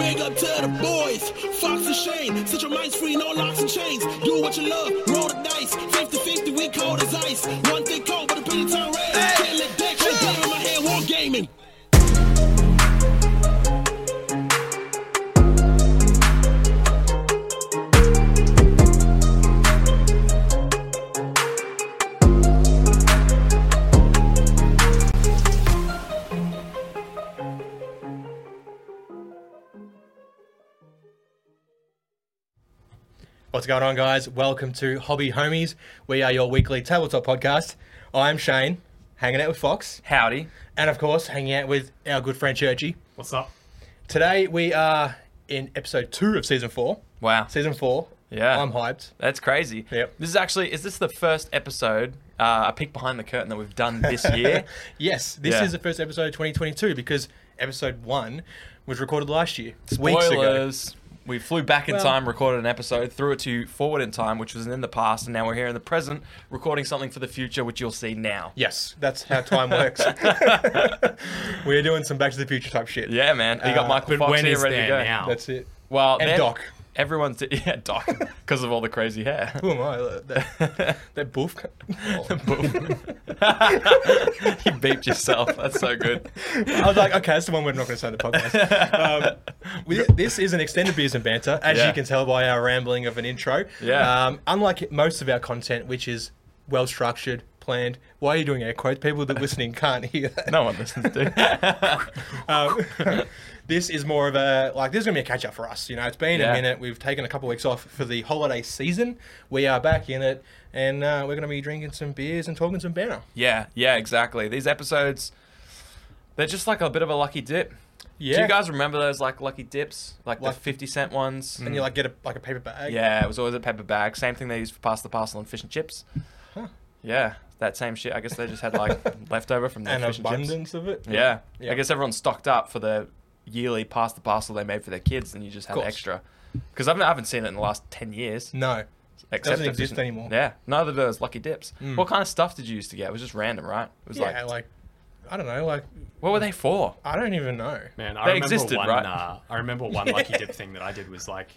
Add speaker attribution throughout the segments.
Speaker 1: the boys, Fox and Shane. Set your minds free, no locks and chains. Do what you love, roll the dice. 50 50, we cold as ice. One thing cold, but a pretty time red. Can't let that go down in my head, war gaming.
Speaker 2: What's going on, guys? Welcome to Hobby Homies. We are your weekly tabletop podcast. I'm Shane, hanging out with Fox,
Speaker 3: Howdy.
Speaker 2: and of course, hanging out with our good friend Churchy.
Speaker 4: What's up?
Speaker 2: Today, we are in episode two of season four.
Speaker 3: Wow.
Speaker 2: Season four.
Speaker 3: Yeah.
Speaker 2: I'm hyped.
Speaker 3: That's crazy.
Speaker 2: Yep.
Speaker 3: This is actually, is this the first episode, uh, a peek behind the curtain that we've done this year?
Speaker 2: Yes, this
Speaker 3: Yeah.
Speaker 2: is the first episode of 2022 because episode one was recorded last year. Weeks ago.
Speaker 3: Spoilers. We flew back in
Speaker 2: Well-
Speaker 3: time, recorded an episode, threw it to forward in time, which was in the past, and now we're here in the present, recording something for the future, which you'll see now.
Speaker 2: Yes, that's how time works. We're doing some Back to the Future type shit.
Speaker 3: Yeah, man. You got
Speaker 2: Uh,
Speaker 3: Michael
Speaker 4: But
Speaker 3: Fox
Speaker 4: when
Speaker 3: here
Speaker 4: is
Speaker 3: ready
Speaker 4: there
Speaker 3: to go.
Speaker 4: now?
Speaker 2: That's it.
Speaker 3: Well,
Speaker 2: And
Speaker 3: they're-
Speaker 2: Doc.
Speaker 3: Everyone's yeah, Doc, because of all the crazy hair.
Speaker 2: Who am I? That, that boof.
Speaker 3: Oh. you beeped yourself. That's so good.
Speaker 2: I was like, okay, that's the one we're not going to say on the podcast. Um, we- this is an extended beers and banter, as
Speaker 3: Yeah.
Speaker 2: you can tell by our rambling of an intro.
Speaker 3: Yeah.
Speaker 2: Um, unlike most of our content, which is well structured, planned. Why are you doing air quotes? People that are listening can't hear that.
Speaker 3: No one listens to.
Speaker 2: Um, this is more of a like. This is gonna be a catch up for us. You know, it's been
Speaker 3: Yeah.
Speaker 2: a minute. We've taken a couple weeks off for the holiday season. We are back in it, and uh, we're gonna be drinking some beers and talking some banner.
Speaker 3: yeah, yeah, exactly. These episodes, they're just like a bit of a lucky dip.
Speaker 2: Yeah.
Speaker 3: Do you guys remember those like lucky dips, like,
Speaker 2: Like- Mm.
Speaker 3: the fifty cent ones?
Speaker 2: And you like get a like a paper bag.
Speaker 3: yeah, it was always a paper bag. Same thing they used for pasta the parcel and fish and chips. Yeah, that same shit. I guess they just had like leftover from the
Speaker 2: An
Speaker 3: fish and chips.
Speaker 2: abundance of it.
Speaker 3: Yeah.
Speaker 2: Yeah.
Speaker 3: I guess everyone stocked up for the yearly pass the parcel they made for their kids, and you just had
Speaker 2: course.
Speaker 3: extra. Because I haven't seen it in the last 10 years.
Speaker 2: No.
Speaker 3: except
Speaker 2: doesn't
Speaker 3: if
Speaker 2: exist
Speaker 3: it's-
Speaker 2: anymore. Mm.
Speaker 3: Yeah, neither does Lucky Dips. What kind of stuff did you used to get? It was just random, right? It was
Speaker 2: Yeah,
Speaker 3: like,
Speaker 2: like I don't know. Like
Speaker 3: what were they for?
Speaker 2: I don't even know.
Speaker 4: Man, I
Speaker 3: They
Speaker 4: remember
Speaker 3: existed,
Speaker 4: one.
Speaker 3: right?
Speaker 4: Uh, I remember one lucky dip thing that I did was like,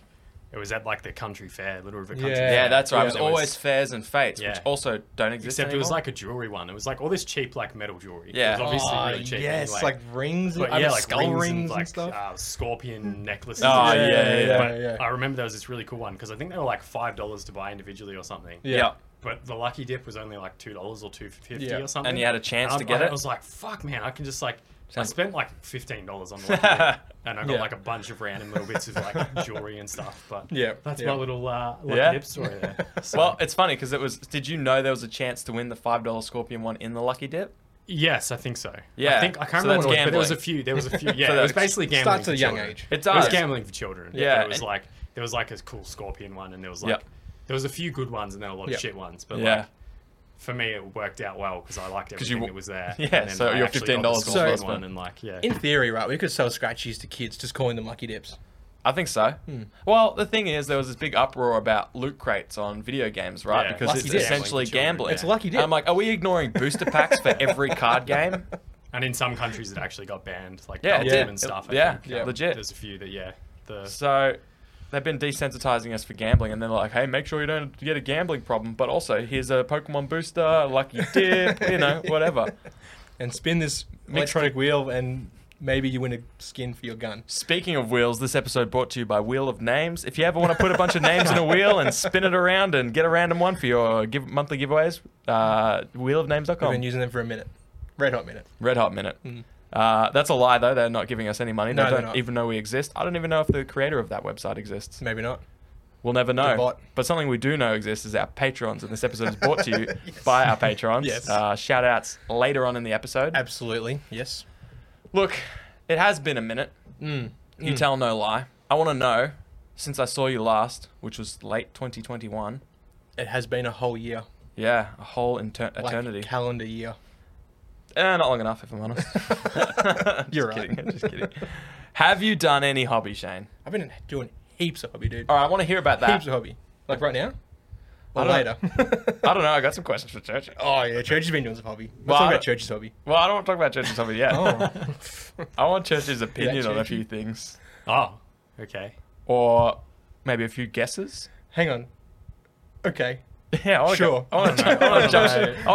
Speaker 4: it was at like the country fair, Little River Country
Speaker 2: Yeah.
Speaker 4: Fair.
Speaker 3: Yeah, that's right.
Speaker 2: Yeah.
Speaker 3: it was
Speaker 4: It was-
Speaker 3: always fairs and fates, which
Speaker 4: Yeah.
Speaker 3: also don't exist
Speaker 4: Except it was
Speaker 3: anymore.
Speaker 4: like a jewelry one. It was like all this cheap like metal jewelry.
Speaker 3: Yeah.
Speaker 4: It was obviously
Speaker 2: Ah,
Speaker 4: really cheap.
Speaker 2: yes,
Speaker 4: anyway.
Speaker 2: like, rings. and
Speaker 4: But
Speaker 2: other
Speaker 4: yeah, like
Speaker 2: skull
Speaker 4: rings,
Speaker 2: rings,
Speaker 4: and, like,
Speaker 2: stuff.
Speaker 4: Uh, scorpion necklaces.
Speaker 3: Oh,
Speaker 4: and shit.
Speaker 3: yeah, yeah,
Speaker 2: yeah,
Speaker 4: But
Speaker 2: yeah.
Speaker 4: I remember there was this really cool one because I think they were like five dollars to buy individually or something.
Speaker 2: Yeah.
Speaker 3: yeah.
Speaker 4: But the lucky dip was only like two dollars or two fifty
Speaker 2: Yeah.
Speaker 4: or something.
Speaker 3: And you had a chance
Speaker 4: And
Speaker 3: to
Speaker 4: I-
Speaker 3: get
Speaker 4: I,
Speaker 3: it?
Speaker 4: I was like, "Fuck, man! I can just like."
Speaker 3: Sounds-
Speaker 4: I spent like fifteen dollars on the lucky dip, and I got
Speaker 2: Yeah.
Speaker 4: like a bunch of random little bits of like jewelry and stuff. But
Speaker 2: Yeah,
Speaker 4: that's
Speaker 2: yeah.
Speaker 4: my little uh, lucky
Speaker 3: Yeah.
Speaker 4: dip story there. So,
Speaker 3: Well, it's funny because it was. Did you know there was a chance to win the five dollar scorpion one in the Lucky Dip?
Speaker 4: yes, I think so.
Speaker 3: Yeah.
Speaker 4: I think I
Speaker 3: So
Speaker 4: can't remember.
Speaker 3: that's
Speaker 4: what it was, but there was a
Speaker 3: gambling.
Speaker 4: few. There was a few. Yeah,
Speaker 3: So
Speaker 4: it was
Speaker 3: that's-
Speaker 4: basically gambling.
Speaker 2: Starts at
Speaker 4: for
Speaker 2: a young
Speaker 4: children.
Speaker 2: age.
Speaker 3: It
Speaker 4: It was
Speaker 3: does.
Speaker 4: gambling for children.
Speaker 3: Yeah,
Speaker 4: Yeah, it was
Speaker 3: and-
Speaker 4: like there was like a cool scorpion one, and there was like
Speaker 3: Yep.
Speaker 4: there was a few good ones, and then a lot of
Speaker 2: Yeah.
Speaker 4: shit ones. But
Speaker 3: Yeah.
Speaker 4: like for me, it worked out well because I liked
Speaker 3: 'Cause you w-
Speaker 4: everything that was there.
Speaker 3: Yeah,
Speaker 4: and then
Speaker 3: so
Speaker 4: I
Speaker 3: your
Speaker 4: actually got the
Speaker 3: $15
Speaker 4: scorpion
Speaker 2: was
Speaker 4: one,
Speaker 3: worth.
Speaker 4: and like yeah,
Speaker 2: In theory, right? We could sell scratchies to kids, just calling them lucky dips.
Speaker 3: I think so. Well, the thing is, there was this big uproar about loot crates on video games, right?
Speaker 4: Yeah.
Speaker 3: Because
Speaker 2: Lucky
Speaker 3: it's
Speaker 2: dip.
Speaker 3: essentially gambling.
Speaker 4: Gambling,
Speaker 2: It's a lucky dip.
Speaker 3: And I'm like, are we ignoring booster packs for every card game?
Speaker 4: and in some countries it actually got banned, like
Speaker 3: Yeah, it
Speaker 4: Belgium
Speaker 3: did.
Speaker 4: and stuff. I
Speaker 3: yeah,
Speaker 4: think.
Speaker 2: Yeah.
Speaker 3: legit.
Speaker 4: there's a few that yeah, the
Speaker 3: So they've been desensitizing us for gambling, and they're like, hey, make sure you don't get a gambling problem, but also here's a Pokemon booster, a lucky dip, you know, whatever.
Speaker 2: And spin this electronic wheel, and maybe you win a skin for your gun.
Speaker 3: Speaking of wheels, this episode brought to you by Wheel of Names. If you ever want to put a bunch of names in a wheel and spin it around and get a random one for your give, monthly giveaways, uh,
Speaker 2: We've been
Speaker 3: wheelofnames.com.
Speaker 2: using them for a minute, red hot minute.
Speaker 3: Red Hot Minute. Uh, that's a lie, though. They're not giving us any money.
Speaker 2: No,
Speaker 3: they
Speaker 2: they're
Speaker 3: don't
Speaker 2: not.
Speaker 3: even know we exist. I don't even know if the creator of that website exists.
Speaker 2: Maybe not.
Speaker 3: We'll never know.
Speaker 2: bot.
Speaker 3: But something we do know exists is our patrons, and this episode is brought to you
Speaker 2: Yes.
Speaker 3: by our patrons.
Speaker 2: Yes.
Speaker 3: Uh, shout outs later on in the episode.
Speaker 2: Absolutely. Yes.
Speaker 3: Look, it has been a minute.
Speaker 4: Hmm.
Speaker 2: Hmm.
Speaker 3: You tell no lie. I want to know, since I saw you last, which was late 2021.
Speaker 2: It has been a whole year,
Speaker 3: Yeah, a whole inter-
Speaker 2: like
Speaker 3: eternity.
Speaker 2: calendar year.
Speaker 3: Eh, not long enough, if I'm honest. Just
Speaker 2: You're right.
Speaker 3: kidding, just kidding. Have you done any hobby, Shane?
Speaker 2: I've been doing heaps of hobby, dude.
Speaker 3: All right, I want to hear about that.
Speaker 2: Heaps of hobby. Like right now? Or
Speaker 3: don't-
Speaker 2: later?
Speaker 3: I don't know. I got some questions for Church.
Speaker 2: oh, yeah. Church has been doing some hobby. Let's
Speaker 3: Well, I
Speaker 2: talk about
Speaker 3: don't-
Speaker 2: Church's hobby.
Speaker 3: Well, I don't want to talk about Church's hobby yet.
Speaker 2: Oh.
Speaker 3: I want Church's opinion on a
Speaker 2: Churchy?
Speaker 3: few things.
Speaker 4: oh Okay.
Speaker 3: or maybe a few guesses.
Speaker 2: Hang on. Okay.
Speaker 3: Yeah, I wanna
Speaker 2: Sure.
Speaker 3: Go, I want to jump, straight- I wanna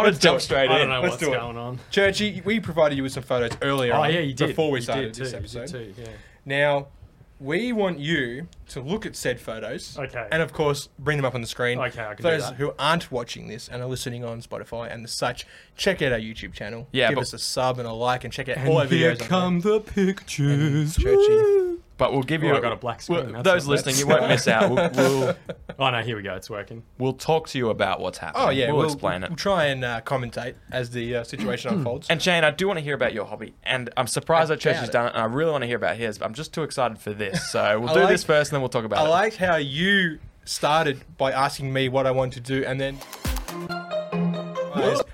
Speaker 2: Let's do
Speaker 3: jump
Speaker 2: it.
Speaker 3: straight
Speaker 4: I
Speaker 3: in.
Speaker 4: don't know
Speaker 2: Let's
Speaker 4: what's
Speaker 2: do it.
Speaker 4: going on.
Speaker 2: Churchy, we provided you with some photos earlier.
Speaker 4: Oh
Speaker 2: on
Speaker 4: yeah, you did
Speaker 2: before we
Speaker 4: You
Speaker 2: started
Speaker 4: did
Speaker 2: this
Speaker 4: too, you did
Speaker 2: episode.
Speaker 4: too, yeah.
Speaker 2: Now, we want you to look at said photos.
Speaker 4: Okay.
Speaker 2: And of course, bring them up on the screen.
Speaker 4: Okay, I can do
Speaker 2: For Those
Speaker 4: that.
Speaker 2: who aren't watching this and are listening on Spotify and the such, check out our YouTube channel.
Speaker 3: Yeah,
Speaker 2: Give
Speaker 3: but-
Speaker 2: us a sub and a like and check out all our videos. on
Speaker 4: the pictures.
Speaker 2: there. Churchy.
Speaker 3: But we'll give
Speaker 4: Oh,
Speaker 3: you.
Speaker 4: I got a black screen,
Speaker 3: we'll-
Speaker 4: that's
Speaker 3: those
Speaker 4: not-
Speaker 3: listening,
Speaker 4: that's-
Speaker 3: you won't miss out. We'll, we'll,
Speaker 4: Oh no, here we go. It's working.
Speaker 3: we'll talk to you about what's happening.
Speaker 2: Oh yeah,
Speaker 3: we'll, explain it.
Speaker 2: We'll try and uh, commentate as the uh, situation unfolds.
Speaker 3: and Shane, I do want to hear about your hobby, and I'm surprised
Speaker 2: I
Speaker 3: that Church
Speaker 2: doubt
Speaker 3: has
Speaker 2: it.
Speaker 3: done it, and I really want to hear about his. But I'm just too excited for this, so we'll
Speaker 2: I
Speaker 3: do
Speaker 2: like-
Speaker 3: this first, and then we'll talk about
Speaker 2: I
Speaker 3: it.
Speaker 2: liked how you started by asking me what I want to do, and then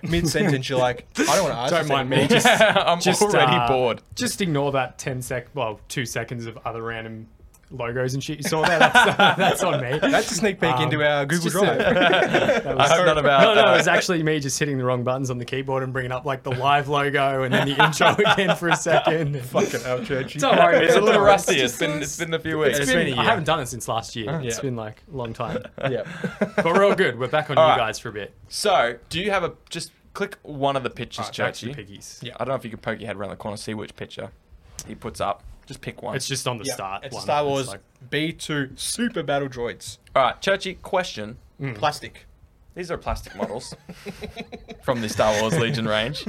Speaker 2: mid sentence you're like, I don't want to ask.
Speaker 4: Don't
Speaker 2: this
Speaker 4: mind me.
Speaker 2: anymore."
Speaker 4: Just,
Speaker 3: I'm
Speaker 4: just,
Speaker 3: already
Speaker 4: uh,
Speaker 3: bored.
Speaker 4: Just ignore that 10 sec, well, two seconds of other random logos and shit you saw there. That's, uh, that's on me.
Speaker 2: That's a sneak peek
Speaker 4: Um,
Speaker 2: into our
Speaker 4: it's
Speaker 2: Google
Speaker 4: just
Speaker 2: Drive.
Speaker 4: a- that was-
Speaker 3: I hope not about
Speaker 4: No, no,
Speaker 3: uh,
Speaker 4: it was actually me just hitting the wrong buttons on the keyboard and bringing up like the live logo and then the intro again for a second.
Speaker 2: Fucking hell, Churchy.
Speaker 4: Don't worry,
Speaker 3: It's a little
Speaker 4: It's
Speaker 3: rusty.
Speaker 4: just-
Speaker 3: It's been it's been a Oh. few
Speaker 2: it's
Speaker 3: weeks.
Speaker 2: been a
Speaker 4: I
Speaker 2: year.
Speaker 4: haven't done it since last year. It's
Speaker 2: Yeah.
Speaker 4: been like a long time.
Speaker 2: Yeah.
Speaker 4: But we're all good. We're back on
Speaker 3: All
Speaker 4: you
Speaker 3: right.
Speaker 4: guys for a bit.
Speaker 3: So, do you have a just click one of the pictures,
Speaker 4: Back to
Speaker 3: Churchy?
Speaker 4: the piggies.
Speaker 3: Yeah, I don't know if you can poke your head around the corner, see which picture he puts up. Just pick one.
Speaker 4: It's just on the
Speaker 2: Yeah,
Speaker 4: start.
Speaker 2: It's
Speaker 4: one.
Speaker 2: Star Wars
Speaker 4: like-
Speaker 2: B2 Super Battle Droids.
Speaker 3: all right, Churchy. Question:
Speaker 4: Hmm.
Speaker 2: Plastic.
Speaker 3: These are plastic models from the Star Wars Legion range.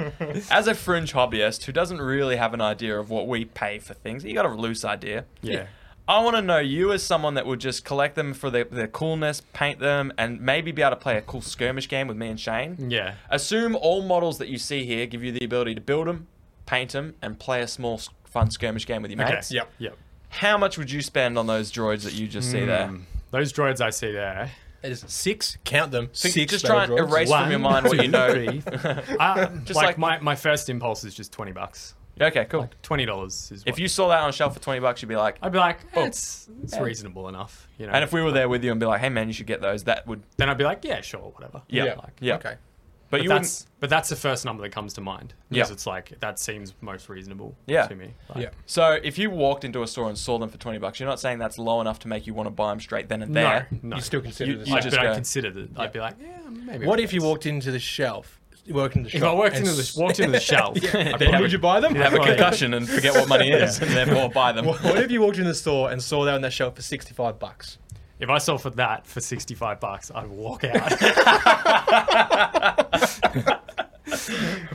Speaker 3: As a fringe hobbyist who doesn't really have an idea of what we pay for things, you got a loose idea.
Speaker 4: yeah.
Speaker 3: I want to know you as someone that would just collect them for their, their coolness, paint them, and maybe be able to play a cool skirmish game with me and Shane.
Speaker 4: Yeah.
Speaker 3: Assume all models that you see here give you the ability to build them, paint them, and play a small, s- fun skirmish game with your
Speaker 4: Okay.
Speaker 3: mates.
Speaker 2: Yep.
Speaker 4: Yep.
Speaker 3: How much would you spend on those droids that you just see there?
Speaker 4: Those droids I see there.
Speaker 2: It is six. Count them. Six.
Speaker 3: just
Speaker 2: Battle
Speaker 3: try and
Speaker 2: Droids.
Speaker 3: erase from your mind what you know.
Speaker 4: I,
Speaker 3: Just
Speaker 4: Uh, like,
Speaker 3: like-
Speaker 4: my, my first impulse is just 20 bucks.
Speaker 3: okay, cool.
Speaker 4: Twenty dollars is.
Speaker 3: If
Speaker 4: what-
Speaker 3: you saw that on a shelf for 20 bucks, you'd be like,
Speaker 4: I'd be like, eh,
Speaker 3: Oh.
Speaker 4: it's it's reasonable enough, you know.
Speaker 3: and if we were there with you and be like, hey man, you should get those, that would,
Speaker 4: then I'd be like, yeah, sure, whatever.
Speaker 3: yeah,
Speaker 2: Yeah.
Speaker 3: yeah.
Speaker 2: Okay.
Speaker 3: But,
Speaker 4: But
Speaker 3: you
Speaker 4: that's
Speaker 3: wouldn't.
Speaker 4: but that's the first number that comes to mind because
Speaker 3: Yeah.
Speaker 4: it's like that seems most reasonable
Speaker 3: Yeah.
Speaker 4: to me. Like,
Speaker 2: Yeah.
Speaker 3: So if you walked into a store and saw them for 20 bucks, you're not saying that's low enough to make you want to buy them straight then and there.
Speaker 4: No, no.
Speaker 2: You still consider
Speaker 3: You-
Speaker 2: this.
Speaker 3: you
Speaker 4: like,
Speaker 3: just
Speaker 4: but I
Speaker 3: go-
Speaker 4: considered it. I'd be like, yeah, maybe.
Speaker 2: what
Speaker 4: it
Speaker 2: if you
Speaker 4: works.
Speaker 2: walked into the shelf? Worked into the
Speaker 4: If
Speaker 2: shop
Speaker 4: I walked
Speaker 2: and
Speaker 4: into the
Speaker 2: s-
Speaker 4: walked into the shelf, I'd
Speaker 2: Then
Speaker 4: probably-
Speaker 2: would you buy them?
Speaker 3: Have a
Speaker 4: Right.
Speaker 3: concussion and forget what money is
Speaker 4: Yeah.
Speaker 3: and therefore buy them.
Speaker 2: What if you walked into the store and saw that on that shelf for 65 bucks?
Speaker 4: if I sold for that for sixty five bucks, I'd walk out.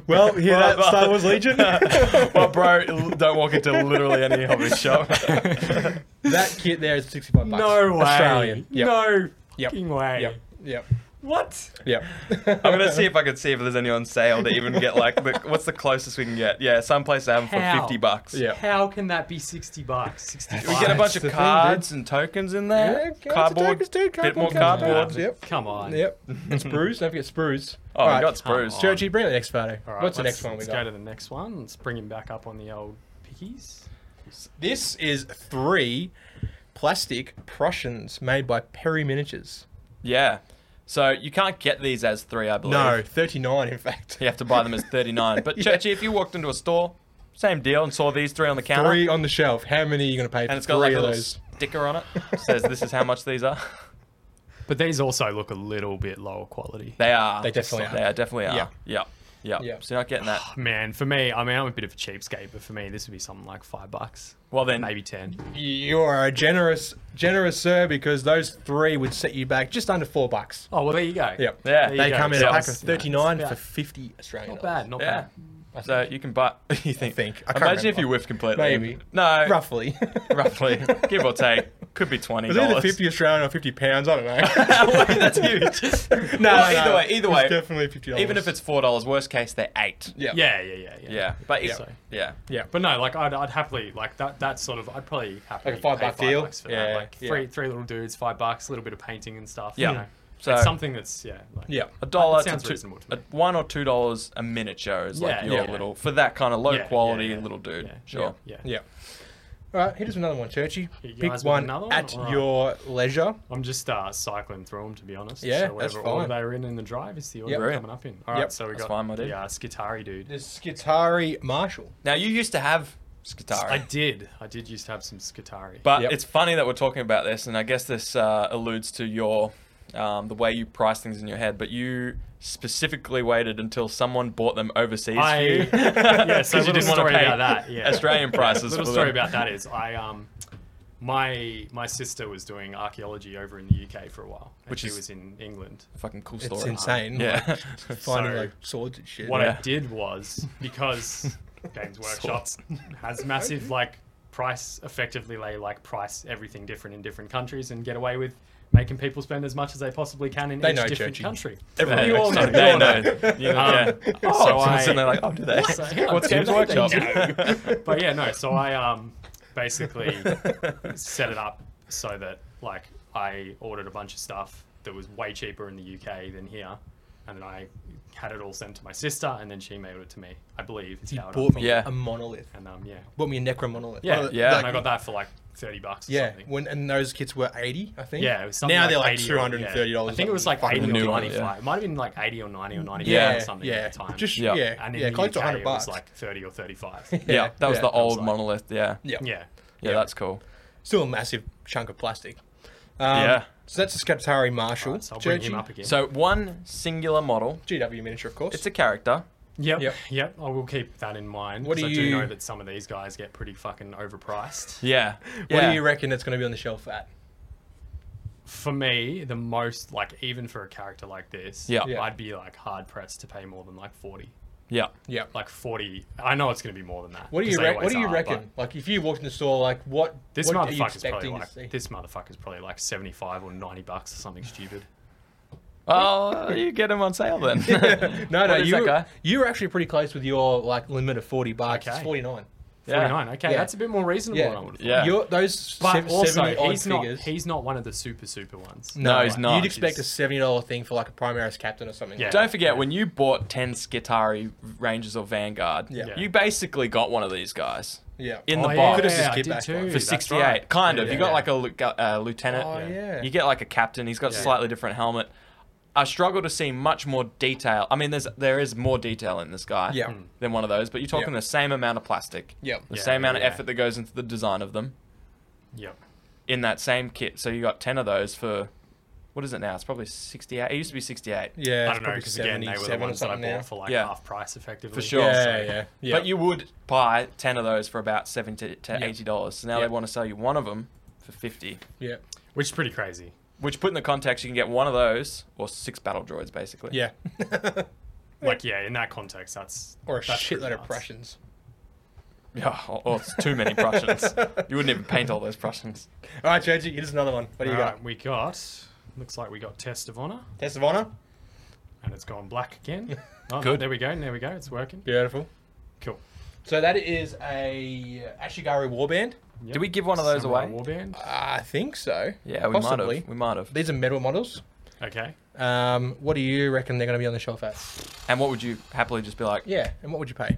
Speaker 2: Well, hear
Speaker 3: that, Star Wars
Speaker 2: Legion?
Speaker 3: well, bro, don't walk into literally any hobby shop.
Speaker 2: that kit there is 65 bucks.
Speaker 4: no way.
Speaker 2: Australian. Yep.
Speaker 4: No
Speaker 2: Yep.
Speaker 4: fucking way.
Speaker 2: Yep. Yep.
Speaker 4: What?
Speaker 2: Yep.
Speaker 3: I'm gonna see if I can see if there's any on sale to even get like the, what's the closest we can get. Yeah, some place they have them for
Speaker 4: How?
Speaker 3: fifty bucks.
Speaker 2: Yeah.
Speaker 4: How can that be sixty bucks? Sixty.
Speaker 3: We get a bunch
Speaker 2: That's the
Speaker 3: of
Speaker 2: thing,
Speaker 3: cards and tokens in there. cardboard, bit more cardboard.
Speaker 2: Yep.
Speaker 4: Come on.
Speaker 2: Yep. And sprues. Don't forget sprues.
Speaker 3: Oh,
Speaker 2: All
Speaker 3: we
Speaker 2: right.
Speaker 3: got
Speaker 4: come
Speaker 3: sprues.
Speaker 4: on.
Speaker 2: Churchy, bring the next photo.
Speaker 4: All right,
Speaker 2: What's the
Speaker 4: let's-
Speaker 2: next one we
Speaker 4: let's
Speaker 2: got?
Speaker 4: go to the next one. Let's bring him back up on the old pickies.
Speaker 2: This is three plastic Prussians made by Perry Miniatures.
Speaker 3: Yeah. So you can't get these as three, I believe.
Speaker 2: No, 39 in fact.
Speaker 3: You have to buy them as thirty-nine. But
Speaker 2: Yeah.
Speaker 3: Churchy, if you walked into a store, same deal, and saw these three on the counter,
Speaker 2: Three on the shelf. How many are you going to pay for
Speaker 3: and it's
Speaker 2: three
Speaker 3: got like a
Speaker 2: of
Speaker 3: little
Speaker 2: those?
Speaker 3: sticker on it, says this is how much these are.
Speaker 4: But these also look a little bit lower quality.
Speaker 3: They are.
Speaker 2: They definitely are.
Speaker 3: They are definitely are.
Speaker 2: Yeah.
Speaker 3: Yeah. Yeah. Yeah.
Speaker 2: Yeah.
Speaker 3: So you're not getting that.
Speaker 4: Man, for me, I mean, I'm a bit of a cheapskate, but for me, this would be something like five bucks,
Speaker 3: Well then,
Speaker 4: maybe ten.
Speaker 2: You are a generous, generous sir, because those three would set you back just under four bucks.
Speaker 4: Oh well, there you go.
Speaker 2: Yep.
Speaker 3: Yeah.
Speaker 4: There you
Speaker 2: They
Speaker 4: go.
Speaker 2: come in
Speaker 4: So
Speaker 2: a pack
Speaker 4: it's-
Speaker 2: of 39
Speaker 4: it's
Speaker 2: for
Speaker 4: about-
Speaker 2: 50 Australian
Speaker 4: Not
Speaker 2: dollars.
Speaker 4: bad. Not
Speaker 3: Yeah.
Speaker 4: bad.
Speaker 3: So you can buy. You think?
Speaker 2: think. I can't
Speaker 3: Imagine if
Speaker 2: remember.
Speaker 3: you whiff completely.
Speaker 2: Maybe.
Speaker 3: No.
Speaker 2: Roughly.
Speaker 3: Roughly, give or take, could be twenty
Speaker 2: Is it either
Speaker 3: dollars.
Speaker 2: 50 Australian or 50 pounds? I don't know.
Speaker 3: That's huge.
Speaker 2: no,
Speaker 3: Well, either way, either
Speaker 2: It's
Speaker 3: way.
Speaker 2: definitely 50
Speaker 3: Even if it's four dollars, worst case they're eight.
Speaker 2: Yeah.
Speaker 4: Yeah, yeah, yeah, yeah.
Speaker 3: Yeah, but
Speaker 4: Yeah.
Speaker 3: yeah, yeah.
Speaker 2: Yeah.
Speaker 4: But no, like I'd, I'd happily like that. That sort of I'd probably happily
Speaker 2: Like a five
Speaker 4: pay
Speaker 2: buck deal?
Speaker 4: bucks for
Speaker 2: Yeah,
Speaker 4: that. Like
Speaker 2: yeah.
Speaker 4: three three little dudes, five bucks, a little bit of painting and stuff.
Speaker 3: Yeah.
Speaker 4: You know?
Speaker 3: So-
Speaker 4: it's something that's yeah. Like,
Speaker 2: Yeah.
Speaker 3: A dollar to
Speaker 4: sounds
Speaker 3: two,
Speaker 4: reasonable to
Speaker 3: a-
Speaker 4: me.
Speaker 3: one or two dollars a miniature is like
Speaker 4: Yeah,
Speaker 3: your
Speaker 4: yeah.
Speaker 3: little for that kind of low
Speaker 4: Yeah, yeah,
Speaker 3: quality
Speaker 4: yeah.
Speaker 3: little dude.
Speaker 4: Yeah,
Speaker 3: Sure.
Speaker 4: Yeah. yeah.
Speaker 2: Yeah. All right, here's another one, Churchy.
Speaker 4: You guys
Speaker 2: Pick
Speaker 4: want
Speaker 2: one,
Speaker 4: another one?
Speaker 2: at
Speaker 4: All right.
Speaker 2: your leisure.
Speaker 4: I'm just uh, cycling through them to be honest.
Speaker 2: Yeah,
Speaker 4: so
Speaker 2: that's
Speaker 4: whatever order
Speaker 2: fine.
Speaker 4: they were in in the drive is the order
Speaker 2: Yep.
Speaker 4: we're coming up in. All right,
Speaker 2: Yep.
Speaker 4: so we
Speaker 3: That's
Speaker 4: got
Speaker 3: fine, my dude.
Speaker 4: the uh, Skitari dude.
Speaker 2: This Skitari Marshall.
Speaker 3: Now you used to have Skatari.
Speaker 4: I did. I did used to have some Skatari.
Speaker 3: But
Speaker 2: Yep.
Speaker 3: it's funny that we're talking about this, and I guess this uh, alludes to your um, the way you price things in your head. But you specifically waited until someone bought them overseas
Speaker 4: I
Speaker 3: for you.
Speaker 4: yeah, so
Speaker 3: 'Cause
Speaker 4: little
Speaker 3: wanna
Speaker 4: story about that. Yeah,
Speaker 3: Australian prices.
Speaker 4: little
Speaker 3: for
Speaker 4: story
Speaker 3: them.
Speaker 4: about that is I um my my sister was doing archaeology over in the UK for a while, and
Speaker 3: Which
Speaker 4: she
Speaker 3: is-
Speaker 4: was in England.
Speaker 3: fucking cool story.
Speaker 2: It's insane. like,
Speaker 3: Yeah.
Speaker 2: finding
Speaker 4: So-
Speaker 2: like swords and shit.
Speaker 4: What
Speaker 3: Yeah.
Speaker 4: I did was because Games Workshop has massive like price effectively they like price everything different in different countries and get away with making people spend as much as they possibly can in
Speaker 2: They
Speaker 4: each
Speaker 2: know,
Speaker 4: different
Speaker 2: Churchy.
Speaker 4: country.
Speaker 3: Everyone
Speaker 4: you all
Speaker 3: knows.
Speaker 4: know.
Speaker 3: They
Speaker 4: You all know.
Speaker 3: know. You know,
Speaker 4: Um,
Speaker 3: yeah.
Speaker 4: so
Speaker 3: So I was
Speaker 4: I-
Speaker 3: sitting there like, oh, do they?
Speaker 4: So, yeah,
Speaker 3: What's
Speaker 4: they
Speaker 3: Games
Speaker 4: know, they
Speaker 3: Workshop?
Speaker 4: do. but yeah, no. So I um basically set it up so that like I ordered a bunch of stuff that was way cheaper in the UK than here, and then I had it all sent to my sister, and then she mailed it to me. I believe it's
Speaker 2: You
Speaker 4: how it
Speaker 2: bought me
Speaker 3: Yeah.
Speaker 2: a monolith.
Speaker 4: And um, yeah,
Speaker 2: Bought me a necro monolith.
Speaker 4: yeah,
Speaker 2: Well,
Speaker 3: yeah.
Speaker 2: like-
Speaker 4: and I got that for like thirty bucks. Or
Speaker 2: Yeah,
Speaker 4: something.
Speaker 2: when and those kits were eighty, I think.
Speaker 4: Yeah, it was something
Speaker 2: now
Speaker 4: like
Speaker 2: they're like
Speaker 4: 80 or-
Speaker 2: two hundred and thirty dollars.
Speaker 4: yeah. I think it was like
Speaker 2: fucking
Speaker 4: eighty or
Speaker 3: new one,
Speaker 4: ninety-five.
Speaker 3: yeah.
Speaker 4: It might have been like eighty or ninety or ninety-five
Speaker 2: yeah,
Speaker 4: or something
Speaker 2: yeah,
Speaker 4: at the time.
Speaker 2: just
Speaker 3: Yeah.
Speaker 2: yeah, yeah,
Speaker 4: and in the
Speaker 2: close to
Speaker 4: UK,
Speaker 2: hundred
Speaker 4: it was
Speaker 2: bucks.
Speaker 4: like thirty or thirty-five.
Speaker 3: Yeah, that was
Speaker 2: yeah. That
Speaker 3: the
Speaker 2: was
Speaker 3: old
Speaker 4: like-
Speaker 3: monolith. Yeah.
Speaker 2: yeah,
Speaker 4: yeah,
Speaker 3: Yeah, that's cool.
Speaker 2: still a massive chunk of plastic. Um,
Speaker 3: Yeah.
Speaker 2: So that's a Scatari Marshall.
Speaker 4: so I'll bring him
Speaker 2: Churchy.
Speaker 4: up again.
Speaker 3: So one singular model.
Speaker 2: GW miniature, of course.
Speaker 3: It's a character.
Speaker 4: Yep,
Speaker 2: Yep.
Speaker 4: yep, I will keep that in mind.
Speaker 2: What
Speaker 4: What do
Speaker 2: do
Speaker 4: I do
Speaker 2: you-
Speaker 4: know that some of these guys get pretty fucking overpriced.
Speaker 3: Yeah.
Speaker 2: what
Speaker 3: yeah.
Speaker 2: do you reckon it's going to be on the shelf at?
Speaker 4: For me, the most like even for a character like this,
Speaker 3: Yeah.
Speaker 2: Yeah.
Speaker 4: I'd be like hard pressed to pay more than like forty.
Speaker 3: Yeah.
Speaker 2: Yeah.
Speaker 4: Like forty, I know it's gonna be more than that.
Speaker 2: What do
Speaker 4: 'cause
Speaker 2: you
Speaker 4: they
Speaker 2: re- What
Speaker 4: always
Speaker 2: do you
Speaker 4: are,
Speaker 2: reckon?
Speaker 4: but
Speaker 2: Like, if you walked in the store, like what?
Speaker 4: This
Speaker 2: what are you
Speaker 4: motherfucker's probably
Speaker 2: expecting to
Speaker 4: like
Speaker 2: see?
Speaker 4: this motherfucker's probably like seventy five or ninety bucks or something stupid.
Speaker 3: Oh, you get him on sale then.
Speaker 2: no, no,
Speaker 3: What is
Speaker 2: you
Speaker 3: that
Speaker 2: were,
Speaker 3: guy?
Speaker 2: you were actually pretty close with your like limit of forty bucks. It's
Speaker 4: Okay.
Speaker 2: forty nine.
Speaker 4: Forty nine, okay,
Speaker 2: Yeah.
Speaker 4: that's a bit more reasonable
Speaker 2: Yeah.
Speaker 4: than I would have
Speaker 3: Yeah.
Speaker 2: Your, those
Speaker 4: But
Speaker 2: sev-
Speaker 4: also,
Speaker 2: seventy odd
Speaker 4: he's not,
Speaker 2: figures.
Speaker 4: he's not one of the super, super ones.
Speaker 3: No, he's not.
Speaker 2: You'd expect a
Speaker 4: He's-
Speaker 2: seventy dollar thing for like a Primaris captain or something.
Speaker 4: Yeah.
Speaker 2: like that.
Speaker 3: Don't forget, when you bought 10 Skitari Rangers or Vanguard,
Speaker 2: Yeah.
Speaker 3: you basically got one of these guys
Speaker 2: yeah.
Speaker 3: in the
Speaker 4: Oh, yeah,
Speaker 3: box
Speaker 2: Could've just
Speaker 4: I
Speaker 2: kept
Speaker 4: did
Speaker 2: back
Speaker 4: too,
Speaker 2: one. For
Speaker 3: for
Speaker 4: that's
Speaker 3: 68.
Speaker 4: right.
Speaker 3: Kind of.
Speaker 4: Yeah,
Speaker 3: you got
Speaker 4: yeah.
Speaker 3: like a lu- gu- uh, lieutenant.
Speaker 2: Oh, yeah.
Speaker 3: You get like a captain. He's got a
Speaker 4: Yeah.
Speaker 3: slightly different helmet. I struggle to see much more detail. I mean, there's there is more detail in this guy
Speaker 2: Yeah. Mm.
Speaker 3: than one of those, but you're talking
Speaker 2: Yeah.
Speaker 3: the same amount of plastic,
Speaker 2: Yeah.
Speaker 3: the
Speaker 4: Hmm. Yeah,
Speaker 3: same amount
Speaker 4: yeah.
Speaker 3: of effort that goes into the design of them
Speaker 4: Yep.
Speaker 3: in that same kit. So you got 10 of those for, what is it now? It's probably 68. It used to be 68.
Speaker 2: Yeah.
Speaker 4: I
Speaker 2: it's
Speaker 4: don't know
Speaker 2: probably
Speaker 4: because again, they were the
Speaker 2: 77 or
Speaker 4: ones that I bought
Speaker 2: something now.
Speaker 4: for like
Speaker 3: Yeah.
Speaker 4: half price, effectively.
Speaker 3: For sure.
Speaker 2: Yeah,
Speaker 3: so-
Speaker 2: yeah, yeah.
Speaker 3: But you would buy ten of those for about seventy to
Speaker 2: Yeah.
Speaker 3: eighty dollars. So now
Speaker 2: Yeah.
Speaker 3: they want to sell you one of them for fifty.
Speaker 2: Yeah.
Speaker 4: which is pretty crazy.
Speaker 3: Which, put in the context, you can get one of those or six battle droids, basically.
Speaker 2: Yeah.
Speaker 4: Like, yeah, in that context, that's
Speaker 2: or a
Speaker 4: that's pretty
Speaker 2: shitload of
Speaker 4: nuts.
Speaker 2: Prussians.
Speaker 3: Yeah. Or, or it's too many Prussians. you wouldn't even paint all those Prussians.
Speaker 2: All right, Georgie, here's another one. What do you
Speaker 4: All
Speaker 2: got?
Speaker 4: right, we got. Looks like we got Test of Honor,
Speaker 2: Test of honor.
Speaker 4: and it's gone black again. Oh,
Speaker 3: Good.
Speaker 4: There we go. There we go. It's working.
Speaker 2: Beautiful.
Speaker 4: Cool.
Speaker 2: So that is a Ashigaru warband.
Speaker 4: Yep.
Speaker 3: Did we give one of those
Speaker 4: Samurai
Speaker 3: away?
Speaker 4: Warband.
Speaker 2: I think so.
Speaker 3: Yeah, we might
Speaker 2: Possibly.
Speaker 3: have. We might have.
Speaker 2: These are metal models.
Speaker 4: Okay.
Speaker 2: Um, what do you reckon they're going to be on the shelf at?
Speaker 3: And what would you happily just be like?
Speaker 2: Yeah, and what would you pay?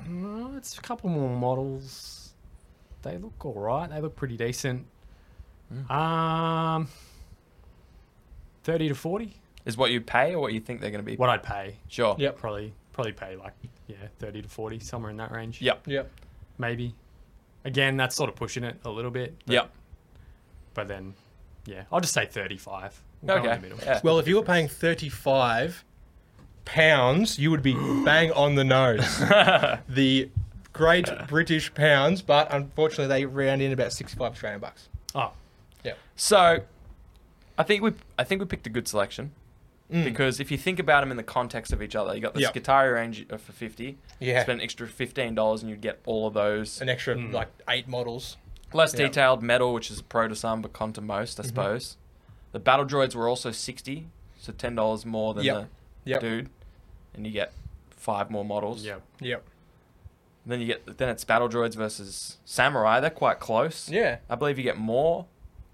Speaker 4: Mm, it's a couple more models. They look all right. They look pretty decent.
Speaker 3: Mm.
Speaker 4: Um, thirty to forty.
Speaker 3: Is what you pay or what you think they're going to be?
Speaker 4: What I'd pay.
Speaker 3: Sure.
Speaker 2: Yep.
Speaker 4: Probably, probably pay like yeah, thirty to forty, somewhere in that range.
Speaker 3: Yep.
Speaker 2: Yep.
Speaker 4: maybe. Again, that's sort of pushing it a little bit. But,
Speaker 3: Yep.
Speaker 4: But then, yeah, I'll just say 35. We'll go in
Speaker 3: Okay.
Speaker 4: the middle.
Speaker 3: Yeah.
Speaker 2: Well, if you were paying thirty-five pounds, you would be bang on the nose. the great British pounds, but unfortunately, they round in about sixty-five Australian bucks.
Speaker 4: Oh,
Speaker 3: So, I think we I think we picked a good selection because if you think about them in the context of each other, you got the
Speaker 2: Yep.
Speaker 3: Skitari range uh, for fifty.
Speaker 2: Yeah. Hmm.
Speaker 3: Spend an extra fifteen dollars and you'd get all of those
Speaker 2: An extra like eight models.
Speaker 3: less
Speaker 2: yeah. Mm-hmm.
Speaker 3: detailed metal, which is pro to some but con to most, I suppose. The battle droids were also sixty, so ten dollars more than
Speaker 2: Yep.
Speaker 3: the
Speaker 2: Yep.
Speaker 3: dude, and you get five more models.
Speaker 4: yeah.
Speaker 2: Yep.
Speaker 3: Then you get then it's battle droids versus samurai. They're quite close.
Speaker 2: Yeah.
Speaker 3: I believe you get more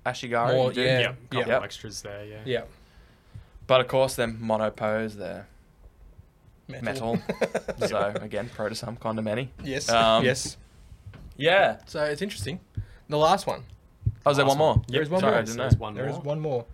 Speaker 3: Ashigaru.
Speaker 2: More,
Speaker 3: you do.
Speaker 2: Yeah,
Speaker 4: Yeah. Couple
Speaker 3: yeah.
Speaker 4: extras there. Yeah.
Speaker 2: Yep.
Speaker 3: But of course, them monopose, they're metal. so again, pro to some, con to many.
Speaker 2: yes.
Speaker 3: Um,
Speaker 2: yes.
Speaker 3: Yeah.
Speaker 2: So it's interesting. The last one.
Speaker 3: Oh, is there
Speaker 4: Awesome.
Speaker 3: one more?
Speaker 2: There is one
Speaker 3: Sorry,
Speaker 2: more.
Speaker 3: I didn't
Speaker 4: So
Speaker 3: know.
Speaker 4: there's one
Speaker 2: There
Speaker 4: more.
Speaker 2: is one more.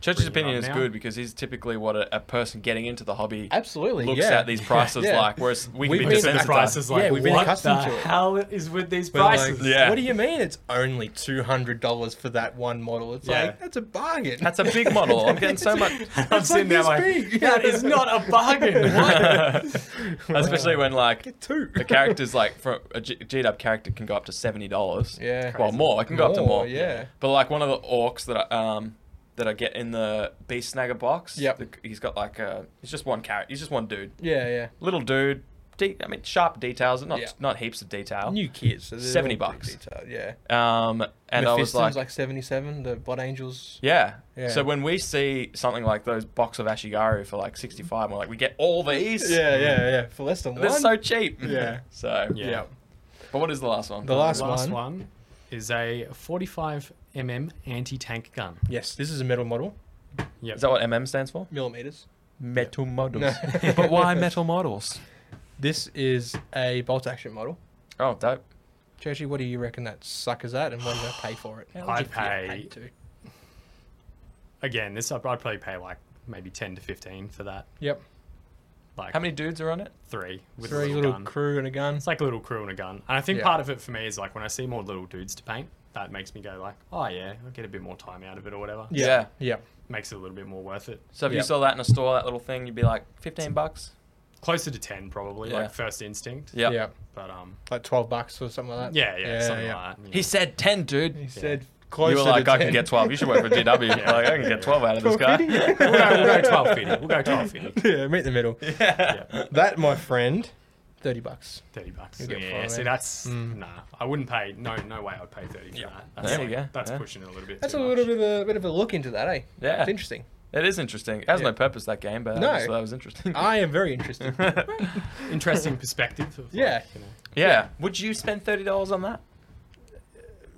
Speaker 3: Church's
Speaker 4: bringing
Speaker 3: opinion
Speaker 4: up
Speaker 3: is
Speaker 4: now.
Speaker 3: good because he's typically what a, a person getting into the hobby
Speaker 2: Absolutely,
Speaker 3: looks
Speaker 2: yeah.
Speaker 3: at these prices
Speaker 2: Yeah.
Speaker 3: like. Whereas we
Speaker 2: We've
Speaker 3: can be
Speaker 2: been
Speaker 4: Because
Speaker 2: Sensitive.
Speaker 3: desensitized.
Speaker 4: the prices, like,
Speaker 2: Yeah, we've been
Speaker 4: what
Speaker 2: accustomed
Speaker 4: the
Speaker 2: to it.
Speaker 4: hell is with these
Speaker 2: But like,
Speaker 4: prices?
Speaker 3: Yeah.
Speaker 2: what do you mean? It's only two hundred dollars for that one model. It's
Speaker 4: Yeah.
Speaker 2: like that's a bargain.
Speaker 3: That's a big model. I'm getting so much.
Speaker 4: I'm
Speaker 2: It's
Speaker 4: sitting there
Speaker 2: like
Speaker 4: like,
Speaker 2: this big.
Speaker 4: that is not a bargain. What?
Speaker 3: Especially when like
Speaker 2: two.
Speaker 3: the characters like for a G- G-Dub character can go up to seventy dollars.
Speaker 2: Yeah.
Speaker 3: Well, more. I can go up to
Speaker 2: More,
Speaker 3: more.
Speaker 2: yeah.
Speaker 3: But like one of the orcs that I, um that I get in the Beast Snagger box.
Speaker 2: Yep.
Speaker 3: the- he's got like a. He's just one character. He's just one dude.
Speaker 2: Yeah, yeah.
Speaker 3: Little dude. De- I mean, sharp details. Not
Speaker 2: Yeah.
Speaker 3: not heaps of detail.
Speaker 2: New kids. so they're
Speaker 3: 70
Speaker 2: all pretty
Speaker 3: bucks.
Speaker 2: detailed, Yeah.
Speaker 3: Um, and I
Speaker 2: Mephisto's
Speaker 3: was like,
Speaker 2: like, seventy-seven. The Blood Angels.
Speaker 3: yeah.
Speaker 2: Yeah.
Speaker 3: So when we see something like those box of Ashigaru for like sixty five, we're like, we get all these.
Speaker 2: Yeah, yeah, yeah. For less than
Speaker 3: They're
Speaker 2: one.
Speaker 3: so cheap.
Speaker 2: Yeah.
Speaker 3: So
Speaker 4: Yeah.
Speaker 2: yeah.
Speaker 3: But what is the last one?
Speaker 2: The last,
Speaker 4: last
Speaker 2: one.
Speaker 4: one is a 45 mm anti-tank gun.
Speaker 2: Yes, this is a metal model.
Speaker 4: Yep.
Speaker 3: Is that what MM stands for?
Speaker 2: Millimeters.
Speaker 3: Metal models.
Speaker 2: No.
Speaker 3: but why metal models?
Speaker 2: This is a bolt action model.
Speaker 3: Oh, dope.
Speaker 2: Churchy, what do you reckon that sucker's at, and what do I pay for it?
Speaker 4: I'd
Speaker 2: If you get
Speaker 4: pay-
Speaker 2: paid to.
Speaker 4: Again, this I'd I'd probably pay like maybe 10 to 15 for that.
Speaker 2: Yep.
Speaker 4: Like
Speaker 3: How many dudes are on it?
Speaker 4: three with a
Speaker 2: Three
Speaker 4: little,
Speaker 2: little
Speaker 4: gun.
Speaker 2: crew and a gun.
Speaker 4: It's like a little crew and a gun. And I think
Speaker 2: Yeah.
Speaker 4: part of it for me is like when I see more little dudes to paint, that makes me go like, oh yeah, I'll get a bit more time out of it or whatever.
Speaker 3: Yeah.
Speaker 2: Yeah.
Speaker 4: Makes it a little bit more worth it.
Speaker 3: So if you
Speaker 2: Yep.
Speaker 3: saw that in a store, that little thing, you'd be like, fifteen bucks.
Speaker 4: Closer to 10 probably,
Speaker 3: Yeah.
Speaker 4: like first instinct.
Speaker 3: Yeah.
Speaker 2: Yeah.
Speaker 4: But um,
Speaker 2: Like twelve bucks or something like that.
Speaker 4: yeah, yeah, something like that.
Speaker 3: He said ten, dude.
Speaker 2: He said
Speaker 3: you
Speaker 2: closer
Speaker 3: were like,
Speaker 2: to
Speaker 3: I
Speaker 2: 10.
Speaker 3: can get twelve. You should work for GW.
Speaker 4: Yeah.
Speaker 3: Like, I can get twelve out of this guy.
Speaker 4: we'll, go, we'll go 12 feet. We'll go 12 feet.
Speaker 2: yeah, meet in the middle.
Speaker 4: Yeah.
Speaker 2: That, my friend, thirty bucks.
Speaker 4: 30 bucks.
Speaker 2: You'll get Hmm.
Speaker 4: Yeah,
Speaker 2: far
Speaker 4: see,
Speaker 2: away.
Speaker 4: that's nah. I wouldn't pay. No, no way. I'd pay 30 for
Speaker 3: Yeah.
Speaker 4: that. That's
Speaker 3: There you
Speaker 4: like-
Speaker 3: go,
Speaker 4: That's
Speaker 3: yeah.
Speaker 4: pushing it a little bit.
Speaker 2: That's a
Speaker 4: too
Speaker 2: little
Speaker 4: much.
Speaker 2: bit of a bit of a look into that, eh?
Speaker 3: Yeah.
Speaker 2: it's interesting.
Speaker 3: It is interesting. It has
Speaker 2: Yeah.
Speaker 3: no purpose that game, but
Speaker 2: No.
Speaker 3: no. that was interesting.
Speaker 2: I am very interested.
Speaker 4: interesting perspective. Of
Speaker 2: Yeah.
Speaker 4: Like, you know.
Speaker 3: yeah. Would you spend thirty dollars on that?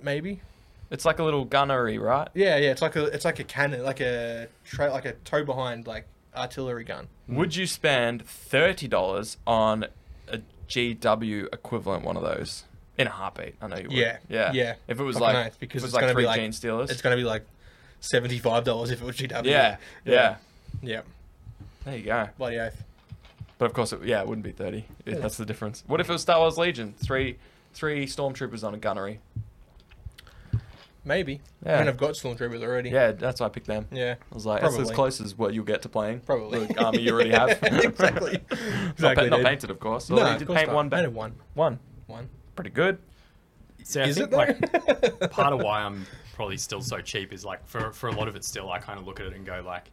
Speaker 2: Maybe.
Speaker 3: It's like a little gunnery, right?
Speaker 2: Yeah, yeah. It's like a it's like a cannon, like a tra- like a tow behind like artillery gun.
Speaker 3: Would you spend thirty dollars on a GW equivalent one of those in a heartbeat? I know you would.
Speaker 2: Yeah,
Speaker 3: yeah,
Speaker 2: yeah.
Speaker 3: If it was
Speaker 2: Fucking
Speaker 3: like,
Speaker 2: oath, because
Speaker 3: because it was
Speaker 2: it's
Speaker 3: like
Speaker 2: gonna be
Speaker 3: three
Speaker 2: like-
Speaker 3: gene stealers.
Speaker 2: It's gonna be like seventy five dollars if it was GW.
Speaker 3: yeah, yeah,
Speaker 2: yeah, yeah.
Speaker 3: There you go.
Speaker 2: Bloody oath.
Speaker 3: But of course, it, yeah, it wouldn't be thirty. Yeah, That's the difference. What if it was Star Wars Legion? Three, three stormtroopers on a gunnery.
Speaker 2: Maybe.
Speaker 3: Yeah.
Speaker 2: I mean, I've got stormtroopers already.
Speaker 3: Yeah, that's why I picked them.
Speaker 2: Yeah.
Speaker 3: I was like, that's as
Speaker 2: Probably.
Speaker 3: close as what you'll get to playing
Speaker 2: Probably.
Speaker 3: the army you already have.
Speaker 2: exactly.
Speaker 3: Not, pa-
Speaker 2: exactly.
Speaker 3: not
Speaker 2: dude.
Speaker 3: painted, of course.
Speaker 2: No,
Speaker 3: Although you
Speaker 2: of
Speaker 3: did
Speaker 2: course
Speaker 3: paint
Speaker 2: not.
Speaker 3: one. ba-
Speaker 2: Painted one.
Speaker 3: One.
Speaker 2: One.
Speaker 3: Pretty good.
Speaker 4: So I
Speaker 2: Is it
Speaker 4: think
Speaker 2: though?
Speaker 4: like part of why I'm probably still so cheap is like for for a lot of it still I kind of look at it and go like,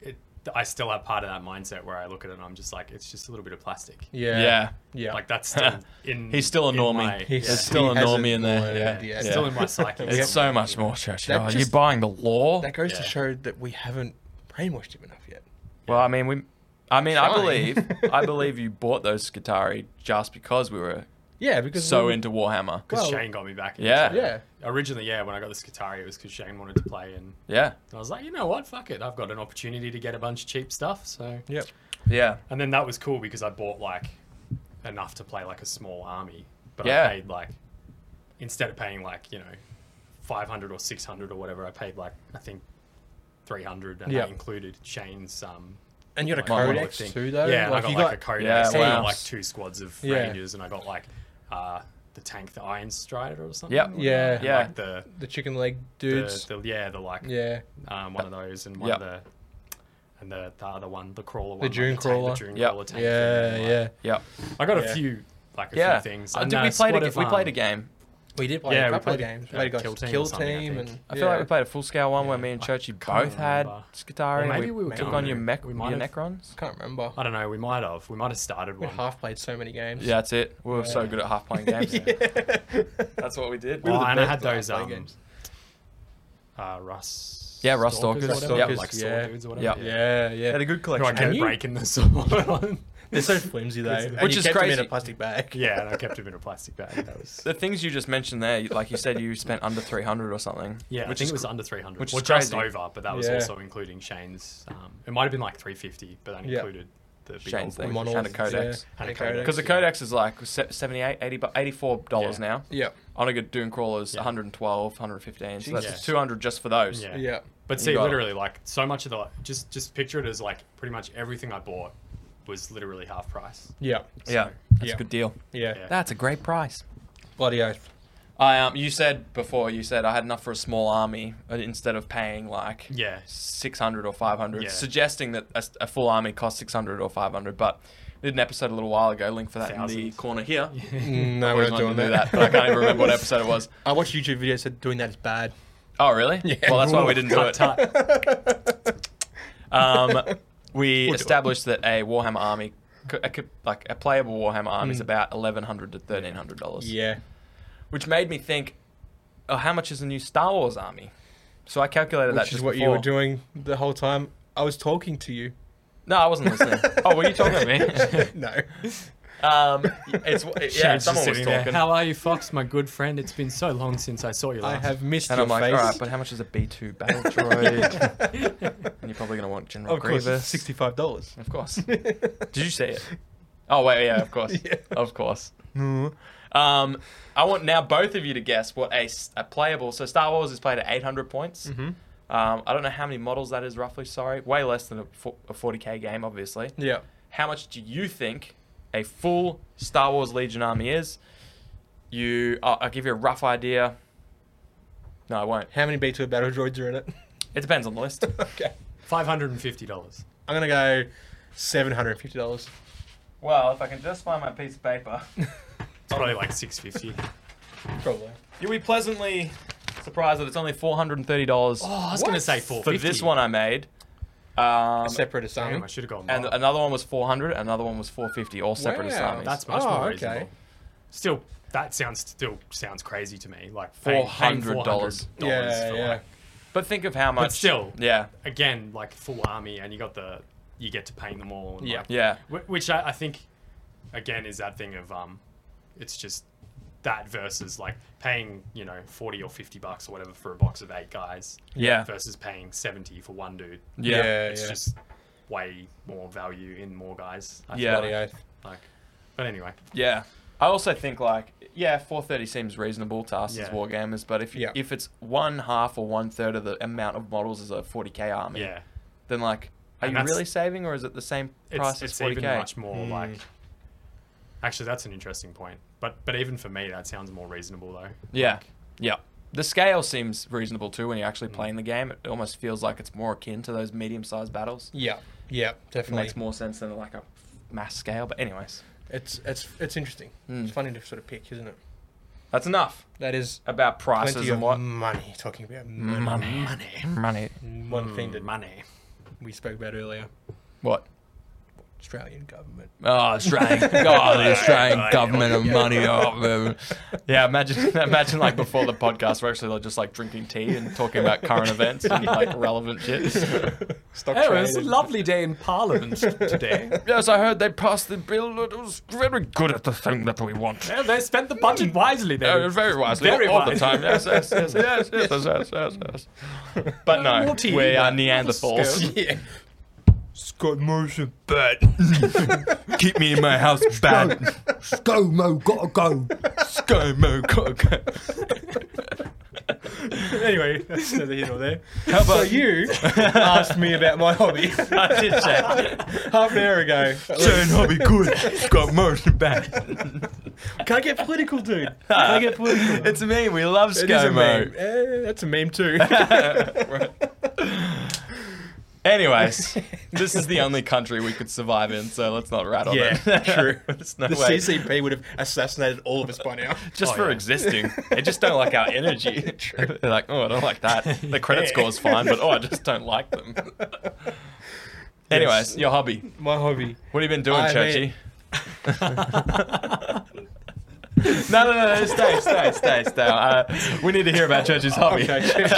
Speaker 4: it. I still have part of that mindset where I look at it and I'm just like, it's just a little bit of plastic.
Speaker 2: yeah.
Speaker 3: yeah.
Speaker 2: Yeah.
Speaker 4: Like that's still in.
Speaker 3: He's still a
Speaker 4: Mm. in
Speaker 3: normie.
Speaker 4: my-
Speaker 3: He's
Speaker 4: yeah.
Speaker 3: There's still a
Speaker 2: he hasn't
Speaker 3: normie in there,
Speaker 2: learned
Speaker 3: yeah.
Speaker 2: yet.
Speaker 4: It's still in my psyche.
Speaker 3: It's so much more, Churchy.
Speaker 2: That
Speaker 3: Oh, you're
Speaker 2: just-
Speaker 3: buying the law.
Speaker 2: That goes to
Speaker 4: Yeah.
Speaker 2: show that we haven't brainwashed him enough yet.
Speaker 3: Well, I mean, we. I mean, I
Speaker 2: Trying.
Speaker 3: believe, I believe you bought those Skitari just because we were
Speaker 2: Yeah, because
Speaker 3: so
Speaker 2: we-
Speaker 3: into Warhammer.
Speaker 4: Because
Speaker 2: Well-
Speaker 4: Shane got me back. into
Speaker 3: Yeah.
Speaker 4: it.
Speaker 2: Yeah.
Speaker 4: Originally, yeah, when I got the Skitaria, it was because Shane wanted to play, and
Speaker 3: Yeah,
Speaker 4: I was like, you know what, fuck it, I've got an opportunity to get a bunch of cheap stuff. So,
Speaker 2: Yep.
Speaker 3: yeah,
Speaker 4: and then that was cool because I bought like enough to play like a small army, but
Speaker 3: Yeah.
Speaker 4: I paid like instead of paying like you know five hundred or six hundred or whatever, I paid like I think three hundred, and
Speaker 2: Yeah.
Speaker 4: that included Shane's um.
Speaker 2: And you got a
Speaker 4: like, model
Speaker 2: codex
Speaker 4: thing.
Speaker 2: too, though.
Speaker 4: Yeah, and I got
Speaker 2: you
Speaker 4: like a codex.
Speaker 3: Yeah,
Speaker 4: and I got
Speaker 3: wow.
Speaker 4: like two squads of
Speaker 2: Yeah.
Speaker 4: rangers, and I got like uh, the tank, the Iron Strider or something.
Speaker 3: Yep.
Speaker 4: or-
Speaker 2: Yeah.
Speaker 4: and,
Speaker 3: Yeah.
Speaker 4: Like the
Speaker 2: the chicken leg dudes.
Speaker 4: the, the yeah, the like
Speaker 2: yeah,
Speaker 4: um, one of those and one of the and the, the other one, the crawler one, like
Speaker 2: Dune
Speaker 4: tank-
Speaker 2: crawler.
Speaker 4: the Dune
Speaker 3: Yep.
Speaker 4: crawler tank
Speaker 2: yeah,
Speaker 4: thing, and,
Speaker 2: yeah.
Speaker 4: like-
Speaker 3: yeah,
Speaker 4: I got
Speaker 2: Yeah.
Speaker 4: a few like a
Speaker 3: yeah.
Speaker 4: few things.
Speaker 3: Uh,
Speaker 4: And
Speaker 3: did
Speaker 4: that
Speaker 3: we played? A,
Speaker 4: squad
Speaker 3: g-
Speaker 4: of,
Speaker 3: we
Speaker 4: um,
Speaker 3: played a game.
Speaker 2: We did play
Speaker 4: Yeah,
Speaker 2: a
Speaker 4: we
Speaker 2: couple of
Speaker 4: played,
Speaker 2: games.
Speaker 4: uh,
Speaker 2: Played got
Speaker 4: Kill Team or
Speaker 2: kill
Speaker 4: something, I
Speaker 2: team,
Speaker 4: think.
Speaker 2: and
Speaker 3: I feel like we
Speaker 2: yeah.
Speaker 3: played a full scale one where me and
Speaker 4: I
Speaker 3: Churchy
Speaker 4: can't
Speaker 3: both had
Speaker 4: remember.
Speaker 3: Skitari.
Speaker 4: Or
Speaker 3: and
Speaker 4: maybe we were
Speaker 3: took
Speaker 4: gonna.
Speaker 3: on your mech,
Speaker 4: We
Speaker 3: your
Speaker 4: might have-
Speaker 3: Necrons.
Speaker 2: Can't remember.
Speaker 4: I don't know. We might have. We might have started
Speaker 2: We
Speaker 4: one.
Speaker 3: Uh-huh.
Speaker 2: half played so many games.
Speaker 3: Yeah, that's it. We were so
Speaker 2: Yeah.
Speaker 3: good at half playing games. That's what we did. We were
Speaker 4: Oh,
Speaker 3: the
Speaker 4: and I
Speaker 3: best
Speaker 4: had
Speaker 3: at half
Speaker 4: those
Speaker 3: playing
Speaker 4: um,
Speaker 3: games.
Speaker 4: uh, Rust.
Speaker 3: Yeah, Rust
Speaker 4: Stalkers.
Speaker 3: Stalkers,
Speaker 4: or whatever,
Speaker 3: yep.
Speaker 4: Like
Speaker 2: Yeah.
Speaker 4: sword dudes or whatever.
Speaker 3: Yep.
Speaker 2: yeah, yeah.
Speaker 3: Had a good
Speaker 4: Who I
Speaker 3: collection.
Speaker 4: kept
Speaker 2: you-
Speaker 4: breaking the sword on.
Speaker 2: They're so flimsy though,
Speaker 4: Which
Speaker 2: and you
Speaker 3: is
Speaker 2: kept them in
Speaker 3: crazy.
Speaker 2: a plastic bag.
Speaker 4: yeah, and I kept him in a plastic bag. That was.
Speaker 3: The things you just mentioned there, you- like you said, you spent under three hundred or something.
Speaker 4: Yeah,
Speaker 3: which
Speaker 4: I think
Speaker 3: is
Speaker 4: it was
Speaker 3: cr-
Speaker 4: under 300.
Speaker 3: which
Speaker 4: well,
Speaker 3: is
Speaker 4: just
Speaker 3: crazy.
Speaker 4: over, but that was
Speaker 2: Yeah.
Speaker 4: also including Shane's. Um, it might have been like 350, but that
Speaker 2: Yeah.
Speaker 4: included the big
Speaker 3: Shane's
Speaker 4: old
Speaker 3: thing.
Speaker 4: boy.
Speaker 2: Monolith,
Speaker 3: Shana Codex.
Speaker 2: yeah.
Speaker 4: Shana
Speaker 2: Codex,
Speaker 3: Because the
Speaker 2: yeah.
Speaker 3: Codex is like se- 78, 80, bu- 84 dollars
Speaker 4: Yeah.
Speaker 3: now.
Speaker 2: Yeah.
Speaker 3: On a good Dune crawler is
Speaker 4: Yeah.
Speaker 3: 112, 115. So that's
Speaker 4: Jesus.
Speaker 3: 200 just for those.
Speaker 4: Yeah.
Speaker 2: Yeah.
Speaker 4: But see,
Speaker 3: got it.
Speaker 4: literally, like so much of the just just picture it as like pretty much everything I bought was literally half price.
Speaker 2: Yeah.
Speaker 3: Yeah. That's
Speaker 2: Yeah.
Speaker 3: a good deal.
Speaker 2: Yeah.
Speaker 4: Yeah.
Speaker 3: That's a great price.
Speaker 2: Bloody oath.
Speaker 3: I um, you said before you said I had enough for a small army uh, instead of paying like
Speaker 4: Yeah.
Speaker 3: six hundred or five hundred,
Speaker 4: Yeah.
Speaker 3: suggesting that a, s- a full army costs six hundred or five hundred. But I did an episode a little while ago. Link for that in the
Speaker 4: Thousands.
Speaker 3: corner here.
Speaker 2: No,
Speaker 3: Always
Speaker 2: we're not
Speaker 3: wanted
Speaker 2: doing
Speaker 3: to do
Speaker 2: that.
Speaker 3: but I can't even remember what episode it was.
Speaker 2: I watched YouTube videos said doing that is bad.
Speaker 3: Oh really? Well, that's why we didn't do
Speaker 4: Cut,
Speaker 3: it.
Speaker 4: cut.
Speaker 3: Um, we established that a Warhammer army, c- a c- like a playable Warhammer army, is about eleven hundred to thirteen hundred dollars.
Speaker 2: Hmm. Yeah.
Speaker 3: Which made me think, oh, how much is a new Star Wars army? So I calculated that.
Speaker 2: Which is
Speaker 3: just
Speaker 2: what you were
Speaker 3: before.
Speaker 2: doing the whole time. I was talking to you.
Speaker 3: No, I wasn't listening. oh, were you talking to me?
Speaker 2: no.
Speaker 3: um, it's yeah,
Speaker 4: Shane's just
Speaker 3: someone was
Speaker 4: sitting there,
Speaker 3: talking.
Speaker 4: How are you, Fox, my good friend? It's been so long since I saw you
Speaker 2: I
Speaker 4: last.
Speaker 2: have missed
Speaker 3: And
Speaker 2: your
Speaker 3: I'm like,
Speaker 2: face.
Speaker 3: all right, but how much is a B2 battle droid? and you're probably going to want General
Speaker 2: of course,
Speaker 3: Grievous.
Speaker 2: it's sixty-five dollars.
Speaker 3: Of course. Did you see it? Oh, wait, yeah, of course.
Speaker 2: Yeah.
Speaker 3: Of course.
Speaker 2: Mm-hmm.
Speaker 3: Um, I want now both of you to guess what a, s- a playable. So Star Wars is played at 800 points. Um, I don't know how many models that is roughly, sorry. Way less than a, fo- a 40k game, obviously.
Speaker 2: Yeah.
Speaker 3: how much do you think a full Star Wars Legion army is? You, I'll, I'll give you a rough idea. No, I won't.
Speaker 2: How many B2 battle droids are in it?
Speaker 3: It depends on the list.
Speaker 2: okay.
Speaker 4: Five hundred and fifty dollars.
Speaker 2: I'm gonna go seven hundred and fifty dollars.
Speaker 3: well, if I can just find my piece of paper,
Speaker 4: It's probably like six fifty.
Speaker 2: Probably.
Speaker 3: you'll be pleasantly surprised that it's only four hundred and thirty dollars
Speaker 4: Oh, I was going to say four
Speaker 3: for
Speaker 4: fifty.
Speaker 3: this one I made. Um,
Speaker 2: Separate assignment.
Speaker 4: Damn, I should have gone.
Speaker 3: and
Speaker 4: lower.
Speaker 3: another one was four hundred. Another one was four fifty. All separate
Speaker 2: Oh. Wow,
Speaker 3: assignments.
Speaker 4: that's much
Speaker 2: Oh,
Speaker 4: more
Speaker 2: okay.
Speaker 4: reasonable. Still, that sounds still sounds crazy to me. Like
Speaker 3: Four
Speaker 4: paying- paying
Speaker 3: hundred dollars.
Speaker 4: $400
Speaker 2: Yeah,
Speaker 4: for
Speaker 2: yeah.
Speaker 4: like
Speaker 3: But think of how much.
Speaker 4: still.
Speaker 3: Yeah.
Speaker 4: again like full army, and you got the you get to paint them all. And
Speaker 2: Yeah.
Speaker 4: like,
Speaker 3: Yeah.
Speaker 4: Wh- which I, I think again is that thing of um it's just that versus like paying you know 40 or 50 bucks or whatever for a box of eight guys
Speaker 3: Yeah.
Speaker 4: versus paying 70 for one dude
Speaker 3: Yeah.
Speaker 2: Yeah.
Speaker 4: it's just way more value in more guys I
Speaker 3: Yeah.
Speaker 4: feel
Speaker 2: Bloody oath.
Speaker 4: like but anyway
Speaker 3: Yeah. I also think like yeah, four thirty seems reasonable to us as
Speaker 4: Yeah.
Speaker 3: wargamers, but if you,
Speaker 2: Yeah.
Speaker 3: if it's one half or one third of the amount of models as a forty k army,
Speaker 4: yeah
Speaker 3: then like are
Speaker 4: And
Speaker 3: you
Speaker 4: that's-
Speaker 3: really saving or is it the same price
Speaker 4: it's, it's
Speaker 3: as forty
Speaker 4: even
Speaker 3: k? Hmm.
Speaker 4: much more like actually that's an interesting point but but even for me that sounds more reasonable though
Speaker 3: Yeah, yeah. The scale seems reasonable too when you're actually
Speaker 4: Mm.
Speaker 3: playing the game. It almost feels like it's more akin to those medium sized battles.
Speaker 2: Yeah. Yeah.
Speaker 3: It
Speaker 2: Definitely.
Speaker 3: makes more sense than like a mass scale. But anyways,
Speaker 2: It's it's it's interesting.
Speaker 3: Mm.
Speaker 2: It's funny to sort of pick, isn't it?
Speaker 3: that's enough
Speaker 2: That is
Speaker 3: about Uh, prices
Speaker 2: plenty of
Speaker 3: and what
Speaker 2: money. Talking about money.
Speaker 4: money
Speaker 3: money.
Speaker 2: One thing
Speaker 4: Mm,
Speaker 2: that
Speaker 4: money
Speaker 2: we spoke about earlier.
Speaker 3: What?
Speaker 2: Australian government.
Speaker 3: Oh, Australian, oh, the Australian government of money. Oh, yeah, imagine, imagine like before the podcast, we're actually like, just like drinking tea and talking about current events and like relevant shit.
Speaker 2: Stock
Speaker 4: Oh, it was a
Speaker 2: trade.
Speaker 4: lovely day in Parliament today.
Speaker 3: Yes, I heard they passed the bill. It was very good at the thing that we want.
Speaker 4: Yeah, they spent the budget wisely. They
Speaker 3: Uh,
Speaker 4: did.
Speaker 3: very wisely,
Speaker 4: Very
Speaker 3: all
Speaker 4: wise.
Speaker 3: the time. Yes, yes, yes, yes, yes, yes, yes, yes, yes. But no,
Speaker 4: More tea,
Speaker 3: we are
Speaker 4: but-
Speaker 3: Neanderthals.
Speaker 2: yeah. Scott Morrison.
Speaker 3: But keep me in my house, bad.
Speaker 5: ScoMo, gotta go.
Speaker 3: ScoMo, cock.
Speaker 2: anyway, that's neither here nor there.
Speaker 3: How about
Speaker 2: So you asked me about my hobby
Speaker 3: I did check.
Speaker 2: half an hour ago.
Speaker 3: Turn hobby good. Scott Morrison bad.
Speaker 2: Can I get political, dude? Can I get political?
Speaker 3: It's a meme. We love
Speaker 2: It is a
Speaker 3: ScoMo.
Speaker 2: meme. Eh, that's a meme too.
Speaker 3: Anyways, this is the only country we could survive in, so let's not rat on
Speaker 2: Yeah,
Speaker 3: it.
Speaker 2: true.
Speaker 3: There's no
Speaker 2: the
Speaker 3: way.
Speaker 2: CCP would have assassinated all of us by now.
Speaker 3: just
Speaker 4: Oh,
Speaker 3: for
Speaker 4: yeah.
Speaker 3: existing, they just don't like our energy.
Speaker 2: True.
Speaker 3: They're like, oh, I don't like that. The credit
Speaker 2: Yeah.
Speaker 3: score's fine, but oh, I just don't like them. Anyways, your hobby.
Speaker 2: My hobby.
Speaker 3: What have you been doing,
Speaker 2: I
Speaker 3: Churchy?
Speaker 2: mean-
Speaker 3: no, no, no, no, stay, stay, stay, stay. Uh, we need to hear about Churchy's hobby.
Speaker 2: Okay,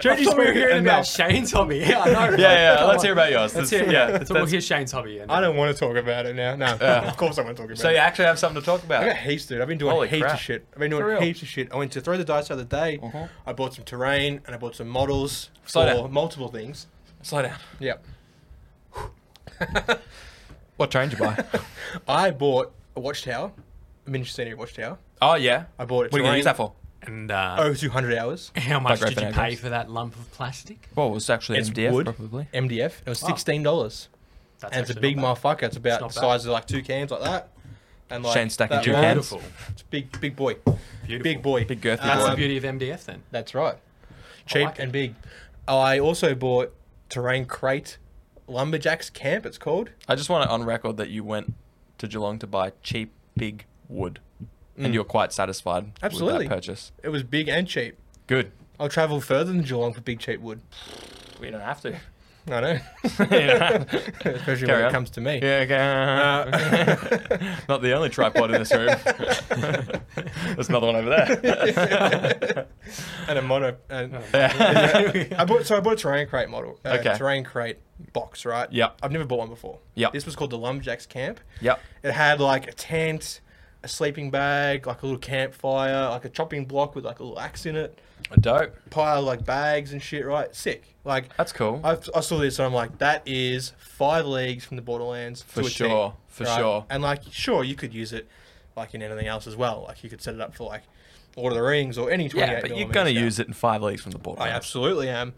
Speaker 4: Judges
Speaker 2: thought we
Speaker 4: were
Speaker 2: were
Speaker 4: hearing about
Speaker 2: enough.
Speaker 4: Shane's hobby. Yeah, I know.
Speaker 3: Yeah, yeah. Let's hear about yours.
Speaker 4: Let's
Speaker 3: This-
Speaker 4: hear,
Speaker 3: yeah,
Speaker 4: yeah, let's we'll
Speaker 3: that's-
Speaker 4: hear Shane's hobby. And
Speaker 2: I don't want to talk about it now. No, of course I want to talk about
Speaker 3: so
Speaker 2: it.
Speaker 3: you actually have something to talk
Speaker 2: I
Speaker 3: about.
Speaker 2: got heaps, dude. I've been doing
Speaker 3: Holy
Speaker 2: heaps
Speaker 3: crap.
Speaker 2: of shit. I've been
Speaker 3: For real. Uh-huh.
Speaker 2: doing heaps of shit. I went to throw the dice the other day. I bought some terrain and I bought some models
Speaker 3: Slow
Speaker 2: for
Speaker 3: down.
Speaker 2: multiple things.
Speaker 3: Slow down.
Speaker 2: Yep.
Speaker 3: What train did you buy?
Speaker 2: I bought a watchtower, a miniature scenery watchtower.
Speaker 3: oh yeah,
Speaker 2: I bought it.
Speaker 3: What are you gonna use that for?
Speaker 4: And uh,
Speaker 2: Over 200 hours.
Speaker 4: how much
Speaker 3: Like
Speaker 4: did you
Speaker 3: Raphael
Speaker 4: pay
Speaker 3: goes.
Speaker 4: for that lump of plastic?
Speaker 3: Well, it's actually
Speaker 2: It's
Speaker 3: MDF
Speaker 2: wood,
Speaker 3: probably.
Speaker 2: MDF. It was $16.
Speaker 4: That's
Speaker 2: and it's a
Speaker 4: actually
Speaker 2: big
Speaker 4: not bad.
Speaker 2: motherfucker. It's about the
Speaker 4: not
Speaker 2: size of like two cans like that. And like
Speaker 3: Shane stacking
Speaker 2: that
Speaker 3: two
Speaker 2: long.
Speaker 3: cans.
Speaker 4: Beautiful.
Speaker 2: It's big, big boy.
Speaker 4: Beautiful.
Speaker 2: Big boy.
Speaker 3: Big girthy
Speaker 4: That's
Speaker 3: boy.
Speaker 4: the beauty of MDF then.
Speaker 2: That's right. Cheap
Speaker 4: like it.
Speaker 2: and big. I also bought Terrain Crate Lumberjacks Camp, it's called.
Speaker 3: I just want it on record that you went to Geelong to buy cheap, big wood, and you were quite satisfied
Speaker 2: Absolutely.
Speaker 3: with that purchase.
Speaker 2: It was big and cheap.
Speaker 3: Good.
Speaker 2: I'll travel further than Geelong for big cheap wood.
Speaker 3: We don't have to.
Speaker 2: I know.
Speaker 3: yeah,
Speaker 2: Especially
Speaker 3: Carry
Speaker 2: when
Speaker 3: on.
Speaker 2: it comes to me.
Speaker 3: okay. Not the only tripod in this room. There's another one over there.
Speaker 2: and a mono. And
Speaker 3: yeah.
Speaker 2: I bought so I bought a terrain crate model. Uh,
Speaker 3: Oh. Okay.
Speaker 2: Terrain crate box, right?
Speaker 3: Yep.
Speaker 2: I've never bought one before.
Speaker 3: Yep.
Speaker 2: This was called the Lumberjacks Camp.
Speaker 3: Yep.
Speaker 2: It had like a tent, a sleeping bag, like a little campfire, like a chopping block with like a little axe in it,
Speaker 3: Dope.
Speaker 2: pile of like bags and shit. Right? Sick. Like
Speaker 3: That's cool.
Speaker 2: I, I saw this and I'm like, that is five leagues from the Borderlands for
Speaker 3: sure, for sure.
Speaker 2: And like, sure, you could use it like in anything else as well. Like you could set it up for like Lord of the Rings or any 28
Speaker 3: yeah, but you're
Speaker 2: millimeter
Speaker 3: gonna
Speaker 2: scale.
Speaker 3: use it in five leagues from the board.
Speaker 2: I
Speaker 3: right?
Speaker 2: Oh, absolutely am.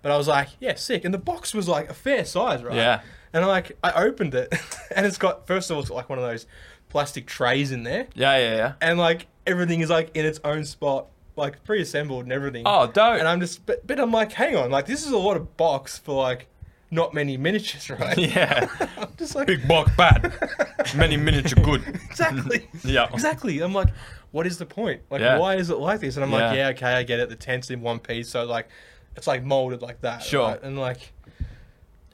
Speaker 2: But I was like, yeah, sick. And the box was like a fair size, right?
Speaker 3: Yeah.
Speaker 2: And I like I opened it and it's got first of all it's got like one of those plastic trays in there.
Speaker 3: Yeah, yeah, yeah.
Speaker 2: And like everything is like in its own spot, like pre assembled and everything.
Speaker 3: Oh, dope.
Speaker 2: And I'm just but, but I'm like, hang on, like this is a lot of box for like not many miniatures, right?
Speaker 3: yeah.
Speaker 2: I'm just like
Speaker 3: Big bulk bad. Many miniature good.
Speaker 2: Exactly.
Speaker 3: Yeah.
Speaker 2: Exactly. I'm like, what is the point? Like,
Speaker 3: Yeah.
Speaker 2: why is it like this? And I'm like,
Speaker 3: Yeah.
Speaker 2: yeah, okay, I get it. The tent's in one piece, so like, it's like molded like that.
Speaker 3: Sure.
Speaker 2: right? And like,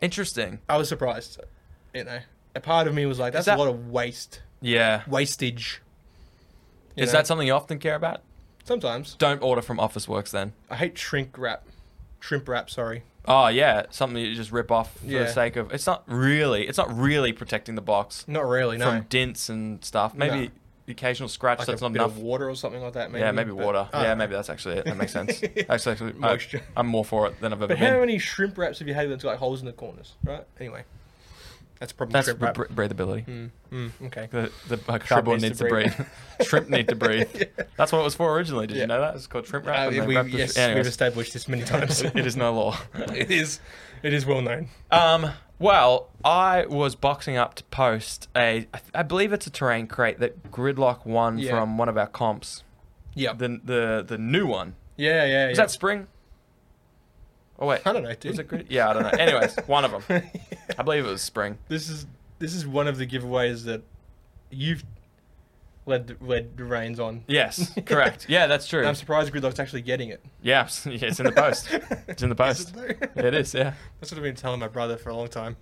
Speaker 3: Interesting.
Speaker 2: I was surprised. You know, a part of me was like, that's
Speaker 3: that-
Speaker 2: a lot of waste,
Speaker 3: Yeah.
Speaker 2: wastage. you
Speaker 3: Is
Speaker 2: know?
Speaker 3: that something you often care about?
Speaker 2: sometimes
Speaker 3: Don't order from Office Works then.
Speaker 2: I hate shrink wrap, shrimp wrap? Sorry.
Speaker 3: Oh yeah, something you just rip off for
Speaker 2: Yeah.
Speaker 3: the sake of. It's not really. It's not really protecting the box
Speaker 2: Not really. No.
Speaker 3: from dints and stuff. Maybe
Speaker 2: No.
Speaker 3: the occasional scratch.
Speaker 2: like
Speaker 3: that's
Speaker 2: a
Speaker 3: not
Speaker 2: bit
Speaker 3: enough.
Speaker 2: of water or something like that. Maybe.
Speaker 3: yeah, maybe
Speaker 2: but-
Speaker 3: water.
Speaker 2: I
Speaker 3: yeah,
Speaker 2: don't know.
Speaker 3: maybe that's actually it. That makes sense. Actually, actually I,
Speaker 2: Moisture.
Speaker 3: I'm more for it than I've ever
Speaker 2: But
Speaker 3: been.
Speaker 2: how many shrimp wraps have you had that's got like, holes in the corners? Right. Anyway, that's probably
Speaker 3: that's
Speaker 2: shrimp wrap.
Speaker 3: br- breathability.
Speaker 2: Mm, okay.
Speaker 3: The the uh, cardboard
Speaker 2: needs
Speaker 3: needs, to
Speaker 2: to
Speaker 3: breathe. shrimp need to breathe. That's what it was for originally. Did
Speaker 2: Yeah.
Speaker 3: you know that? It's called shrimp wrap.
Speaker 2: Uh,
Speaker 3: and they
Speaker 2: we,
Speaker 3: wrapped the-
Speaker 2: yes,
Speaker 3: anyways,
Speaker 2: we've established this many times.
Speaker 3: it is no law.
Speaker 2: it is. It is well known.
Speaker 3: Um, well, I was boxing up to post a, I th- I believe it's a terrain crate that Gridlock won
Speaker 2: Yeah.
Speaker 3: from one of our comps.
Speaker 2: Yeah.
Speaker 3: The the the new one.
Speaker 2: yeah. Yeah.
Speaker 3: Is
Speaker 2: yeah.
Speaker 3: that spring? Oh wait,
Speaker 2: I don't know, dude.
Speaker 3: Was it Grid? Yeah, I don't know. Anyways, one of them. I believe it was spring.
Speaker 2: this is this is one of the giveaways that you've led the, led the reins on.
Speaker 3: Yes, correct. Yeah, that's true.
Speaker 2: And I'm surprised Gridlock's actually getting it.
Speaker 3: yeah, I'm s- yeah, it's in the post. It's in the
Speaker 2: Is
Speaker 3: post.
Speaker 2: it though?
Speaker 3: It is. Yeah.
Speaker 2: That's what I've been telling my brother for a long time.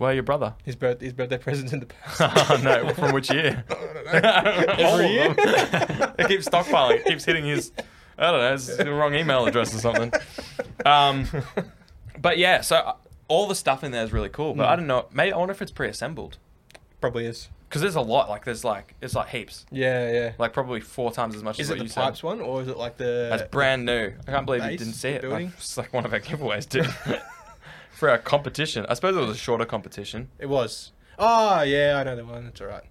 Speaker 3: Well, your brother.
Speaker 2: His birth, his birthday present's in the past.
Speaker 3: oh no, from which year? All of
Speaker 2: year?
Speaker 3: them. it keeps stockpiling. It keeps hitting his. I don't know. It's the wrong email address or something. Um, but yeah, so uh, all the stuff in there is really cool. But
Speaker 2: Mm.
Speaker 3: I don't know. Maybe I wonder if it's pre-assembled
Speaker 2: Probably is.
Speaker 3: because there's a lot. Like there's like it's like heaps.
Speaker 2: Yeah, yeah.
Speaker 3: Like probably four times as much
Speaker 2: is
Speaker 3: as
Speaker 2: it
Speaker 3: what
Speaker 2: the
Speaker 3: you said.
Speaker 2: pipes one or is it like the?
Speaker 3: That's brand new. I can't believe you
Speaker 2: base,
Speaker 3: didn't see
Speaker 2: the
Speaker 3: it.
Speaker 2: building?
Speaker 3: It's like one of our giveaways, dude. For our competition, I suppose it was a shorter competition.
Speaker 2: It was. Oh yeah, I know the one. That's all right.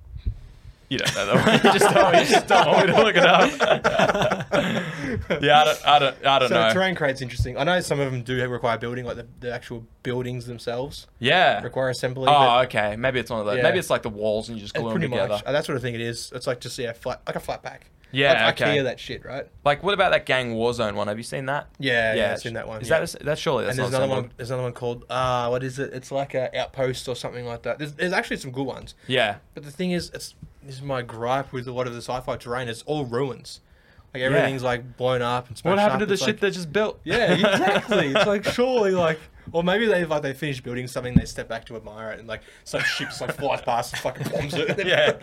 Speaker 3: You don't know that one. You just don't, you just don't want me to look it up. yeah, I don't, I don't, I don't
Speaker 2: So
Speaker 3: know.
Speaker 2: the terrain crate's interesting. I know some of them do require building, like the, the actual buildings themselves
Speaker 3: yeah.
Speaker 2: require assembly.
Speaker 3: Oh,
Speaker 2: but-
Speaker 3: okay. Maybe it's one of those.
Speaker 2: Yeah.
Speaker 3: Maybe it's like the walls and you just glue them
Speaker 2: pretty
Speaker 3: together.
Speaker 2: much. Uh, That's what I think it is. It's like just yeah, flat like a flat pack.
Speaker 3: Yeah,
Speaker 2: like
Speaker 3: okay.
Speaker 2: IKEA that shit, right?
Speaker 3: Like, what about that Gang Warzone one? Have you seen that?
Speaker 2: Yeah, yeah, I've
Speaker 3: it's-
Speaker 2: seen that one.
Speaker 3: Is
Speaker 2: yeah.
Speaker 3: that a, that's surely that's
Speaker 2: and there's
Speaker 3: not
Speaker 2: another one.
Speaker 3: assembled.
Speaker 2: There's another one called uh, what is it? It's like a outpost or something like that. There's, there's actually some good ones,
Speaker 3: Yeah,
Speaker 2: but the thing is, it's this is my gripe with a lot of the sci-fi terrain. It's all ruins. Like everything's like blown up and smashed
Speaker 3: what happened to
Speaker 2: up.
Speaker 3: the
Speaker 2: It's
Speaker 3: shit
Speaker 2: like,
Speaker 3: they just built?
Speaker 2: Yeah, exactly. it's like surely like. Or maybe they like they finish building something, they step back to admire it, and like some ships like flies past and fucking bombs it.
Speaker 3: Yeah.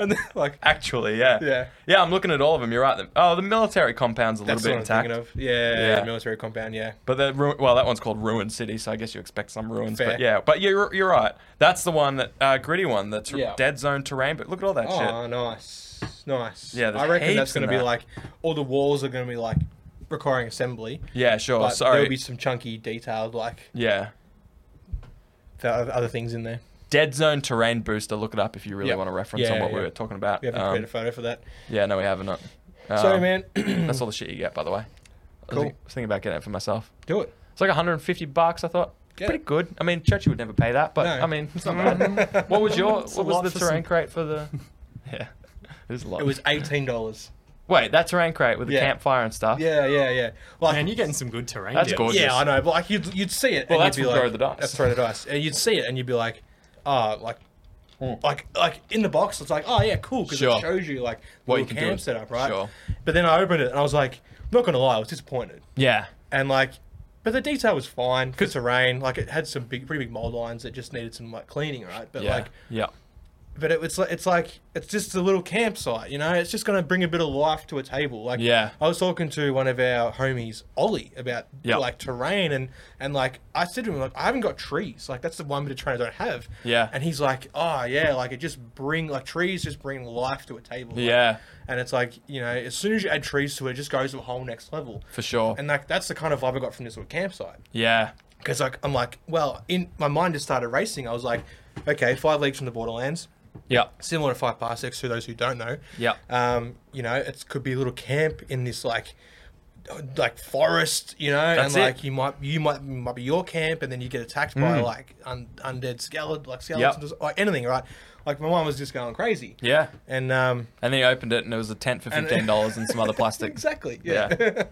Speaker 2: and then, like
Speaker 3: Actually, yeah,
Speaker 2: Yeah.
Speaker 3: yeah. I'm looking at all of them. You're right. Oh, the military compound's a
Speaker 2: That's
Speaker 3: little
Speaker 2: what
Speaker 3: bit
Speaker 2: I'm
Speaker 3: intact,
Speaker 2: thinking of. Yeah,
Speaker 3: Yeah.
Speaker 2: military compound. Yeah,
Speaker 3: but the ru- well, that one's called Ruined City, so I guess you expect some ruins.
Speaker 2: Fair.
Speaker 3: But yeah, but you're you're right. That's the one that uh, gritty one. That's
Speaker 2: Yeah.
Speaker 3: dead zone terrain. But look at all that shit.
Speaker 2: Oh, nice, nice.
Speaker 3: Yeah, there's
Speaker 2: I reckon that's
Speaker 3: heaps in
Speaker 2: going to be
Speaker 3: that.
Speaker 2: like all the walls are going to be like requiring assembly.
Speaker 3: Yeah, sure.
Speaker 2: but
Speaker 3: Oh, Sorry.
Speaker 2: there'll be some chunky detailed like
Speaker 3: Yeah.
Speaker 2: the oth- other things in there.
Speaker 3: Dead Zone Terrain Booster. Look it up if you really
Speaker 2: Yep.
Speaker 3: want to reference
Speaker 2: Yeah,
Speaker 3: on what we
Speaker 2: yeah.
Speaker 3: were talking about.
Speaker 2: We haven't
Speaker 3: Um,
Speaker 2: created a photo for that.
Speaker 3: yeah, no, we haven't. uh,
Speaker 2: Sorry,
Speaker 3: um,
Speaker 2: man.
Speaker 3: That's all the shit you get, by the way. I was,
Speaker 2: Cool.
Speaker 3: think- I was thinking about getting it for myself.
Speaker 2: Do it.
Speaker 3: It's like 150 bucks. I thought
Speaker 2: Get
Speaker 3: pretty
Speaker 2: it.
Speaker 3: good. I mean, Churchy would never pay that, but
Speaker 2: No.
Speaker 3: I mean, it's not bad. what was your?
Speaker 4: a
Speaker 3: what was
Speaker 4: lot
Speaker 3: the
Speaker 4: for
Speaker 3: terrain
Speaker 4: some-
Speaker 3: crate for the? Yeah, it was a lot.
Speaker 2: It was eighteen dollars.
Speaker 3: Wait, that terrain crate with the
Speaker 2: Yeah.
Speaker 3: campfire and stuff.
Speaker 2: Yeah, yeah, yeah. Like,
Speaker 4: Man, you're getting some good terrain.
Speaker 3: That's
Speaker 4: deals.
Speaker 3: gorgeous.
Speaker 2: Yeah, I know. But like, you'd, you'd see it.
Speaker 3: Well,
Speaker 2: and
Speaker 3: that's
Speaker 2: you'd be
Speaker 3: what
Speaker 2: like,
Speaker 3: throw the dice.
Speaker 2: That's throw the dice. And you'd see it, and you'd be like, ah, like, like, like in the box, it's like, oh yeah, cool, because
Speaker 3: Sure.
Speaker 2: it shows you like
Speaker 3: What
Speaker 2: what
Speaker 3: you
Speaker 2: your
Speaker 3: can do.
Speaker 2: camp setup, right?
Speaker 3: Sure.
Speaker 2: But then I opened it, and I was like, not gonna lie, I was disappointed.
Speaker 3: Yeah.
Speaker 2: And like, but the detail was fine. Cause terrain, like, it had some big, pretty big mold lines that just needed some like cleaning, right? But
Speaker 3: Yeah.
Speaker 2: like,
Speaker 3: yeah.
Speaker 2: but it, it's like it's like it's just a little campsite, you know. It's just going to bring a bit of life to a table. Like
Speaker 3: Yeah.
Speaker 2: I was talking to one of our homies, Ollie, about
Speaker 3: Yeah.
Speaker 2: like terrain and and like I said to him like I haven't got trees. Like that's the one bit of terrain I don't have.
Speaker 3: Yeah.
Speaker 2: and he's like, oh yeah, like it just bring like trees just bring life to a table. Like,
Speaker 3: Yeah.
Speaker 2: and it's like you know as soon as you add trees to it, it just goes to a whole next level.
Speaker 3: For sure.
Speaker 2: And like that's the kind of vibe I got from this sort of campsite
Speaker 3: yeah.
Speaker 2: because like I'm like well in my mind just started racing. I was like, okay, five leagues from the Borderlands
Speaker 3: Yeah.
Speaker 2: similar to Five Parsecs for those who don't know.
Speaker 3: Yeah.
Speaker 2: Um, you know, it could be a little camp in this like like forest, you know,
Speaker 3: That's
Speaker 2: and
Speaker 3: it.
Speaker 2: like you might you might might be your camp, and then you get attacked
Speaker 3: Mm.
Speaker 2: by like un, undead skeleton, like skeletons, or anything, right? Like my mom was just going crazy.
Speaker 3: Yeah.
Speaker 2: And um,
Speaker 3: And then you opened it, and it was a tent for
Speaker 2: And-
Speaker 3: fifteen dollars and some other plastic.
Speaker 2: exactly, yeah.
Speaker 3: Yeah.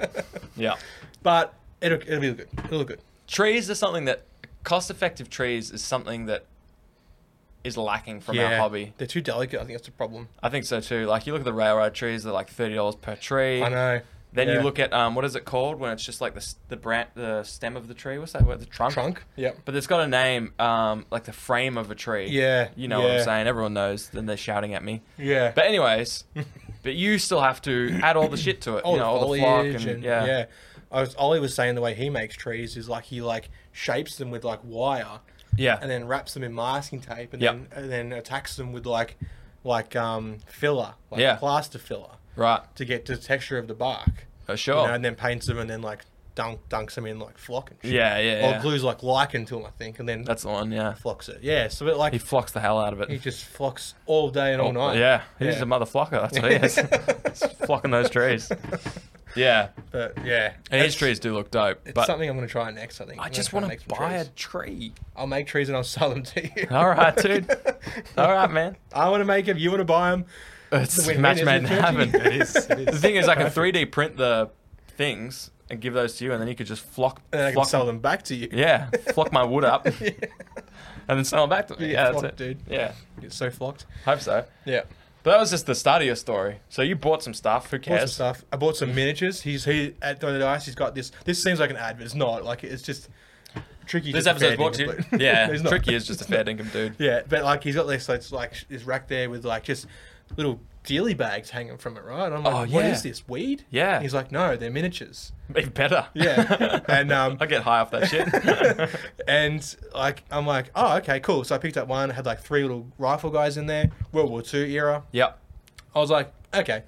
Speaker 3: Yeah.
Speaker 2: but it'll it'll be good. It'll look good.
Speaker 3: Trees are something that cost-effective trees is something that is lacking from our hobby.
Speaker 2: They're too delicate. I think that's the problem.
Speaker 3: I think so too. Like you look at the railroad trees, they're like thirty dollars per tree.
Speaker 2: I know.
Speaker 3: Then you
Speaker 2: Yeah.
Speaker 3: look at um, what is it called when it's just like the s- the branch, the stem of the tree. What's that? What the trunk?
Speaker 2: trunk. Yep.
Speaker 3: But it's got a name, um, like the frame of a tree.
Speaker 2: Yeah,
Speaker 3: You know what I'm
Speaker 2: yeah.
Speaker 3: saying? Everyone knows. Then they're shouting at me.
Speaker 2: Yeah.
Speaker 3: But anyways, but you still have to add all the shit to it.
Speaker 2: all
Speaker 3: you know,
Speaker 2: Oh, the
Speaker 3: all the
Speaker 2: foliage
Speaker 3: flock
Speaker 2: and,
Speaker 3: and,
Speaker 2: yeah. I was, Ollie was saying the way he makes trees is like he like shapes them with like wire
Speaker 3: Yeah.
Speaker 2: and then wraps them in masking tape and
Speaker 3: Yep.
Speaker 2: then and then attacks them with like like um filler like
Speaker 3: Yeah.
Speaker 2: plaster filler
Speaker 3: right.
Speaker 2: to get to the texture of the bark
Speaker 3: For
Speaker 2: you
Speaker 3: sure.
Speaker 2: know, and then paints them and then like dunk dunks them in like flock and shit.
Speaker 3: yeah. Yeah.
Speaker 2: or
Speaker 3: yeah.
Speaker 2: glues like lichen to them I think and then
Speaker 3: That's the one. Yeah.
Speaker 2: flocks it yeah so it like
Speaker 3: He
Speaker 2: he,
Speaker 3: flocks the hell out of it.
Speaker 2: just flocks all day and all night
Speaker 3: Yeah. He's
Speaker 2: Yeah.
Speaker 3: a mother flocker. That's what he is. He's flocking those trees. Yeah.
Speaker 2: but yeah
Speaker 3: And
Speaker 2: it's-
Speaker 3: his trees do look dope.
Speaker 2: it's
Speaker 3: but
Speaker 2: something I'm gonna try next. I think
Speaker 3: I
Speaker 2: I'm gonna
Speaker 3: just
Speaker 2: try and
Speaker 3: want
Speaker 2: make
Speaker 3: to
Speaker 2: some
Speaker 3: buy
Speaker 2: trees.
Speaker 3: a tree.
Speaker 2: I'll make trees and I'll sell them to you.
Speaker 3: All right, dude. All right, man.
Speaker 2: I want to make them. You want to buy them.
Speaker 3: It's
Speaker 2: win-win,
Speaker 3: match
Speaker 2: isn't
Speaker 3: made in
Speaker 2: it,
Speaker 3: heaven.
Speaker 2: Georgie?
Speaker 4: It is. It
Speaker 3: The
Speaker 4: is.
Speaker 3: thing is, I can 3D print the things and give those to you, and then you could just flock,
Speaker 2: And then I can
Speaker 3: flock
Speaker 2: sell them back to you.
Speaker 3: Yeah, flock my wood up, and then sell them back to me.
Speaker 2: Yeah,
Speaker 3: Yeah, that's
Speaker 2: flock,
Speaker 3: it,
Speaker 2: dude.
Speaker 3: Yeah,
Speaker 2: Get so flocked.
Speaker 3: hope so.
Speaker 2: Yeah.
Speaker 3: But that was just the start of your story. So you bought some stuff. Who
Speaker 2: Bought some
Speaker 3: cares?
Speaker 2: stuff. I bought some miniatures. He's he at the dice. He's got this. This seems like an ad, but it's not. Like it's just tricky.
Speaker 3: This
Speaker 2: to fair
Speaker 3: episode's brought to
Speaker 2: dinkum,
Speaker 3: you.
Speaker 2: but-
Speaker 3: Yeah,
Speaker 2: it's not.
Speaker 3: Tricky is just a fair dinkum dude.
Speaker 2: Yeah, but like he's got this. It's like sh- this rack there with like just little dealy bags hanging from it, right? I'm like,
Speaker 3: Oh,
Speaker 2: what
Speaker 3: yeah.
Speaker 2: is this weed?
Speaker 3: Yeah.
Speaker 2: He's like, no, they're miniatures.
Speaker 3: Be better.
Speaker 2: Yeah, and um,
Speaker 3: I get high off that shit.
Speaker 2: and like I'm like, oh, okay, cool. So I picked up one. Had like three little rifle guys in there, World War Two era.
Speaker 3: yep.
Speaker 2: I was like, okay,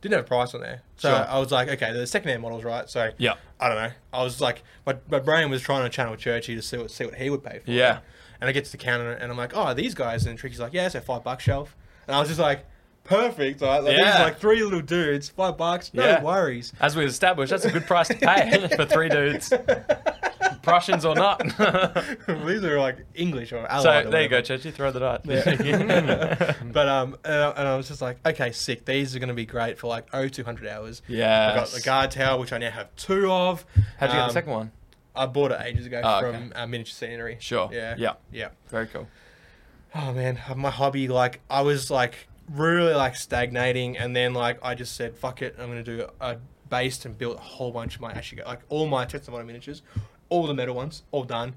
Speaker 2: didn't have a price on there, so
Speaker 3: Sure.
Speaker 2: I was like, okay, they're the secondhand models, right? So
Speaker 3: Yeah.
Speaker 2: I don't know. I was like, my, my brain was trying to channel Churchy to see what see what he would pay for.
Speaker 3: Yeah.
Speaker 2: it. and I get to the counter and I'm like, oh, these guys, and Tricky's like, yeah, so five bucks shelf, and I was just like. Perfect. Like, like These
Speaker 3: Yeah.
Speaker 2: are like three little dudes, five bucks, no
Speaker 3: Yeah.
Speaker 2: worries.
Speaker 3: As we established, that's a good price to pay for three dudes, Prussians or not.
Speaker 2: these are like English or Allied.
Speaker 3: so
Speaker 2: or
Speaker 3: there
Speaker 2: whatever.
Speaker 3: you go, Churchy. Throw the dice.
Speaker 2: But um, and I, and I was just like, okay, sick. These are going to be great for like oh two hundred hours. I got
Speaker 3: Yes.
Speaker 2: the guard tower, which I now have two of.
Speaker 3: How'd you get
Speaker 2: Um,
Speaker 3: the second one?
Speaker 2: I bought it ages ago
Speaker 3: Oh,
Speaker 2: from
Speaker 3: okay.
Speaker 2: uh, Miniature Scenery.
Speaker 3: Sure.
Speaker 2: Yeah.
Speaker 3: Yeah.
Speaker 2: Yeah.
Speaker 3: Very cool.
Speaker 2: Oh man, my hobby. Like I was like really like stagnating, and then like I just said, fuck it, I'm going to do a based and built a whole bunch of my Ashigo, like all my Tetsumoto miniatures, all the metal ones, all done,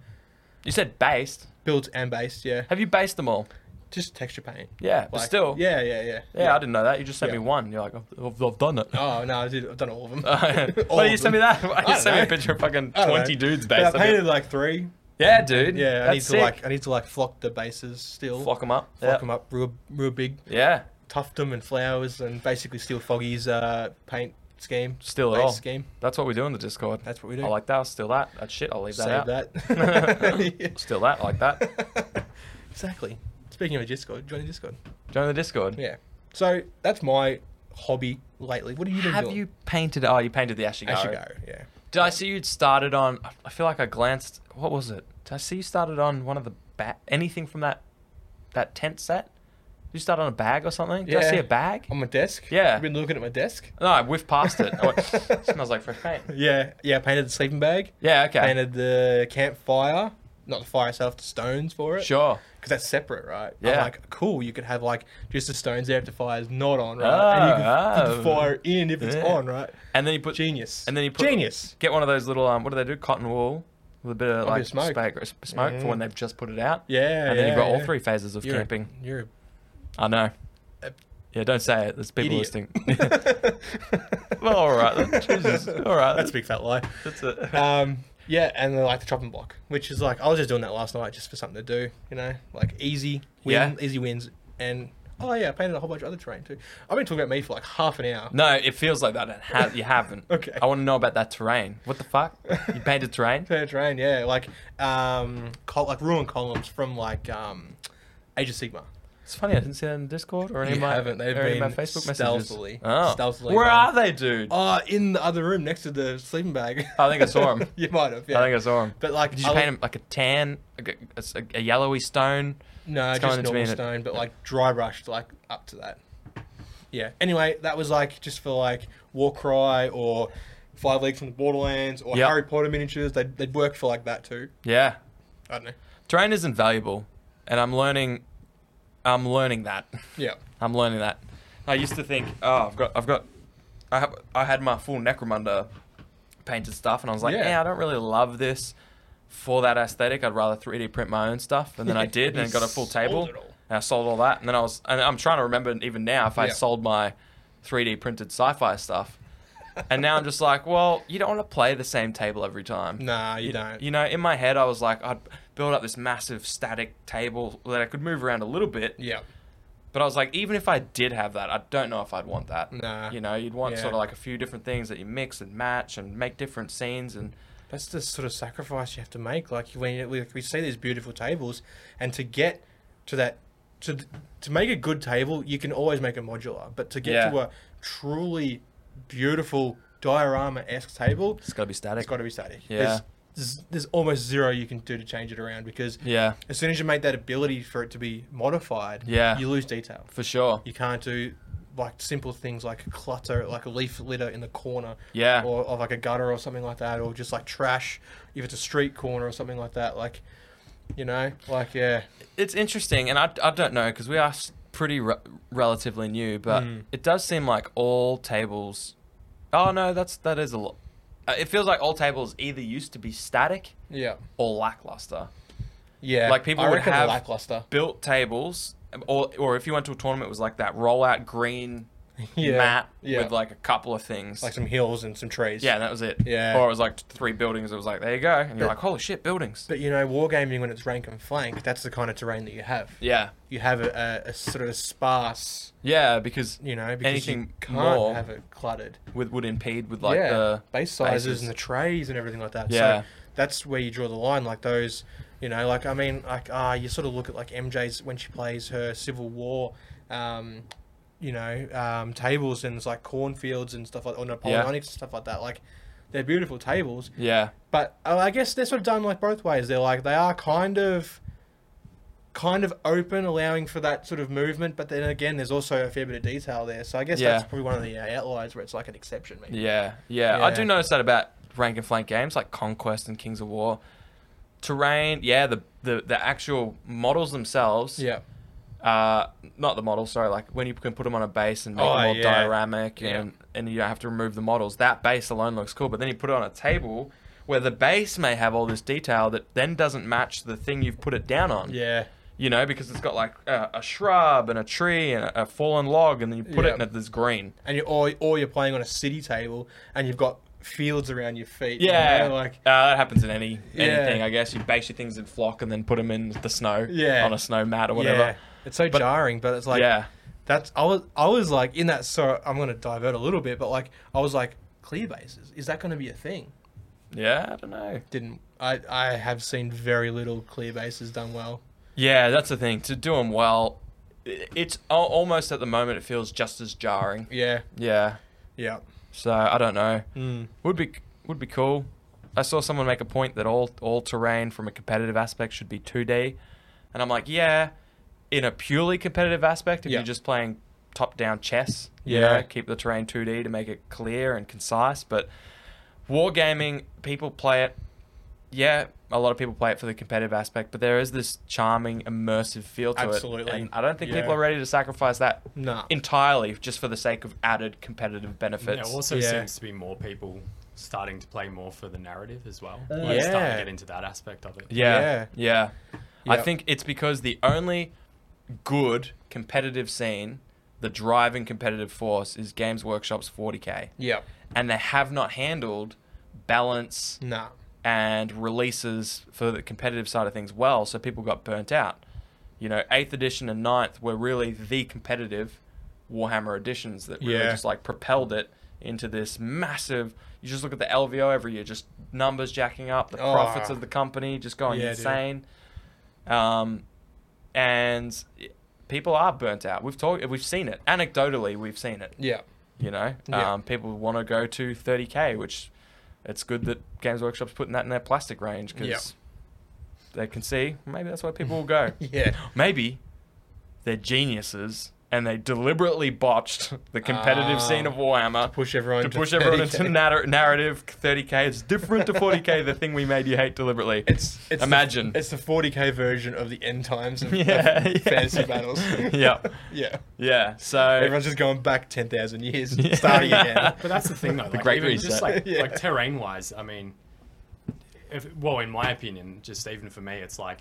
Speaker 3: You said based.
Speaker 2: built and based. Yeah.
Speaker 3: Have you based them all?
Speaker 2: Just texture paint.
Speaker 3: Yeah, but
Speaker 2: Like,
Speaker 3: still. Yeah,
Speaker 2: Yeah. Yeah. Yeah.
Speaker 3: I didn't know that. You just sent
Speaker 2: Yeah.
Speaker 3: me one. You're like, I've, I've- I've done it.
Speaker 2: Oh no, I did, I've done all of them.
Speaker 3: Uh, Why did you
Speaker 2: of
Speaker 3: send me
Speaker 2: them.
Speaker 3: that? Why did you
Speaker 2: don't
Speaker 3: send me a
Speaker 2: know.
Speaker 3: picture of fucking
Speaker 2: I don't know.
Speaker 3: 20 dudes
Speaker 2: But
Speaker 3: based?
Speaker 2: I painted like three.
Speaker 3: yeah, dude.
Speaker 2: Yeah, I
Speaker 3: that's
Speaker 2: need to
Speaker 3: sick.
Speaker 2: like I need to like flock the bases still.
Speaker 3: flock them up.
Speaker 2: Flock
Speaker 3: yeah.
Speaker 2: 'em up real real big,
Speaker 3: Yeah.
Speaker 2: tuft them and flowers and basically steal Foggy's uh, paint scheme.
Speaker 3: Steal it
Speaker 2: Base
Speaker 3: all.
Speaker 2: scheme.
Speaker 3: That's what we do in the Discord.
Speaker 2: That's what we do.
Speaker 3: I like that. I'll steal that. That's shit. I'll leave that
Speaker 2: Save
Speaker 3: out.
Speaker 2: that.
Speaker 3: Steal that. I like that.
Speaker 2: exactly. Speaking of a Discord, join a Discord.
Speaker 3: Join the Discord.
Speaker 2: Yeah. So that's my hobby lately. What have you been
Speaker 3: Have
Speaker 2: doing?
Speaker 3: you painted? Oh, you painted the Ashigaru.
Speaker 2: Actually, go. Yeah.
Speaker 3: Did I see you'd started on? I- I feel like I glanced. What was it? Did I see you started on one of the bat? Anything from that that tent set? Did you start on a bag or something? Did I see
Speaker 2: Yeah.
Speaker 3: a bag?
Speaker 2: On my desk.
Speaker 3: Yeah.
Speaker 2: I've been looking at my desk.
Speaker 3: No, I whiffed past it. I went, smells like fresh paint.
Speaker 2: Yeah. Yeah. I painted the sleeping bag.
Speaker 3: Yeah, okay.
Speaker 2: Painted the campfire. Not the fire itself, the stones for it.
Speaker 3: Sure.
Speaker 2: Because that's separate, right? I'm
Speaker 3: Yeah.
Speaker 2: like, cool. You could have like just the stones there if the fire's not on, right? and you
Speaker 3: Oh,
Speaker 2: can put the
Speaker 3: oh.
Speaker 2: fire in if it's
Speaker 3: Yeah.
Speaker 2: on, right?
Speaker 3: And then you put
Speaker 2: Genius.
Speaker 3: And then you put
Speaker 2: genius.
Speaker 3: Get one of those little um. What do they do? Cotton wool with a bit of
Speaker 2: bit
Speaker 3: like
Speaker 2: of smoke.
Speaker 3: spag- s- smoke for when they've just put it out.
Speaker 2: Yeah.
Speaker 3: And then
Speaker 2: yeah,
Speaker 3: you've got all
Speaker 2: yeah.
Speaker 3: three phases of
Speaker 2: You're a-
Speaker 3: camping.
Speaker 2: you're a
Speaker 3: I know.
Speaker 2: a
Speaker 3: Yeah, don't say it. There's people
Speaker 2: idiot.
Speaker 3: listening. well, all right. then. Jesus. All right.
Speaker 2: That's a big fat lie.
Speaker 3: That's it.
Speaker 2: Um, yeah, and then, like the chopping block, which is like I was just doing that last night just for something to do, you know, like easy win,
Speaker 3: Yeah.
Speaker 2: easy wins, and oh yeah, I painted a whole bunch of other terrain too. I've been talking about me for like half an hour.
Speaker 3: No, it feels like that. It ha- you haven't.
Speaker 2: Okay.
Speaker 3: I want to know about that terrain. What the fuck? You painted terrain?
Speaker 2: Painted terrain, yeah, like um, col- like ruin columns from like um, Age of Sigma.
Speaker 3: It's funny. I didn't see that in Discord or any
Speaker 2: You
Speaker 3: of my,
Speaker 2: haven't. They've
Speaker 3: or any of my
Speaker 2: been
Speaker 3: Facebook
Speaker 2: stealthily-
Speaker 3: messages. Oh.
Speaker 2: stealthily
Speaker 3: Where
Speaker 2: done.
Speaker 3: are they, dude?
Speaker 2: Uh, in the other room next to the sleeping bag.
Speaker 3: I think I saw 'em.
Speaker 2: you might have. Yeah.
Speaker 3: I think I saw them.
Speaker 2: But like,
Speaker 3: Did you
Speaker 2: I
Speaker 3: paint
Speaker 2: look-
Speaker 3: them like a tan, like a, a s- a yellowy stone?
Speaker 2: No,
Speaker 3: It's
Speaker 2: just
Speaker 3: going to be
Speaker 2: normal
Speaker 3: in it.
Speaker 2: stone, but like dry brushed, like up to that. Yeah. Anyway, that was like just for like War Cry or Five Leagues from the Borderlands or
Speaker 3: Yep.
Speaker 2: Harry Potter miniatures. They'd, they'd work for like that too.
Speaker 3: Yeah.
Speaker 2: I don't know.
Speaker 3: Terrain is invaluable, and I'm learning. I'm learning that.
Speaker 2: Yeah.
Speaker 3: I'm learning that. I used to think, oh, I've got, I've got, I have, I had my full Necromunda painted stuff, and I was like, yeah,
Speaker 2: Yeah.
Speaker 3: I don't really love this for that aesthetic. I'd rather 3D print my own stuff, and then I did, and
Speaker 2: You
Speaker 3: got a full
Speaker 2: sold
Speaker 3: table,
Speaker 2: it all.
Speaker 3: and I sold all that, and then I was, and I'm trying to remember even now if I
Speaker 2: Yeah.
Speaker 3: sold my 3D printed sci-fi stuff, and now I'm just like, well, you don't want to play the same table every time.
Speaker 2: Nah, you don't.
Speaker 3: You know, in my head, I was like, I'd build up this massive static table that I could move around a little bit.
Speaker 2: yeah.
Speaker 3: But I was like, even if I did have that, I don't know if I'd want that.
Speaker 2: Nah.
Speaker 3: You know, you'd want
Speaker 2: Yeah.
Speaker 3: sort of like a few different things that you mix and match and make different scenes and
Speaker 2: That's the sort of sacrifice you have to make. Like when you- we, we see these beautiful tables, and to get to that, to to make a good table, you can always make it modular. But to get
Speaker 3: Yeah.
Speaker 2: to a truly beautiful diorama esque table,
Speaker 3: it's got to be static.
Speaker 2: it's got to be static.
Speaker 3: Yeah.
Speaker 2: There's, there's, there's almost zero you can do to change it around because
Speaker 3: Yeah,
Speaker 2: as soon as you make that ability for it to be modified,
Speaker 3: Yeah.
Speaker 2: you lose detail.
Speaker 3: for sure.
Speaker 2: You can't do like simple things like clutter, like a leaf litter in the corner,
Speaker 3: Yeah.
Speaker 2: or, or like a gutter or something like that, or just like trash if it's a street corner or something like that. Like, you know, like yeah,
Speaker 3: It's interesting, and I, I don't know because we are s- pretty re- relatively new, but
Speaker 2: Hmm.
Speaker 3: it does seem like all tables. Oh no, that's that is a lot. Uh, it feels like all tables either used to be static
Speaker 2: yeah,
Speaker 3: or lackluster.
Speaker 2: yeah.
Speaker 3: Like, people
Speaker 2: I
Speaker 3: would
Speaker 2: reckon
Speaker 3: have-
Speaker 2: lackluster.
Speaker 3: Built tables, or or if you went to a tournament, it was like that rollout green
Speaker 2: Yeah,
Speaker 3: mat
Speaker 2: yeah.
Speaker 3: with like a couple of things.
Speaker 2: like some hills and some trees.
Speaker 3: yeah, and that was it.
Speaker 2: Yeah.
Speaker 3: Or it was like t- three buildings. It was like, there you go. And you're
Speaker 2: But-
Speaker 3: like, holy shit, buildings.
Speaker 2: But you know, wargaming when it's rank and flank, that's the kind of terrain that you have.
Speaker 3: yeah.
Speaker 2: you have a, a, a sort of sparse,
Speaker 3: Yeah, because
Speaker 2: you know, because you
Speaker 3: Anything
Speaker 2: can't
Speaker 3: more
Speaker 2: have it cluttered.
Speaker 3: with, would impede with like
Speaker 2: yeah,
Speaker 3: the
Speaker 2: base sizes
Speaker 3: bases.
Speaker 2: and the trays and everything like that.
Speaker 3: Yeah.
Speaker 2: So that's where you draw the line. Like those, you know, like I mean, like ah, you sort of look at like MJ's when she plays her Civil War, um, you know, um, tables and it's like cornfields and stuff like, or Napoleonics and stuff like that. Like they're beautiful tables,
Speaker 3: Yeah.
Speaker 2: but uh, I guess they're sort of done like both ways. They're like they are kind of, kind of open, allowing for that sort of movement. But then again, there's also a fair bit of detail there. So I guess that's
Speaker 3: Yeah.
Speaker 2: probably one of the uh, outliers where it's like an exception. Maybe.
Speaker 3: Yeah, yeah. I
Speaker 2: Yeah.
Speaker 3: do notice that about rank and flank games like Conquest and Kings of War. Terrain, yeah, the, the, the actual models themselves,
Speaker 2: Yeah.
Speaker 3: uh, not the models, sorry, like when you can put them on a base and make
Speaker 2: Oh,
Speaker 3: them all
Speaker 2: yeah.
Speaker 3: dioramic and, and you don't have to remove the models, that base alone looks cool. But then you put it on a table where the base may have all this detail that then doesn't match the thing you've put it down on.
Speaker 2: Yeah.
Speaker 3: You know, because it's got like a, a shrub and a tree and a, a fallen log, and then you put
Speaker 2: Yeah.
Speaker 3: it in this green.
Speaker 2: And you or or you're playing on a city table and you've got fields around your feet. you
Speaker 3: Yeah,
Speaker 2: know, like
Speaker 3: uh, that happens in any
Speaker 2: Yeah.
Speaker 3: anything, I guess. You base your things in flock and then put them in the snow
Speaker 2: Yeah.
Speaker 3: on a snow mat or
Speaker 2: whatever.
Speaker 3: whatever.
Speaker 2: It's so jarring, but it's like
Speaker 3: yeah,
Speaker 2: That's I was I was like in that. So I'm gonna divert a little bit, but like I was like clear bases. Is that gonna be a thing?
Speaker 3: Yeah, I don't know.
Speaker 2: Didn't I? I have seen very little clear bases done well.
Speaker 3: Yeah, that's the thing. To do them well, i- it's al- almost at the moment it feels just as jarring.
Speaker 2: Yeah,
Speaker 3: Yeah.
Speaker 2: yeah.
Speaker 3: So I don't know.
Speaker 2: Mm.
Speaker 3: Would be would be cool. I saw someone make a point that all all terrain from a competitive aspect should be 2D, and I'm like, yeah, in a purely competitive aspect, if
Speaker 2: Yeah.
Speaker 3: you're just playing top down chess, you
Speaker 2: Yeah.
Speaker 3: know, keep the terrain 2D to make it clear and concise. But wargaming, people play it. Yeah, a lot of people play it for the competitive aspect, but there is this charming, immersive feel to it.
Speaker 2: Absolutely.
Speaker 3: and I don't think people
Speaker 2: Yeah.
Speaker 3: are ready to sacrifice that
Speaker 2: Nah.
Speaker 3: entirely just for the sake of added competitive benefits.
Speaker 4: There also
Speaker 2: Yeah.
Speaker 4: seems to be more people starting to play more for the narrative as well. Like starting
Speaker 2: Yeah.
Speaker 4: to get into that aspect of it.
Speaker 3: Yeah. Yeah. I
Speaker 2: Yep.
Speaker 3: think it's because the only good competitive scene, the driving competitive force, is Games Workshop's 40K.
Speaker 2: Yeah.
Speaker 3: And they have not handled balance
Speaker 2: Nah.
Speaker 3: and releases for the competitive side of things well, so people got burnt out. You know, 8th edition and 9th were really the competitive Warhammer editions that really
Speaker 2: Yeah.
Speaker 3: just like propelled it into this massive. You just look at the LVO every year, just numbers jacking up, the
Speaker 2: Oh.
Speaker 3: profits of the company just going
Speaker 2: Yeah, dude.
Speaker 3: insane. Um, and people are burnt out. We've talked, we've seen it. Anecdotally, we've seen it.
Speaker 2: Yeah.
Speaker 3: You know,
Speaker 2: Yeah.
Speaker 3: um, people want to go to 30k, which it's good that Games Workshop's putting that in their plastic range because
Speaker 2: Yeah.
Speaker 3: they can see maybe that's why people will go.
Speaker 2: Yeah.
Speaker 3: Maybe they're geniuses and they deliberately botched the competitive
Speaker 2: Ah.
Speaker 3: scene of Warhammer
Speaker 2: Push everyone
Speaker 3: to
Speaker 2: to,
Speaker 3: push everyone
Speaker 2: 30K.
Speaker 3: into narr- narrative 30k. It's different to 40k, the thing we made you hate deliberately.
Speaker 2: It's, it's
Speaker 3: Imagine.
Speaker 2: The, it's the 40k version of the end times of,
Speaker 3: Yeah,
Speaker 2: of
Speaker 3: yeah.
Speaker 2: fantasy battles.
Speaker 3: yeah,
Speaker 2: yeah.
Speaker 3: yeah. So
Speaker 2: Everyone's just going back 10,000 years, starting again.
Speaker 4: But that's the thing, though.
Speaker 3: The
Speaker 4: like,
Speaker 3: Great
Speaker 4: even just
Speaker 3: Reset.
Speaker 4: like,
Speaker 2: Yeah.
Speaker 4: like terrain wise, I mean, if, well, in my opinion, just even for me, it's like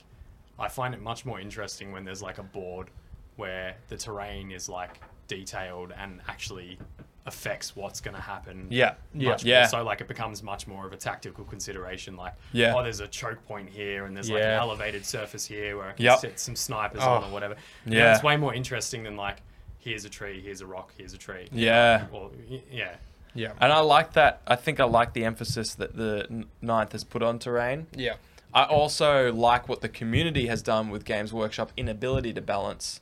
Speaker 4: I find it much more interesting when there's like a board where the terrain is like detailed and actually affects what's going to happen.
Speaker 3: Yeah. Yeah.
Speaker 4: Much
Speaker 3: Yeah.
Speaker 4: More. So like it becomes much more of a tactical consideration. Like,
Speaker 3: Yeah.
Speaker 4: oh, there's a choke point here, and there's like an
Speaker 3: Yeah.
Speaker 4: elevated surface here where I can
Speaker 3: Yep.
Speaker 4: set some snipers
Speaker 2: Oh.
Speaker 4: on or whatever. You know,
Speaker 3: Yeah.
Speaker 4: it's way more interesting than like here's a tree, here's a rock, here's a tree.
Speaker 3: yeah.
Speaker 4: Well, y- yeah.
Speaker 2: Yeah.
Speaker 3: And I like that. I think I like the emphasis that the n- ninth has put on terrain.
Speaker 2: Yeah.
Speaker 3: I also like what the community has done with Games Workshop inability to balance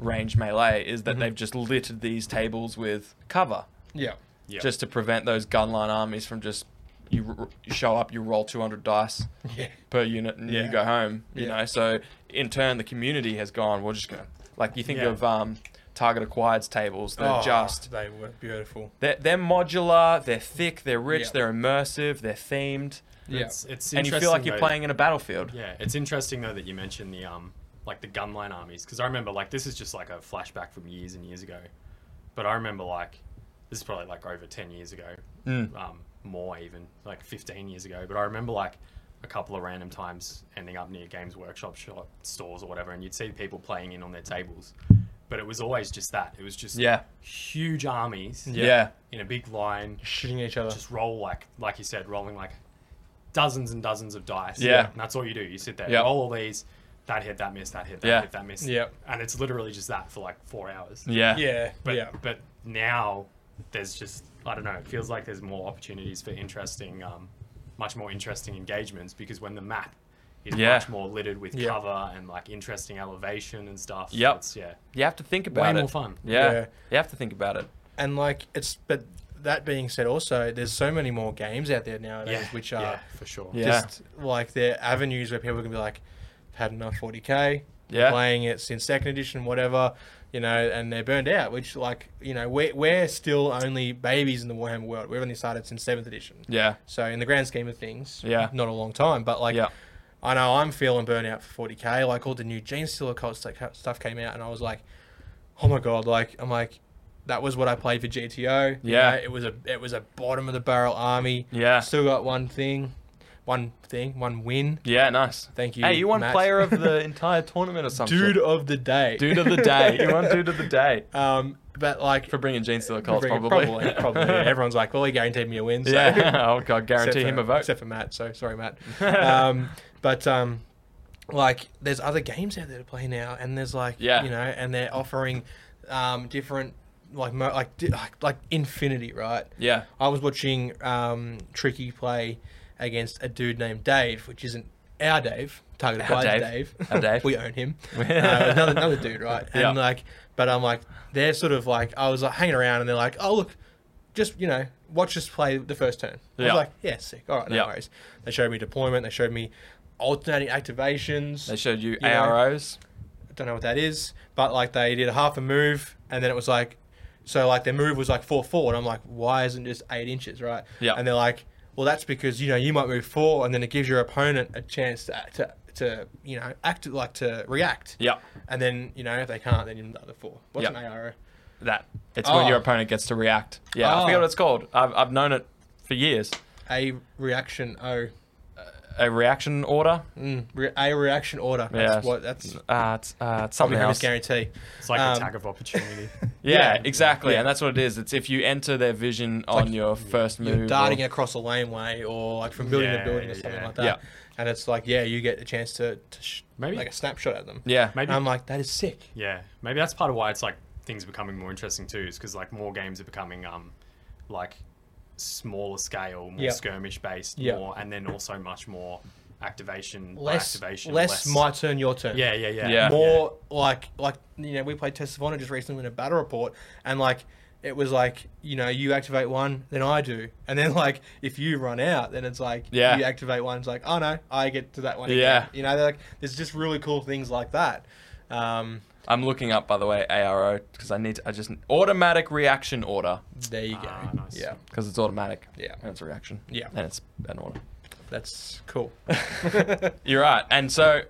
Speaker 3: range melee is
Speaker 4: Mhm.
Speaker 3: that they've just littered these tables with cover
Speaker 2: Yeah.
Speaker 4: Yeah.
Speaker 3: just to prevent those gunline armies from just you, r- you show up, you roll 200 dice
Speaker 2: Yeah.
Speaker 3: per unit and
Speaker 2: Yeah.
Speaker 3: you go home. You
Speaker 2: Yeah.
Speaker 3: know, so in turn the community has gone. We're just gonna like you think
Speaker 4: Yeah.
Speaker 3: of um, target acquired's tables. They're
Speaker 2: Oh,
Speaker 3: just
Speaker 2: They were beautiful.
Speaker 3: they're, they're modular, they're thick, they're rich,
Speaker 2: Yeah.
Speaker 3: they're immersive, they're themed,
Speaker 2: Yeah.
Speaker 4: It's, it's
Speaker 3: and you feel like
Speaker 4: interesting,
Speaker 3: you're
Speaker 4: though-
Speaker 3: playing in a battlefield.
Speaker 4: Yeah, it's interesting though that you mentioned the um like the gunline armies because I remember like this is just like a flashback from years and years ago, but I remember like this is probably like over ten years ago,
Speaker 3: Mm.
Speaker 4: um more even like fifteen years ago. But I remember like a couple of random times ending up near Games Workshop shop stores or whatever, and you'd see people playing in on their tables, but it was always just that. It was just
Speaker 3: Yeah.
Speaker 4: huge armies
Speaker 3: Yeah.
Speaker 4: in a big line
Speaker 2: Shooting each other.
Speaker 4: just roll like like you said, rolling like dozens and dozens of dice.
Speaker 3: Yeah.
Speaker 4: And that's all you do. You sit there,
Speaker 3: Yeah.
Speaker 4: roll all these, that hit, that miss, that hit, that
Speaker 3: Yeah.
Speaker 4: hit, that miss.
Speaker 2: Yeah.
Speaker 4: And it's literally just that for like four hours.
Speaker 3: Yeah.
Speaker 2: yeah.
Speaker 4: But
Speaker 2: yeah.
Speaker 4: but now there's just I don't know, it feels like there's more opportunities for interesting um much more interesting engagements because when the map is
Speaker 3: Yeah.
Speaker 4: much more littered with
Speaker 2: Yeah.
Speaker 4: cover and like interesting elevation and stuff.
Speaker 3: Yep.
Speaker 4: It's yeah.
Speaker 3: You have to think about it.
Speaker 4: more fun.
Speaker 3: Yeah.
Speaker 2: Yeah.
Speaker 3: You have to think about it.
Speaker 2: And like, it's, but that being said, also, there's so many more games out there nowadays,
Speaker 4: Yeah.
Speaker 2: which are
Speaker 4: yeah, for sure.
Speaker 3: Yeah.
Speaker 2: just like they're avenues where people can be like, had enough 40k,
Speaker 3: Yeah.
Speaker 2: playing it since second edition, whatever, you know, and they're burned out. Which like, you know, we're we're still only babies in the Warhammer world. We've only started since seventh edition.
Speaker 3: Yeah.
Speaker 2: So in the grand scheme of things,
Speaker 3: Yeah.
Speaker 2: not a long time. But like,
Speaker 3: Yeah.
Speaker 2: I know I'm feeling burnout for 40k. Like all the new Gene Stealer cult st- stuff came out, and I was like, oh my god, like I'm like, that was what I played for GTO. you
Speaker 3: Yeah.
Speaker 2: know, it was a it was a bottom of the barrel army.
Speaker 3: Yeah.
Speaker 2: still got one thing, one thing, one win.
Speaker 3: Yeah. Nice.
Speaker 2: Thank you.
Speaker 3: Hey, you won
Speaker 2: Matt.
Speaker 3: player of the entire tournament or something.
Speaker 2: dude of the day.
Speaker 3: Dude of the day. You won dude of the day
Speaker 2: Um, but like
Speaker 3: for bringing Gene Steeler Colts,
Speaker 2: Bring it-
Speaker 3: probably.
Speaker 2: probably, probably. Everyone's like, well, he guaranteed me a win. So.
Speaker 3: yeah. Oh God, guarantee
Speaker 2: Except
Speaker 3: him
Speaker 2: for-
Speaker 3: a vote.
Speaker 2: Except for Matt, so sorry, Matt. um, but um, like, there's other games out there to play now, and there's like,
Speaker 3: Yeah.
Speaker 2: you know, and they're offering um, different like mo- like di- like like infinity, right?
Speaker 3: Yeah.
Speaker 2: I was watching um, Tricky play against a dude named Dave, which isn't our Dave, targeted
Speaker 3: Our
Speaker 2: by Dave.
Speaker 3: Dave. Our Dave.
Speaker 2: we own him. Uh, another, another dude, right? And
Speaker 3: Yeah.
Speaker 2: like, but I'm like, they're sort of like, I was like hanging around, and they're like, oh look, just you know, watch us play the first turn. I
Speaker 3: Yeah.
Speaker 2: was like, yeah, sick. All right, no
Speaker 3: Yeah.
Speaker 2: worries. They showed me deployment. They showed me alternating activations.
Speaker 3: They showed you
Speaker 2: know.
Speaker 3: AROs.
Speaker 2: don't know what that is, but like they did a half a move and then it was like, so like their move was like four forward. I'm like, why isn't it just eight inches, right?
Speaker 3: Yeah.
Speaker 2: And they're like, well, that's because you know you might move four and then it gives your opponent a chance to to, to you know act like to react.
Speaker 3: Yeah.
Speaker 2: And then you know if they can't, then you're the other four. What's
Speaker 3: Yeah.
Speaker 2: an ARO?
Speaker 3: That. It's
Speaker 2: Oh.
Speaker 3: when your opponent gets to react. Yeah. I
Speaker 2: Oh.
Speaker 3: forget what it's called. I've, I've known it for years.
Speaker 2: A reaction O.
Speaker 3: A reaction order.
Speaker 2: Mm, re- a reaction order. That's
Speaker 3: Yeah.
Speaker 2: what. That's
Speaker 3: Uh, it's, uh, it's
Speaker 2: probably
Speaker 3: something
Speaker 2: almost
Speaker 3: else.
Speaker 2: guarantee.
Speaker 4: It's like
Speaker 2: Um,
Speaker 4: attack of opportunity.
Speaker 3: Yeah,
Speaker 2: Yeah.
Speaker 3: exactly.
Speaker 2: Yeah.
Speaker 3: And that's what it is. It's if you enter their vision on
Speaker 2: like
Speaker 3: your first move.
Speaker 2: You're darting
Speaker 3: or-
Speaker 2: across a laneway or like from building
Speaker 4: Yeah,
Speaker 2: to building or something
Speaker 4: yeah.
Speaker 2: like that.
Speaker 3: Yeah.
Speaker 2: And it's like, yeah, you get a chance to, to sh-
Speaker 4: Maybe-
Speaker 2: like a snapshot at them.
Speaker 3: Yeah.
Speaker 4: Maybe
Speaker 2: And I'm like, that is sick.
Speaker 4: Yeah, maybe that's part of why it's like things are becoming more interesting too, is because like more games are becoming um like smaller scale, more
Speaker 2: Yeah.
Speaker 4: skirmish based,
Speaker 2: Yeah.
Speaker 4: more and then also much more activation, by
Speaker 2: Less,
Speaker 4: activation,
Speaker 2: less, my turn, your turn.
Speaker 4: yeah, yeah, yeah,
Speaker 3: Yeah.
Speaker 2: More like, like you know, we played Test of Honor just recently in a battle report, and like it was like, you know, you activate one, then I do, and then like if you run out, then it's like,
Speaker 3: Yeah.
Speaker 2: you activate one, it's like, oh no, I get to that one.
Speaker 3: Yeah.
Speaker 2: again. you know, they're like there's just really cool things like that. Um,
Speaker 3: I'm looking up, by the way, ARO, because I need to, I just, automatic reaction order,
Speaker 2: there you go.
Speaker 4: Ah, nice.
Speaker 2: Yeah,
Speaker 3: because it's automatic.
Speaker 2: Yeah.
Speaker 3: And it's a reaction.
Speaker 2: Yeah.
Speaker 3: And it's an order.
Speaker 2: that's cool.
Speaker 3: You're right. And so,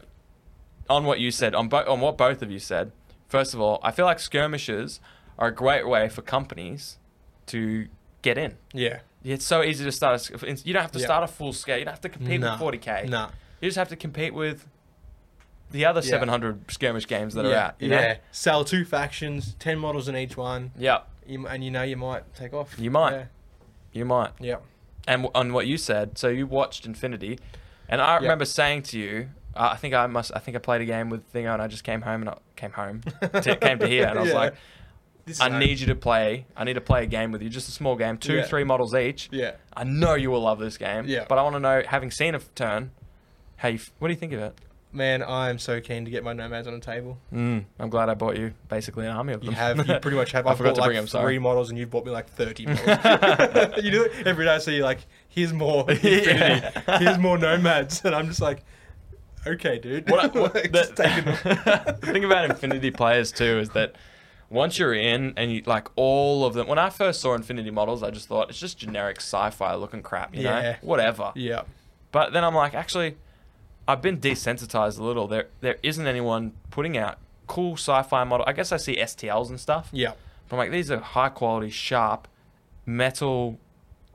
Speaker 3: on what you said, on, bo- on what both of you said, first of all, I feel like skirmishes are a great way for companies to get in.
Speaker 2: Yeah.
Speaker 3: It's so easy to start. A, sk- you don't have to
Speaker 2: Yeah.
Speaker 3: start a full scale. You don't have to compete
Speaker 2: No.
Speaker 3: with 40k.
Speaker 2: No.
Speaker 3: You just have to compete with the other
Speaker 2: Yeah.
Speaker 3: 700 skirmish games that are
Speaker 2: Yeah.
Speaker 3: out. uh, You know?
Speaker 2: yeah. Sell two factions, 10 models in each one,
Speaker 3: Yeah.
Speaker 2: you, and you know you might take off.
Speaker 3: You might.
Speaker 2: Yeah.
Speaker 3: You might.
Speaker 2: yeah.
Speaker 3: And w- on what you said, so you watched Infinity, and I remember saying to you, uh, I think I must, I think I played a game with Thingo, and I just came home and I came home, to, came to here, and I was
Speaker 2: Yeah.
Speaker 3: like,
Speaker 2: This
Speaker 3: I need you to play, I need to play a game with you, just a small game, two,
Speaker 2: Yeah.
Speaker 3: three models each.
Speaker 2: Yeah.
Speaker 3: I know you will love this game.
Speaker 2: Yeah.
Speaker 3: But I want to know, having seen a f- turn, how you, f- what do you think of it?
Speaker 2: Man, I am so keen to get my nomads on the table.
Speaker 3: Mm, I'm glad I bought you basically an army of them.
Speaker 2: You have, you pretty much have.
Speaker 3: I
Speaker 2: I've
Speaker 3: forgot
Speaker 2: got
Speaker 3: to
Speaker 2: like
Speaker 3: bring 'em, sorry.
Speaker 2: three models, and you've bought me like thirty models. you do it every day, so you're like, here's more, Infinity,
Speaker 3: Yeah.
Speaker 2: here's more nomads, and I'm just like, okay, dude.
Speaker 3: What I- what-
Speaker 2: Like,
Speaker 3: the,
Speaker 2: just taking them.
Speaker 3: the thing about Infinity players too is that once you're in and you like all of them. When I first saw Infinity models, I just thought it's just generic sci-fi looking crap, you know,
Speaker 2: Yeah.
Speaker 3: whatever.
Speaker 2: yeah,
Speaker 3: But then I'm like, actually, I've been desensitized a little. There, there isn't anyone putting out cool sci-fi model. I guess I see STLs and stuff.
Speaker 2: yeah,
Speaker 3: But I'm like, these are high quality, sharp, metal,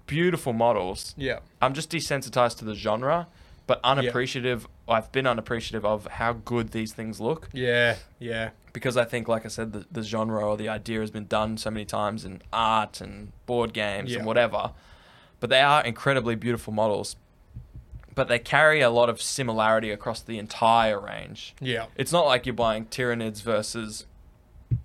Speaker 3: beautiful models.
Speaker 2: yeah,
Speaker 3: I'm just desensitized to the genre, but unappreciative. I've been unappreciative of how good these things look
Speaker 2: yeah, yeah,
Speaker 3: because I think, like I said, the, the genre or the idea has been done so many times in art and board games
Speaker 2: Yeah.
Speaker 3: and whatever. But they are incredibly beautiful models, but they carry a lot of similarity across the entire range.
Speaker 2: yeah.
Speaker 3: It's not like you're buying Tyranids versus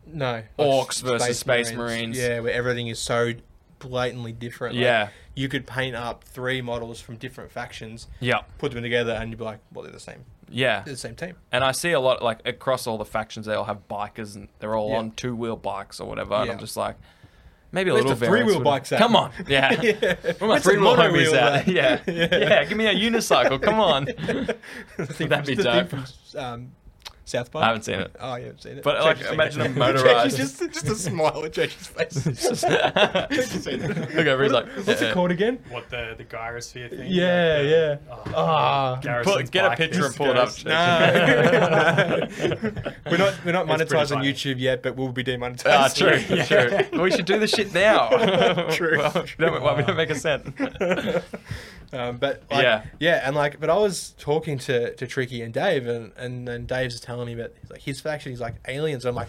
Speaker 2: No. like
Speaker 3: Orcs
Speaker 2: s-
Speaker 3: versus Space Marines.
Speaker 2: Yeah, where everything is so blatantly different. Like,
Speaker 3: Yeah.
Speaker 2: You could paint up three models from different factions,
Speaker 3: yeah,
Speaker 2: put them together, and you'd be like, well, they're the same.
Speaker 3: yeah.
Speaker 2: They're the same team.
Speaker 3: And I see a lot like across all the factions, they all have bikers and they're all
Speaker 2: Yeah.
Speaker 3: on two wheel bikes or whatever. And
Speaker 2: Yeah.
Speaker 3: I'm just like, maybe a
Speaker 2: Where's
Speaker 3: little
Speaker 2: the
Speaker 3: variance
Speaker 2: three-wheel
Speaker 3: would-
Speaker 2: bikes at?
Speaker 3: Come on, yeah. Where my
Speaker 2: Where's the
Speaker 3: three wheel homies
Speaker 2: monowheel
Speaker 3: at?
Speaker 2: at?
Speaker 3: Yeah. yeah, give me a unicycle. Come on.
Speaker 2: The thing
Speaker 3: That'd
Speaker 2: from-
Speaker 3: be
Speaker 2: the thing
Speaker 3: dope.
Speaker 2: from, um, South Park.
Speaker 3: I haven't seen it.
Speaker 2: Oh, you haven't seen it.
Speaker 3: But, like,
Speaker 2: Josh has seen
Speaker 3: imagine
Speaker 2: it.
Speaker 3: a motorized-
Speaker 2: Josh is just, just a smile at Josh's face.
Speaker 3: Look over, he's like, uh,
Speaker 2: What's
Speaker 3: yeah.
Speaker 2: it called again?
Speaker 4: What the the gyrosphere thing?
Speaker 2: Yeah,
Speaker 4: like,
Speaker 2: yeah.
Speaker 4: Oh,
Speaker 2: Ah.
Speaker 4: Garrison's
Speaker 3: get a
Speaker 4: bike
Speaker 3: picture
Speaker 4: is
Speaker 3: and pull it up.
Speaker 4: ghost.
Speaker 2: No. we're not we're not
Speaker 4: It's pretty
Speaker 2: monetized on
Speaker 4: funny.
Speaker 2: YouTube yet, but we'll be demonetized.
Speaker 3: Ah, true,
Speaker 2: soon.
Speaker 3: true. Well, we should do the shit now.
Speaker 2: True,
Speaker 3: well,
Speaker 2: true.
Speaker 3: That, well, we don't make a cent.
Speaker 2: um, but like,
Speaker 3: Yeah.
Speaker 2: yeah, and like, but I was talking to to Tricky and Dave, and and then Dave's telling me about like his faction. He's like aliens. I'm like,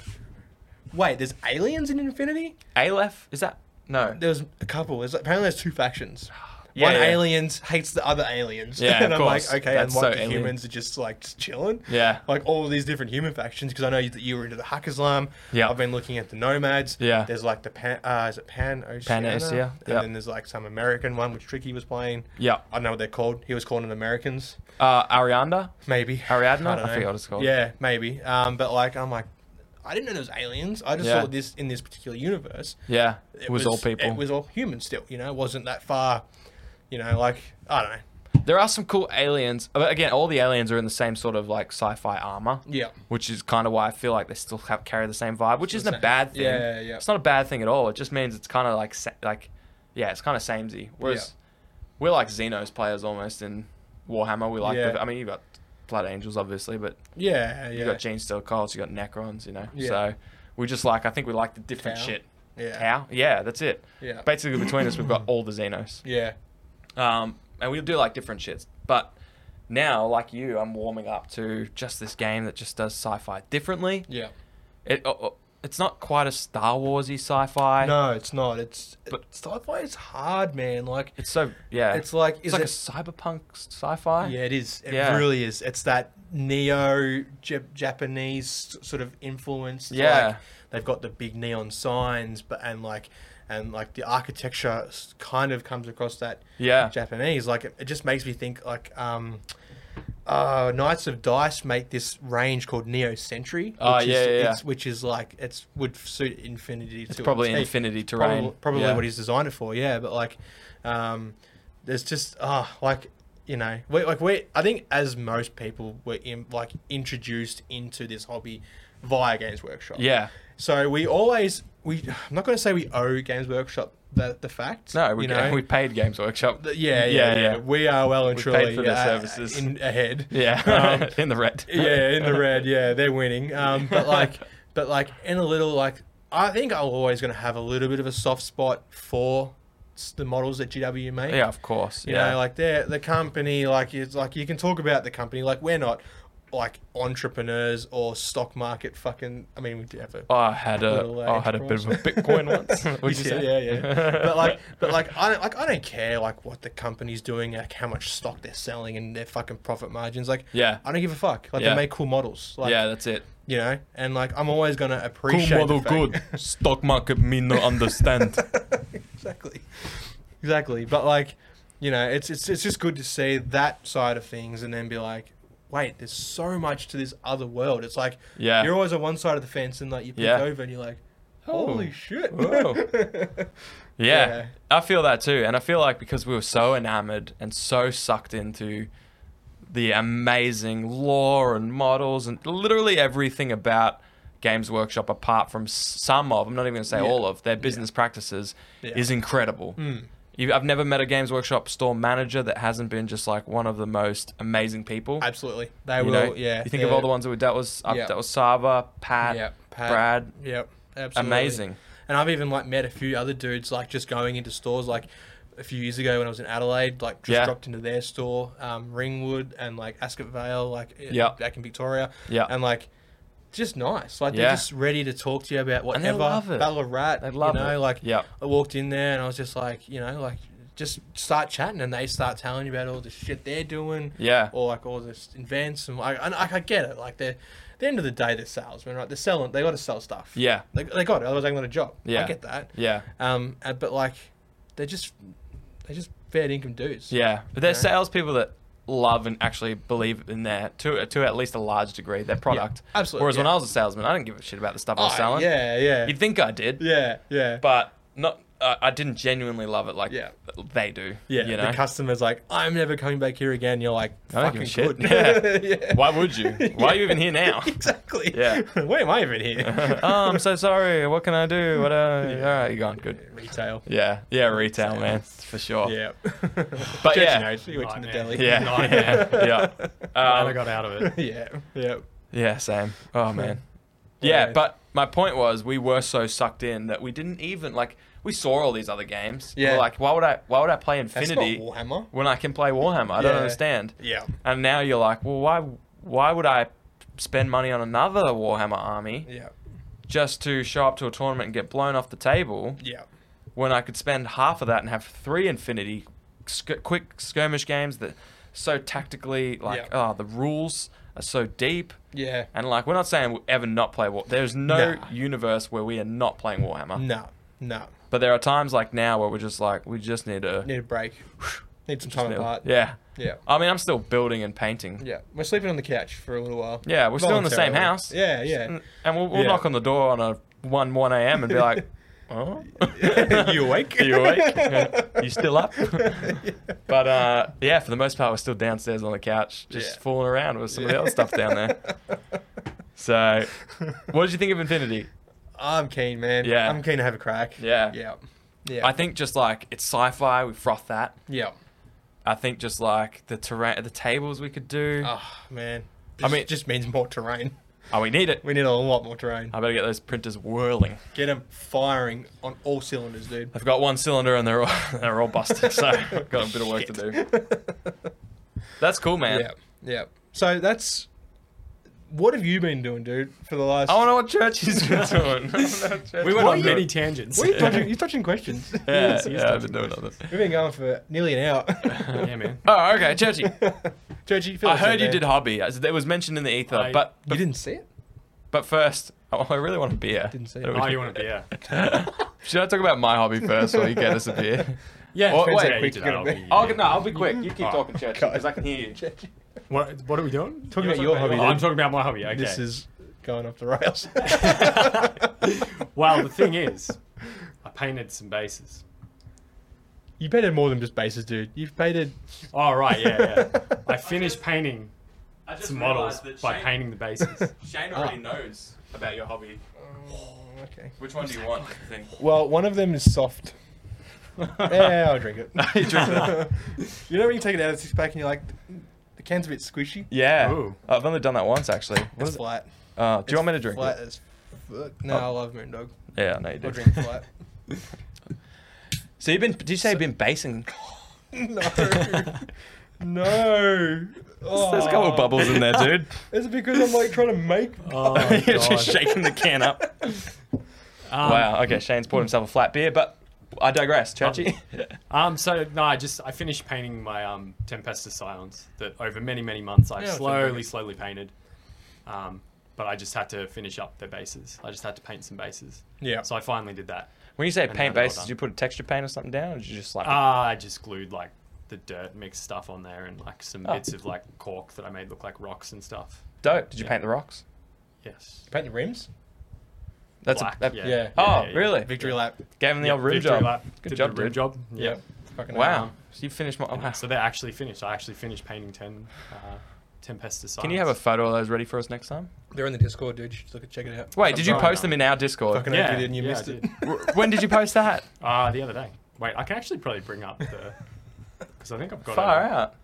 Speaker 2: wait, there's aliens in Infinity?
Speaker 3: Aleph? Is that? No.
Speaker 2: There's a couple. There's apparently there's two factions.
Speaker 3: Yeah,
Speaker 2: one
Speaker 3: yeah.
Speaker 2: alien hates the other aliens.
Speaker 3: Yeah,
Speaker 2: and
Speaker 3: of
Speaker 2: I'm
Speaker 3: course.
Speaker 2: like, okay, and
Speaker 3: That's so
Speaker 2: what the
Speaker 3: alien.
Speaker 2: humans are just like just chilling.
Speaker 3: Yeah.
Speaker 2: like all these different human factions. Because I know that you were into the Hackaslam.
Speaker 3: Yeah.
Speaker 2: I've been looking at the Nomads.
Speaker 3: Yeah.
Speaker 2: there's like the Pan. Uh, is it Pan Oceania?
Speaker 3: Pan-Oceania,
Speaker 2: And
Speaker 3: yeah.
Speaker 2: then there's like some American one which Tricky was playing.
Speaker 3: Yeah.
Speaker 2: I don't know what they're called. He was calling them Americans.
Speaker 3: Uh, Arianda.
Speaker 2: Maybe
Speaker 3: Ariadna?
Speaker 2: don't
Speaker 3: I
Speaker 2: know.
Speaker 3: forget what it's called.
Speaker 2: Yeah, maybe. Um, but like, I'm like, I didn't know there was aliens. I just
Speaker 3: Yeah.
Speaker 2: thought this in this particular universe.
Speaker 3: Yeah, it was, all people.
Speaker 2: It was all human still. You know, it wasn't that far. You know, like I don't know.
Speaker 3: There are some cool aliens. But Again, all the aliens are in the same sort of like sci-fi armor.
Speaker 2: Yeah.
Speaker 3: Which is kind of why I feel like they still have, carry the same vibe, which
Speaker 2: Still
Speaker 3: isn't
Speaker 2: the
Speaker 3: a
Speaker 2: same.
Speaker 3: bad thing.
Speaker 2: Yeah, yeah, yeah.
Speaker 3: It's not a bad thing at all. It just means it's kind of like sa- like yeah, it's kind of samey. Whereas we're like Xenos players almost in Warhammer. We like.
Speaker 2: Yeah.
Speaker 3: The, I mean, you have got Blood Angels obviously, but
Speaker 2: Yeah, yeah.
Speaker 3: you got Gene Steel Coles, you got Necrons. You know.
Speaker 2: Yeah.
Speaker 3: So we just like I think we like the different
Speaker 2: Tau.
Speaker 3: shit.
Speaker 2: yeah.
Speaker 3: How? Yeah, that's it.
Speaker 2: Yeah.
Speaker 3: Basically, between us, we've got all the Xenos.
Speaker 2: Yeah.
Speaker 3: Um, and we do like different shits. But now, like you, I'm warming up to just this game that just does sci-fi differently.
Speaker 2: Yeah.
Speaker 3: It, uh, uh, it's not quite a Star Warsy sci-fi.
Speaker 2: No, it's not. It's
Speaker 3: But-
Speaker 2: but sci-fi is hard, man. Like
Speaker 3: It's so yeah.
Speaker 2: it's like is
Speaker 3: it's like
Speaker 2: it,
Speaker 3: a cyberpunk sci-fi.
Speaker 2: Yeah, it is. It
Speaker 3: Yeah.
Speaker 2: really is. It's that neo Jap- Japanese s- sort of influence. It's
Speaker 3: Yeah.
Speaker 2: like they've got the big neon signs, but and like and like the architecture s- kind of comes across that
Speaker 3: Yeah.
Speaker 2: Japanese. Like it, it just makes me think like um, uh, Knights of Dice make this range called Neo Century.
Speaker 3: Oh,
Speaker 2: which
Speaker 3: yeah,
Speaker 2: is,
Speaker 3: yeah, yeah.
Speaker 2: it's- which is like it's would suit Infinity.
Speaker 3: It's
Speaker 2: to
Speaker 3: probably
Speaker 2: T.
Speaker 3: Infinity
Speaker 2: Probably-
Speaker 3: Terrain.
Speaker 2: Probably, what
Speaker 3: Yeah.
Speaker 2: he's designed it for, yeah. But like, um, there's just ah, like you know, we like we I think as most people were in, like introduced into this hobby via Games Workshop.
Speaker 3: Yeah.
Speaker 2: So we always we I'm not going to say we owe Games Workshop the the fact.
Speaker 3: No, we
Speaker 2: you know.
Speaker 3: we paid Games Workshop.
Speaker 2: Th- yeah, yeah, yeah, We are well and
Speaker 3: We
Speaker 2: truly
Speaker 3: paid for their
Speaker 2: uh,
Speaker 3: services.
Speaker 2: in, ahead.
Speaker 3: Yeah.
Speaker 2: Um,
Speaker 3: in the red.
Speaker 2: yeah, in the red. Yeah, they're winning. Um, but like, but like in a little like, I think I'm always going to have a little bit of a soft spot for s- the models that GW make.
Speaker 3: Yeah, of course.
Speaker 2: you
Speaker 3: yeah.
Speaker 2: know, like they're the company. Like it's like you can talk about the company. Like we're not like entrepreneurs or stock market fucking. I mean, we do have a
Speaker 3: I had a
Speaker 2: Little, uh,
Speaker 3: I had a bit of a Bitcoin once. Would Oh, you
Speaker 2: yeah,
Speaker 3: say?
Speaker 2: yeah, yeah. but like, but like, I don't like. I don't care like what the company's doing, like how much stock they're selling and their fucking profit margins. Like,
Speaker 3: Yeah.
Speaker 2: I don't give a fuck. Like,
Speaker 3: Yeah.
Speaker 2: they make cool models. Like,
Speaker 3: yeah, that's it.
Speaker 2: you know, and like, I'm always gonna appreciate. the fact-
Speaker 3: Stock market me no understand.
Speaker 2: exactly, exactly. But like, you know, it's it's it's just good to see that side of things, and then be like. Wait, there's so much to this other world. It's like
Speaker 3: Yeah.
Speaker 2: you're always on one side of the fence, and like you pick
Speaker 3: Yeah. Oh.
Speaker 2: over, and you're like, "Holy shit!"
Speaker 3: Whoa. Yeah,
Speaker 2: Yeah.
Speaker 3: I feel that too, and I feel like because we were so enamored and so sucked into the amazing lore and models and literally everything about Games Workshop, apart from some of, I'm not even going to say
Speaker 2: Yeah.
Speaker 3: all of their business practices,
Speaker 2: Yeah. Hmm.
Speaker 3: is incredible. You, I've never met a Games Workshop store manager that hasn't been just like one of the most amazing people.
Speaker 2: Absolutely, they
Speaker 3: you
Speaker 2: will.
Speaker 3: know?
Speaker 2: yeah,
Speaker 3: You think of all the
Speaker 2: they're-
Speaker 3: ones that were that was up
Speaker 2: Yeah.
Speaker 3: that was uh, Sava, Pat,
Speaker 2: Yeah, Pat.
Speaker 3: Brad,
Speaker 2: Yep, absolutely.
Speaker 3: amazing.
Speaker 2: And I've even like met a few other dudes like just going into stores like a few years ago when I was in Adelaide, like just
Speaker 3: Yeah.
Speaker 2: dropped into their store, um, Ringwood and like Ascot Vale, like i-
Speaker 3: Yeah.
Speaker 2: back in Victoria.
Speaker 3: Yeah.
Speaker 2: And like just nice. Like
Speaker 3: Yeah.
Speaker 2: they're just ready to talk to you about whatever.
Speaker 3: they love it.
Speaker 2: Ballarat.
Speaker 3: They love
Speaker 2: you know,
Speaker 3: it.
Speaker 2: like
Speaker 3: Yeah.
Speaker 2: I walked in there and I was just like, you know, like just start chatting and they start telling you about all the shit they're doing
Speaker 3: Yeah.
Speaker 2: or like all this events and I, and I, I get it like they're at the end of the day they're salesmen right they're selling they got to sell stuff
Speaker 3: Yeah.
Speaker 2: they, they got it otherwise they ain't got a job
Speaker 3: Yeah.
Speaker 2: I get that
Speaker 3: Yeah.
Speaker 2: um uh, but like they're just they're just fair income dudes
Speaker 3: Yeah, but they're
Speaker 2: Yeah.
Speaker 3: salespeople that love and actually believe in their to to at least a large degree their product.
Speaker 2: absolutely,
Speaker 3: Whereas when
Speaker 2: yeah.
Speaker 3: I was a salesman, I didn't give a shit about the stuff I was
Speaker 2: Oh,
Speaker 3: selling.
Speaker 2: yeah yeah
Speaker 3: You'd think I did,
Speaker 2: yeah yeah
Speaker 3: but not. Uh, I didn't genuinely love it like
Speaker 2: Yeah.
Speaker 3: they do.
Speaker 2: yeah
Speaker 3: you know.
Speaker 2: the customer's like I'm never coming back here again you're like
Speaker 3: I don't
Speaker 2: fucking
Speaker 3: give a
Speaker 2: good
Speaker 3: shit.
Speaker 2: Yeah.
Speaker 3: Why would you? Why are you even here now?
Speaker 2: exactly
Speaker 3: Yeah.
Speaker 2: why am I even here
Speaker 3: oh, I'm so sorry. What can I do? What? Uh, All right, you're gone. Good.
Speaker 2: retail
Speaker 3: Yeah, yeah, retail man for sure. Um,
Speaker 2: yeah
Speaker 3: But
Speaker 2: Don't Oh. you
Speaker 3: yeah.
Speaker 2: know, she works in the
Speaker 4: Nightmare.
Speaker 2: deli
Speaker 3: yeah, yeah, yeah.
Speaker 4: Glad I
Speaker 3: Um,
Speaker 4: got out of it.
Speaker 2: yeah yeah
Speaker 3: Yeah, same. Oh man. Yeah,
Speaker 2: Yeah.
Speaker 3: but my point was we were so sucked in that we didn't even like we saw all these other games. Yeah.
Speaker 2: Yeah.
Speaker 3: We're like, why would I why would I play
Speaker 2: that's
Speaker 3: Infinity
Speaker 2: not Warhammer
Speaker 3: when I can play Warhammer? I don't
Speaker 2: Yeah.
Speaker 3: understand.
Speaker 2: yeah
Speaker 3: And now you're like, well why why would I spend money on another Warhammer army
Speaker 2: yeah
Speaker 3: just to show up to a tournament and get blown off the table
Speaker 2: yeah
Speaker 3: when I could spend half of that and have three Infinity sc- quick skirmish games that so tactically like
Speaker 2: Yeah.
Speaker 3: oh the rules are so deep.
Speaker 2: Yeah.
Speaker 3: And like we're not saying we'll ever not play War. There's no
Speaker 2: Nah.
Speaker 3: universe where we are not playing Warhammer.
Speaker 2: No. No.
Speaker 3: But there are times like now where we're just like we just need to
Speaker 2: Need a break. Need some time apart.
Speaker 3: Yeah.
Speaker 2: Yeah.
Speaker 3: I mean, I'm still building and painting.
Speaker 2: Yeah. We're sleeping on the couch for a little while.
Speaker 3: Yeah, we're still in the same
Speaker 2: Voluntarily.
Speaker 3: house.
Speaker 2: Yeah. Yeah.
Speaker 3: And, and we'll, we'll
Speaker 2: Yeah.
Speaker 3: knock on the door on a 1 1 a.m. and be like, oh?
Speaker 2: you awake?
Speaker 3: Are you awake? you still up? but uh, yeah, for the most part, we're still downstairs on the couch, just
Speaker 2: Yeah.
Speaker 3: fooling around with some of the other stuff down there. So, what did you think of Infinity?
Speaker 2: I'm keen, man.
Speaker 3: Yeah.
Speaker 2: I'm keen to have a crack.
Speaker 3: Yeah.
Speaker 2: Yeah. Yeah.
Speaker 3: I think just like it's sci fi, we froth that.
Speaker 2: Yeah.
Speaker 3: I think just like the terrain, the tables we could do.
Speaker 2: Oh man.
Speaker 3: I mean-
Speaker 2: it just means more terrain.
Speaker 3: Oh, we need it.
Speaker 2: We need a lot more terrain.
Speaker 3: I better get those printers whirling.
Speaker 2: Get them firing on all cylinders, dude.
Speaker 3: I've got one cylinder and they're all, they're all busted, so I've got a bit of work to do. That's cool, man.
Speaker 2: Yeah, yeah. So that's what have you been doing, dude, for the last?
Speaker 3: I want to know what church he's been doing. we
Speaker 4: We
Speaker 2: What
Speaker 4: went on
Speaker 2: are you-
Speaker 4: many tangents.
Speaker 2: What are you touching? You're touching questions.
Speaker 3: Yeah,
Speaker 4: He's- he's
Speaker 3: yeah I've been
Speaker 4: touching
Speaker 3: doing other.
Speaker 2: We've been going for nearly an hour.
Speaker 4: yeah, man.
Speaker 3: Oh, okay, churchy.
Speaker 2: Churchy, fill
Speaker 3: I
Speaker 2: us in,
Speaker 3: heard you
Speaker 2: man.
Speaker 3: did hobby. As It was mentioned in the ether,
Speaker 4: I-
Speaker 3: but
Speaker 2: You didn't see it.
Speaker 3: but first, oh, I really want a beer.
Speaker 2: Didn't see it.
Speaker 4: Oh, you want a beer?
Speaker 3: Should I talk about my hobby first, or you get us a beer?
Speaker 4: Yeah,
Speaker 3: Or-
Speaker 4: depends
Speaker 3: wait,
Speaker 4: how
Speaker 2: quick,
Speaker 4: you do
Speaker 2: Oh, you gotta
Speaker 4: that. I'll
Speaker 2: be-
Speaker 4: be-
Speaker 3: I'll get, no, I'll be quick. You keep
Speaker 4: Oh,
Speaker 3: talking, churchy, because I can hear you.
Speaker 4: What, what are we doing?
Speaker 2: Talking
Speaker 4: You're
Speaker 2: about your hobby,
Speaker 4: Oh, I'm
Speaker 2: dude.
Speaker 4: talking about my hobby. Okay.
Speaker 2: This is going off the rails.
Speaker 4: Well, the thing is, I painted some bases.
Speaker 2: you painted more than just bases, dude. You've painted.
Speaker 4: Oh, right, yeah, yeah. I finished painting
Speaker 3: I just
Speaker 4: some models by painting the bases.
Speaker 3: Shane already knows about your hobby.
Speaker 2: Oh, Okay.
Speaker 3: Which one do you want? Thing?
Speaker 2: Well, one of them is soft. yeah, I'll drink it.
Speaker 3: you drink that.
Speaker 2: you know when you take it out of the six pack and you're like, the can's a bit squishy.
Speaker 3: Yeah,
Speaker 4: Ooh.
Speaker 3: I've only done that once actually. What
Speaker 2: It's
Speaker 3: is it?
Speaker 2: flat.
Speaker 3: Uh, do you want me to drink?
Speaker 2: Flat
Speaker 3: It? Oh.
Speaker 2: as fuck. No, I love Moondog.
Speaker 3: Yeah, no, you
Speaker 2: I'll
Speaker 3: do.
Speaker 2: drink flat.
Speaker 3: So you've been? Did you say you've been basing?
Speaker 2: No. no. Oh.
Speaker 3: There's a couple of bubbles in there, dude.
Speaker 2: Is it because I'm like trying to make?
Speaker 4: Oh,
Speaker 3: You're
Speaker 4: God.
Speaker 3: just shaking the can up.
Speaker 4: Um,
Speaker 3: wow. Okay, Shane's poured himself a flat beer, but I digress. Chachi.
Speaker 4: Um, so no, I just I finished painting my um Tempest of Silence that over many many months I've
Speaker 2: Yeah, it's
Speaker 4: slowly
Speaker 2: okay.
Speaker 4: slowly painted, um, but I just had to finish up the bases. I just had to paint some bases.
Speaker 2: Yeah.
Speaker 4: So I finally did that.
Speaker 3: when you say
Speaker 4: now
Speaker 3: paint
Speaker 4: they're all
Speaker 3: bases,
Speaker 4: done.
Speaker 3: did you put a texture paint or something down, or did you just like?
Speaker 4: Uh, I just glued like the dirt mix stuff on there and like some
Speaker 3: Oh.
Speaker 4: bits of like cork that I made look like rocks and stuff.
Speaker 3: dope. Did you
Speaker 4: yeah.
Speaker 3: paint the rocks?
Speaker 4: Yes.
Speaker 2: Paint the rims.
Speaker 3: That's
Speaker 4: Black,
Speaker 3: a. That,
Speaker 4: yeah.
Speaker 2: yeah.
Speaker 3: Oh,
Speaker 4: yeah, yeah.
Speaker 3: really?
Speaker 2: Victory lap.
Speaker 3: Gave him the
Speaker 4: Yeah,
Speaker 3: old room
Speaker 4: victory
Speaker 3: job.
Speaker 4: lap.
Speaker 3: Good
Speaker 4: Did
Speaker 3: job,
Speaker 4: the room
Speaker 3: dude.
Speaker 4: job. Yeah.
Speaker 2: Yep. Fucking
Speaker 3: Wow.
Speaker 2: hell.
Speaker 3: So you finished my. wow.
Speaker 4: So they're actually finished. I actually finished painting ten uh, Tempest of Silence.
Speaker 3: Can you have a photo of those ready for us next time?
Speaker 2: They're in the Discord, dude. You should look at check it out.
Speaker 3: Wait, did you
Speaker 4: trying
Speaker 3: post
Speaker 4: now.
Speaker 3: them in our Discord?
Speaker 2: Fucking
Speaker 4: yeah,
Speaker 2: hope you did and you
Speaker 4: yeah,
Speaker 2: missed
Speaker 4: I
Speaker 2: it.
Speaker 4: did.
Speaker 3: when did you post that?
Speaker 4: Uh, the other day. Wait, I can actually probably bring up the. Because I think I've got
Speaker 3: Far
Speaker 4: it.
Speaker 3: out.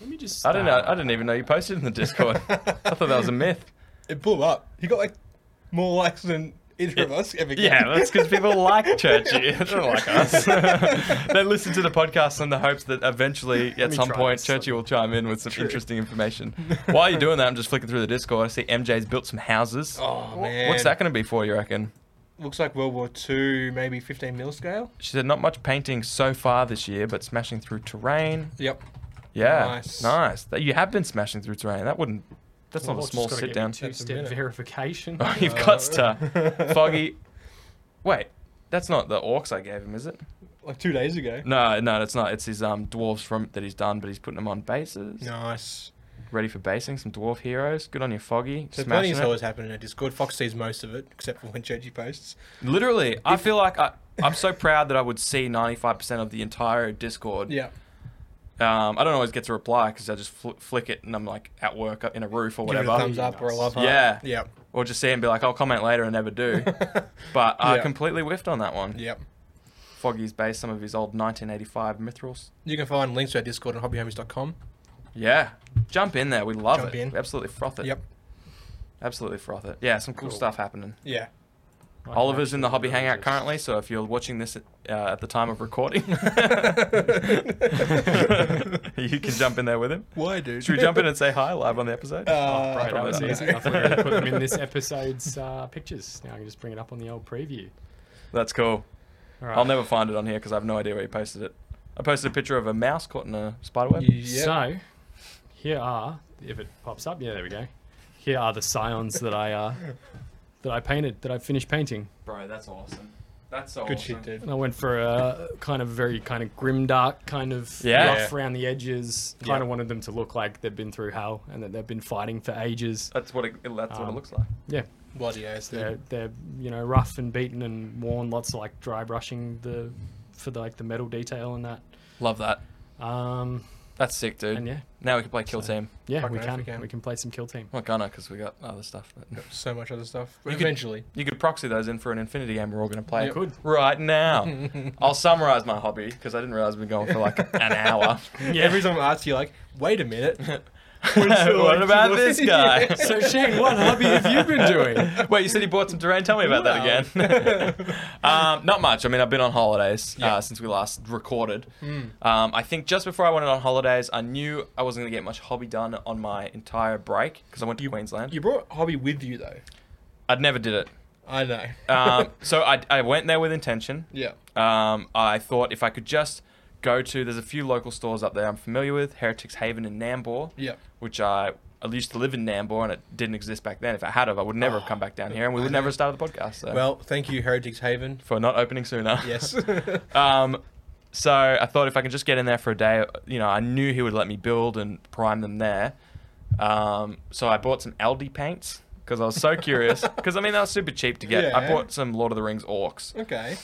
Speaker 4: Let me just.
Speaker 3: I don't know.
Speaker 4: uh,
Speaker 3: I didn't even know you posted in the Discord. I thought that was a myth.
Speaker 2: It blew up. He got like more likes than either of us ever. got.
Speaker 3: Yeah, that's because people like Churchy. They don't like us. they listen to the podcast in the hopes that eventually, at
Speaker 4: me
Speaker 3: some
Speaker 4: try
Speaker 3: point,
Speaker 4: this.
Speaker 3: Churchy will chime in with some interesting information. While you're doing that, I'm just flicking through the Discord. I see MJ's built some houses.
Speaker 2: Oh man.
Speaker 3: What's that going to be for, you reckon?
Speaker 2: Looks like World War Two, maybe 15 mil scale.
Speaker 3: She said, not much painting so far this year, but smashing through terrain.
Speaker 2: Yep.
Speaker 3: Yeah.
Speaker 2: Nice.
Speaker 3: Nice. That- You have been smashing through terrain. That wouldn't. That's
Speaker 4: well,
Speaker 3: not a
Speaker 4: I've
Speaker 3: small
Speaker 4: just gotta
Speaker 3: sit
Speaker 4: get my
Speaker 3: down.
Speaker 4: Two-step
Speaker 2: minute.
Speaker 4: verification.
Speaker 3: Oh, you've got stuff.
Speaker 2: Uh,
Speaker 3: Foggy. Wait, that's not the orcs I gave him, is it?
Speaker 2: Like two days ago.
Speaker 3: No, no, it's not. It's his um dwarves from that he's done, but he's putting them on bases.
Speaker 2: Nice.
Speaker 3: Ready for basing some dwarf heroes. Good on you, Foggy.
Speaker 2: So plenty
Speaker 3: Smashing
Speaker 2: is
Speaker 3: it.
Speaker 2: always happening in our Discord. Fox sees most of it, except for when Churchy posts.
Speaker 3: Literally, I feel like I, I'm so proud that I would see 95% of the entire Discord.
Speaker 2: Yeah.
Speaker 3: Um, I don't always get to reply because I just fl- flick it and I'm like at work uh, in a roof or
Speaker 2: Give it a
Speaker 3: whatever.
Speaker 2: thumbs up or a love heart.
Speaker 3: Yeah.
Speaker 2: Yep.
Speaker 3: Or just see and be like, I'll comment later and never do. but I
Speaker 2: Yeah.
Speaker 3: completely whiffed on that one.
Speaker 2: Yep.
Speaker 3: Foggy's based some of his old 1985 mithrils.
Speaker 2: You can find links to our Discord on hobbyhomies.com.
Speaker 3: Yeah. Jump in there. We love
Speaker 2: Jump
Speaker 3: it.
Speaker 2: in.
Speaker 3: We absolutely froth it.
Speaker 2: Yep.
Speaker 3: Absolutely froth it. Yeah, some cool,
Speaker 4: Cool.
Speaker 3: stuff happening.
Speaker 2: Yeah.
Speaker 4: I can
Speaker 3: Oliver's in the hobby
Speaker 4: actually
Speaker 3: hangout
Speaker 4: just-
Speaker 3: currently, so if you're watching this at, uh, at the time of recording, you can jump in there with him.
Speaker 2: Why, dude?
Speaker 3: Should we jump in and say hi live on the episode?
Speaker 2: Uh,
Speaker 4: Right, that
Speaker 3: Probably
Speaker 4: was
Speaker 3: not.
Speaker 4: easy. I thought I'd put them in this episode's uh, pictures. Now I can just bring it up on the old preview.
Speaker 3: That's cool.
Speaker 4: All
Speaker 3: I'll never find it on here because I have no idea where you posted it. I posted a picture of a mouse caught in a spider web.
Speaker 2: Yep.
Speaker 4: So, here are if it pops up. Yeah, there we go. Here are the scions that I uh, that I painted that I finished painting.
Speaker 3: Bro, that's awesome. That's so
Speaker 2: Good
Speaker 3: awesome.
Speaker 2: shit, dude.
Speaker 4: And I went for a kind of very kind of grim dark kind of
Speaker 3: Yeah.
Speaker 4: rough around the edges. Kind
Speaker 2: Yeah.
Speaker 4: of wanted them to look like they've been through hell and that they've been fighting for ages.
Speaker 3: That's what it, that's what it
Speaker 4: Um,
Speaker 3: looks like.
Speaker 4: Yeah,
Speaker 2: Bloody ass, dude.
Speaker 4: they're they're you know rough and beaten and worn. Lots of like dry brushing the for the, like the metal detail and that.
Speaker 3: Love that.
Speaker 4: Um,
Speaker 3: That's sick, dude.
Speaker 4: and yeah,
Speaker 3: Now we can play Kill Team.
Speaker 4: yeah,
Speaker 2: Fucking
Speaker 4: we
Speaker 2: oath we
Speaker 4: can,
Speaker 2: can.
Speaker 4: we can play some kill team.
Speaker 3: We're not gonna because we got other stuff. But
Speaker 2: So much other stuff.
Speaker 3: You could-
Speaker 2: Eventually.
Speaker 3: you could proxy those in for an Infinity game. We're all gonna play
Speaker 2: Yep.
Speaker 4: Good.
Speaker 3: right now. I'll summarize my hobby because I didn't realize we've been going for like an hour.
Speaker 4: Yeah.
Speaker 2: Every time I ask you, like, wait a minute.
Speaker 3: what about this guy?
Speaker 4: so Shane, what hobby have you been doing?
Speaker 3: Wait, you said you bought some terrain. Tell me about that again. um, not much. I mean, I've been on holidays uh, since we last recorded.
Speaker 2: Hmm.
Speaker 3: Um, I think just before I went on holidays, I knew I wasn't going to get much hobby done on my entire break because I went to Queensland.
Speaker 2: You brought hobby with you, though.
Speaker 3: I'd never did it.
Speaker 2: I know.
Speaker 3: Um, so I, I went there with intention.
Speaker 2: yeah.
Speaker 3: Um, I thought if I could just go to, there's a few local stores up there I'm familiar with, Heretics Haven in Nambour,
Speaker 2: Yeah.
Speaker 3: which I, I used to live in Nambour and it didn't exist back then. If I had have, I would never have come back down here and we would never have started the podcast. So.
Speaker 2: Well, thank you, Heretics Haven.
Speaker 3: for not opening sooner.
Speaker 2: Yes.
Speaker 3: um, so I thought if I could just get in there for a day, you know, I knew he would let me build and prime them there. Um, so I bought some Aldi paints because I was so curious. Because I mean, they were super cheap to get. I
Speaker 2: Yeah.
Speaker 3: bought some Lord of the Rings orcs,
Speaker 2: okay.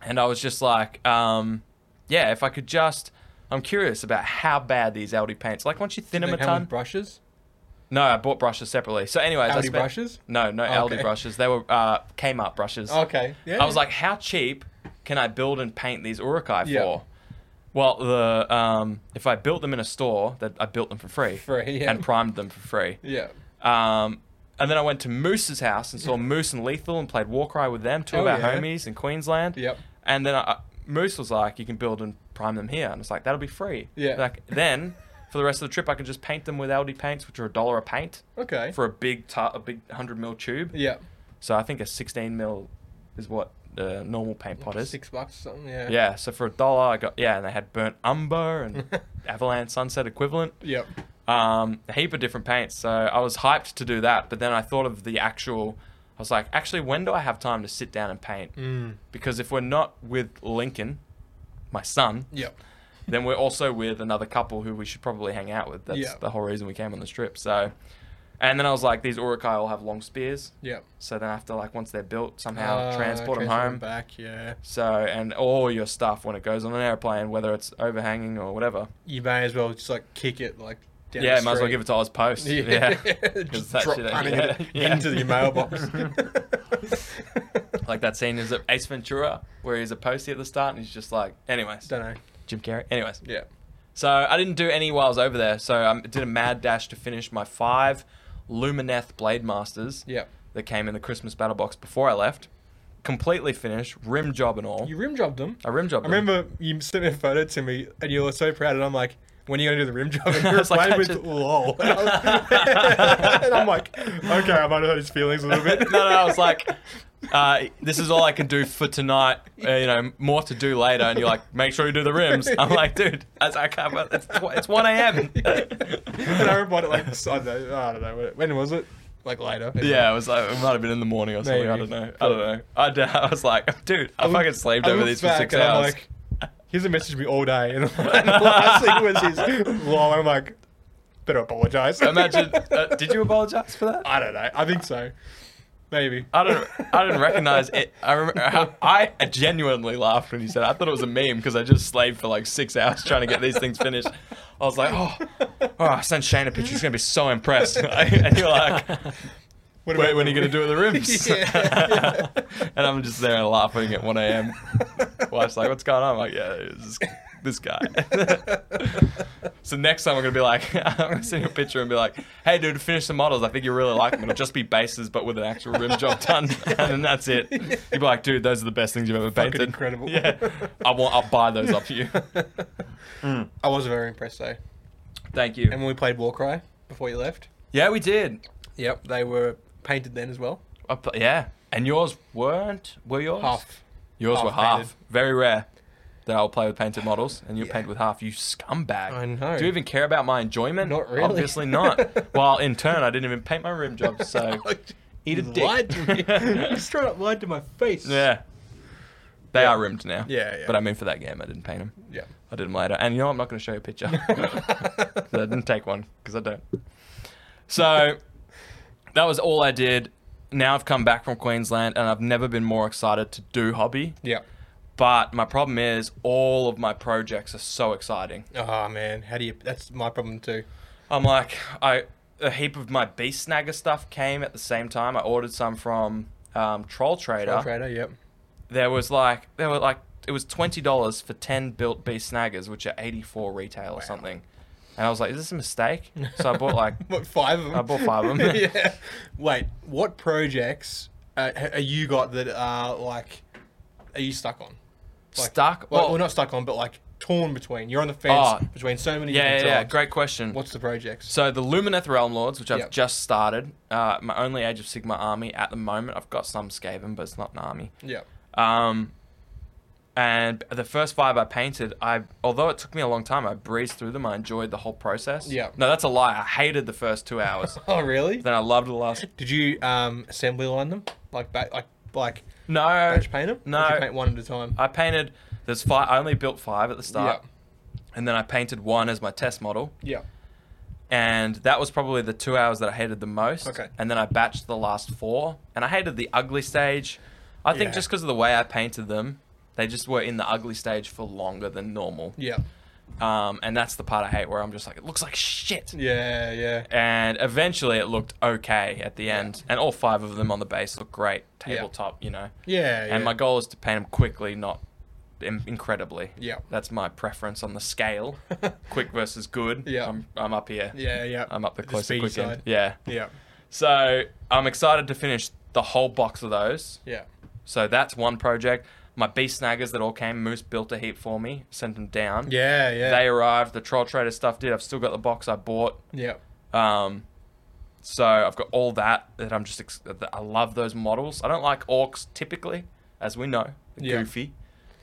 Speaker 3: and I was just like, um, yeah, if I could just. I'm curious about how bad these Aldi paints. Like once you thin them a
Speaker 2: They come with
Speaker 3: ton.
Speaker 2: brushes?
Speaker 3: no, I bought brushes separately. So, anyways, I
Speaker 2: Aldi
Speaker 3: spent-
Speaker 2: brushes? Oh,
Speaker 3: No, no Aldi
Speaker 2: Okay.
Speaker 3: brushes. They were uh, Kmart brushes.
Speaker 2: Okay. Yeah.
Speaker 3: I was like, how cheap can I build and paint these urukai
Speaker 2: Yeah.
Speaker 3: for? Well, the um, if I built them in a store, that I built them for free,
Speaker 2: Free, yeah.
Speaker 3: and primed them for free.
Speaker 2: yeah.
Speaker 3: Um, and then I went to Moose's house and saw Moose and Lethal and played Warcry with them, two of
Speaker 2: Oh,
Speaker 3: our
Speaker 2: yeah.
Speaker 3: homies in Queensland.
Speaker 2: Yep.
Speaker 3: And then I, Moose was like, "You can build and prime them here," and it's like that'll be free.
Speaker 2: Yeah.
Speaker 3: Like then, for the rest of the trip, I can just paint them with LD paints, which are a dollar a paint
Speaker 2: Okay.
Speaker 3: for a big tu- a big hundred mil tube.
Speaker 2: yeah.
Speaker 3: So I think a 16 mil is what the normal paint pot is.
Speaker 2: Six bucks or something. Yeah.
Speaker 3: Yeah, so for a dollar I got yeah, and they had burnt umber and avalanche sunset equivalent.
Speaker 2: Yep.
Speaker 3: Um, a heap of different paints. So I was hyped to do that, but then I thought of the actual I was like, actually when do I have time to sit down and paint?
Speaker 2: Mm.
Speaker 3: Because if we're not with Lincoln, my son,
Speaker 2: Yep.
Speaker 3: then we're also with another couple who we should probably hang out with. That's
Speaker 2: Yeah.
Speaker 3: the whole reason we came on this trip. So and then I was like, these Urukai all have long spears.
Speaker 2: Yep.
Speaker 3: So then I have to like once they're built, somehow
Speaker 2: Uh,
Speaker 3: transport them
Speaker 2: transport
Speaker 3: home.
Speaker 2: Back. Yeah.
Speaker 3: So and all your stuff when it goes on an airplane, whether it's overhanging or whatever.
Speaker 2: You may as well just like kick it like. Down
Speaker 3: yeah,
Speaker 2: the
Speaker 3: might as well
Speaker 2: street.
Speaker 3: give it to Oz Post. Yeah.
Speaker 2: Yeah.
Speaker 3: 'Cause
Speaker 2: Just
Speaker 3: that
Speaker 2: drop
Speaker 3: shit-
Speaker 2: punting
Speaker 3: yeah,
Speaker 2: it
Speaker 3: yeah.
Speaker 2: into your mailbox.
Speaker 3: like that scene is Ace Ventura where he's a postie at the start and he's just like, anyways,
Speaker 2: Don't know.
Speaker 3: Jim Carrey. Anyways,
Speaker 2: Yeah.
Speaker 3: so I didn't do any while I was over there. So I did a mad dash to finish my five Lumineth Blade Masters
Speaker 2: Yeah.
Speaker 3: that came in the Christmas battle box before I left. Completely finished, rim job and all.
Speaker 2: You rim jobbed them.
Speaker 3: I rim job.
Speaker 2: I remember you sent me a photo to me, and you were so proud, and I'm like, when are you going to do the rim job? And you
Speaker 3: I
Speaker 2: were
Speaker 3: was like,
Speaker 2: playing
Speaker 3: I
Speaker 2: with
Speaker 3: just-
Speaker 2: LOL. And, I was- and I'm like, okay, I might have hurt his feelings a little bit.
Speaker 3: no, no, I was like, uh, this is all I can do for tonight. Uh, you know, more to do later. And you're like, make sure you do the rims. I'm like, dude, that's, I can't. It's, tw- it's 1 a.m.
Speaker 2: and I replied it like, I don't know, I don't know when- when was it? Like later.
Speaker 3: Yeah, it was like it might have been in the morning or something. I
Speaker 2: Maybe.
Speaker 3: don't know. I don't know. I, d- I was like, dude, I, fucking slept
Speaker 2: I
Speaker 3: over
Speaker 2: looked
Speaker 3: these for
Speaker 2: back
Speaker 3: six
Speaker 2: and I'm
Speaker 3: hours.
Speaker 2: like, he's messaged me all day, and, and the last thing was his LOL. I'm like, better apologize.
Speaker 3: Imagine. Uh, did you apologize for that?
Speaker 2: I don't know. I think so. Maybe.
Speaker 3: I don't. I didn't recognize it. I remember. I, I genuinely laughed when you said. It. I thought it was a meme because I just slaved for like six hours trying to get these things finished. I was like, oh, oh I sent Shane a picture. He's gonna be so impressed. and you're like,
Speaker 2: What
Speaker 3: wait,
Speaker 2: about-
Speaker 3: when are you gonna do it in the rims?
Speaker 2: Yeah.
Speaker 3: and I'm just there laughing at 1 a.m. Wife's like, what's going on? I'm like, yeah, it's this, this guy. so next time I'm gonna be like, I'm gonna send you a picture and be like, hey, dude, finish the models. I think you really like them. It'll just be bases, but with an actual rim job done, and then that's it. You'd be like, dude, those are the best things you've ever
Speaker 2: Fucking
Speaker 3: painted.
Speaker 2: incredible.
Speaker 3: Yeah, I want. I'll buy those off you.
Speaker 2: I was very impressed though.
Speaker 3: Thank you.
Speaker 2: And when we played Warcry before you left,
Speaker 3: Yeah, we did.
Speaker 2: yep, they were painted then as well.
Speaker 3: I pl- yeah, and yours weren't. Were yours?
Speaker 2: Half.
Speaker 3: Yours
Speaker 2: half
Speaker 3: were half.
Speaker 2: painted.
Speaker 3: Very rare. that I'll play with painted models and you paint with half. You scumbag.
Speaker 2: I know.
Speaker 3: Do you even care about my enjoyment?
Speaker 2: Not really.
Speaker 3: Obviously not. well, in turn, I didn't even paint my rim job, so eat a
Speaker 2: You lied
Speaker 3: dick.
Speaker 2: to me. you straight up lied to my face.
Speaker 3: Yeah. They are rimmed now.
Speaker 2: Yeah, yeah.
Speaker 3: But I mean, for that game, I didn't paint them.
Speaker 2: Yeah.
Speaker 3: I did them later. And you know, what? I'm not going to show you a picture. 'Cause I didn't take one because I don't. So that was all I did. Now I've come back from Queensland and I've never been more excited to do hobby.
Speaker 2: Yeah.
Speaker 3: But my problem is all of my projects are so exciting.
Speaker 2: Oh man, how do you? That's my problem too.
Speaker 3: I'm like, I a heap of my beast snagger stuff came at the same time. I ordered some from um, Troll Trader.
Speaker 2: Trader, yep.
Speaker 3: There was like there were like it was twenty dollars for ten built beast snaggers, which are eighty four retail or something. And I was like, is this a mistake? So I bought like
Speaker 2: What five of them?
Speaker 3: I bought five of 'em.
Speaker 2: yeah. Wait, what projects uh, ha- are you got that are like? Are you stuck on? Like,
Speaker 3: stuck.
Speaker 2: Well,
Speaker 3: Well,
Speaker 2: well, not stuck on, but like torn between. You're on the fence
Speaker 3: Oh.
Speaker 2: between so many.
Speaker 3: yeah, yeah,
Speaker 2: different
Speaker 3: yeah.
Speaker 2: jobs.
Speaker 3: Great question.
Speaker 2: What's the projects?
Speaker 3: So the Lumineth Realm Lords, which I've
Speaker 2: Yep.
Speaker 3: just started, uh, my only Age of Sigma army at the moment. I've got some Skaven, but it's not an army.
Speaker 2: Yeah.
Speaker 3: Um, and the first five I painted, I although it took me a long time, I breezed through them. I enjoyed the whole process.
Speaker 2: Yeah.
Speaker 3: No, that's a lie. I hated the first two hours.
Speaker 2: Oh really?
Speaker 3: then I loved the last.
Speaker 2: Did you um assembly line them like ba- like like
Speaker 3: No.
Speaker 2: batch paint them?
Speaker 3: No.
Speaker 2: Did you paint one at a time.
Speaker 3: I painted. There's five. I only built five at the
Speaker 2: yeah.
Speaker 3: start, and then I painted one as my test model,
Speaker 2: Yeah.
Speaker 3: and that was probably the two hours that I hated the most.
Speaker 2: Okay.
Speaker 3: And then I batched the last four, and I hated the ugly stage. I think
Speaker 2: Yeah.
Speaker 3: just because of the way I painted them, they just were in the ugly stage for longer than normal.
Speaker 2: Yeah.
Speaker 3: Um, and that's the part I hate where I'm just like, it looks like shit.
Speaker 2: Yeah. Yeah.
Speaker 3: And eventually it looked okay at the end. And all five of them on the base look great, tabletop, you know.
Speaker 2: Yeah. yeah.
Speaker 3: And my goal is to paint them quickly, not in- incredibly.
Speaker 2: Yeah.
Speaker 3: That's my preference on the scale quick versus good.
Speaker 2: Yeah.
Speaker 3: I'm, I'm up here.
Speaker 2: Yeah. Yeah.
Speaker 3: I'm up the close to
Speaker 2: speedy
Speaker 3: quick end.
Speaker 2: side.
Speaker 3: Yeah.
Speaker 2: Yeah.
Speaker 3: So I'm excited to finish the whole box of those.
Speaker 2: Yeah.
Speaker 3: So that's one project. My beast snaggers that all came, Moose built a heap for me, sent them down.
Speaker 2: Yeah. Yeah.
Speaker 3: They arrived. The troll trader stuff did. I've still got the box I bought.
Speaker 2: yeah.
Speaker 3: Um, so I've got all that that I'm just. Ex- that I love those models. I don't like orcs typically, as we know, they're
Speaker 2: Yeah.
Speaker 3: goofy,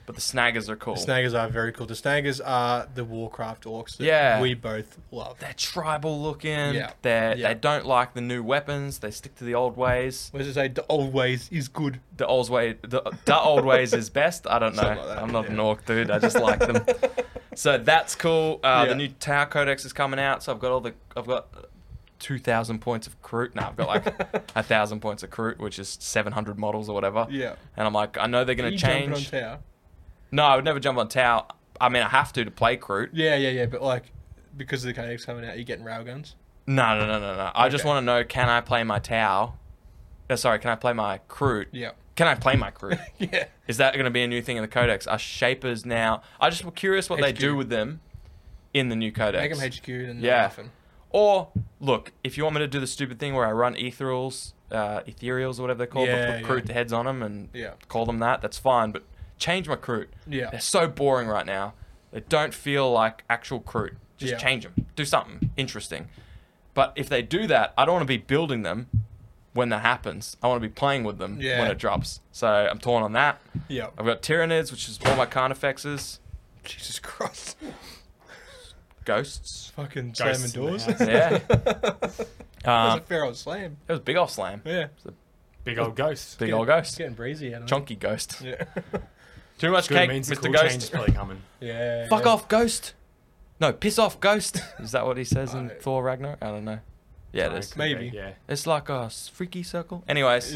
Speaker 3: but the snaggers are cool.
Speaker 2: The Snaggers are very cool. The Snaggers are the Warcraft orcs that
Speaker 3: Yeah.
Speaker 2: we both love.
Speaker 3: they're tribal looking.
Speaker 2: Yeah.
Speaker 3: They're,
Speaker 2: Yeah.
Speaker 3: They don't like the new weapons. They stick to the old ways.
Speaker 2: What does it say? The old ways is good.
Speaker 3: The old way, the, the old ways is best. I don't know.
Speaker 2: Something like that,
Speaker 3: I'm not an
Speaker 2: yeah.
Speaker 3: orc dude. I just like them. so that's cool. Uh,
Speaker 2: Yeah.
Speaker 3: The new Tower Codex is coming out, so I've got all the I've got two thousand points of Kroot. Now I've got like a thousand points of Kroot, which is seven hundred models or whatever.
Speaker 2: Yeah.
Speaker 3: And I'm like, I know they're gonna
Speaker 2: You jumping
Speaker 3: change.
Speaker 2: on tower.
Speaker 3: no, I would never jump on Tau. I mean, I have to to play Kroot.
Speaker 2: Yeah, yeah, yeah. But like, because of the codex coming out, you're getting railguns.
Speaker 3: No, no, no, no, no. I just
Speaker 2: Okay.
Speaker 3: want to know: Can I play my Tau? Uh, sorry, can I play my Kroot?
Speaker 2: Yeah.
Speaker 3: Can I play my Kroot?
Speaker 2: Yeah.
Speaker 3: Is that going to be a new thing in the codex? Are shapers now? I just were curious what they
Speaker 2: HQ.
Speaker 3: do with them in the new codex.
Speaker 2: Make them HQ and
Speaker 3: Yeah.
Speaker 2: yeah. nothing.
Speaker 3: Or look, if you want me to do the stupid thing where I run ethereals, uh, ethereals or whatever they're called,
Speaker 2: Yeah,
Speaker 3: but
Speaker 2: yeah.
Speaker 3: put crew heads on them and
Speaker 2: Yeah.
Speaker 3: call them that, that's fine. But change my crew.
Speaker 2: Yeah.
Speaker 3: they're so boring right now. They don't feel like actual crew. Just
Speaker 2: Yeah.
Speaker 3: change them. Do something interesting. But if they do that, I don't want to be building them when that happens. I want to be playing with them
Speaker 2: Yeah.
Speaker 3: when it drops. So I'm torn on that.
Speaker 2: Yeah.
Speaker 3: I've got Tyranids, which is all my Carnifexes,
Speaker 2: Jesus Christ.
Speaker 3: Ghosts.
Speaker 2: Fucking slamming
Speaker 4: Ghosts in the
Speaker 2: doors.
Speaker 4: house.
Speaker 3: Yeah.
Speaker 2: That's
Speaker 3: um,
Speaker 2: a fair old slam.
Speaker 3: it was big off slam.
Speaker 2: Ah. Yeah.
Speaker 4: Big old ghost.
Speaker 3: Big
Speaker 2: Yeah.
Speaker 3: old ghost.
Speaker 2: It's getting breezy out of
Speaker 3: Chunky ghost.
Speaker 2: Yeah.
Speaker 3: Too much
Speaker 4: Good
Speaker 3: cake,
Speaker 4: means
Speaker 3: Mr.
Speaker 4: the cool
Speaker 3: ghost.
Speaker 4: change is probably coming.
Speaker 2: yeah.
Speaker 3: Fuck
Speaker 2: yeah.
Speaker 3: off, ghost. No, piss off, ghost. Is that what he says in
Speaker 2: I-
Speaker 3: Thor Ragnarok? I don't know. Yeah, it
Speaker 4: Like,
Speaker 3: is.
Speaker 4: could be,
Speaker 2: Maybe.
Speaker 4: Yeah.
Speaker 3: It's like a s- freaky circle. Anyways,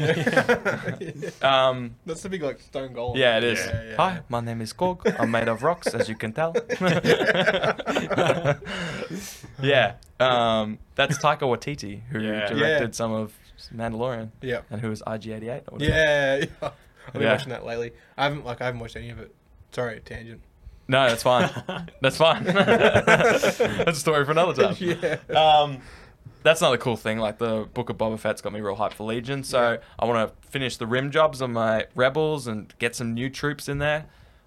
Speaker 2: Yeah.
Speaker 3: um,
Speaker 2: That's the big like stone goal.
Speaker 3: yeah, it is.
Speaker 4: Yeah,
Speaker 2: yeah.
Speaker 3: Hi, my name is Gorg. I'm made of rocks, as you can tell. yeah, um, that's Taika Waititi, who
Speaker 4: Yeah.
Speaker 3: directed some of Mandalorian,
Speaker 2: Yeah.
Speaker 3: and who was IG88. Or whatever.
Speaker 2: Yeah. yeah. I've been
Speaker 3: Yeah.
Speaker 2: watching that lately. I haven't like I haven't watched any of it. Sorry, tangent.
Speaker 3: No, that's fine. that's fine. that's a story for another time.
Speaker 2: Yeah.
Speaker 3: um, that's another cool thing. Like the Book of Boba Fett's got me real hyped for Legion, so
Speaker 2: Yeah.
Speaker 3: I want to finish the rim jobs on my rebels and get some new troops in there.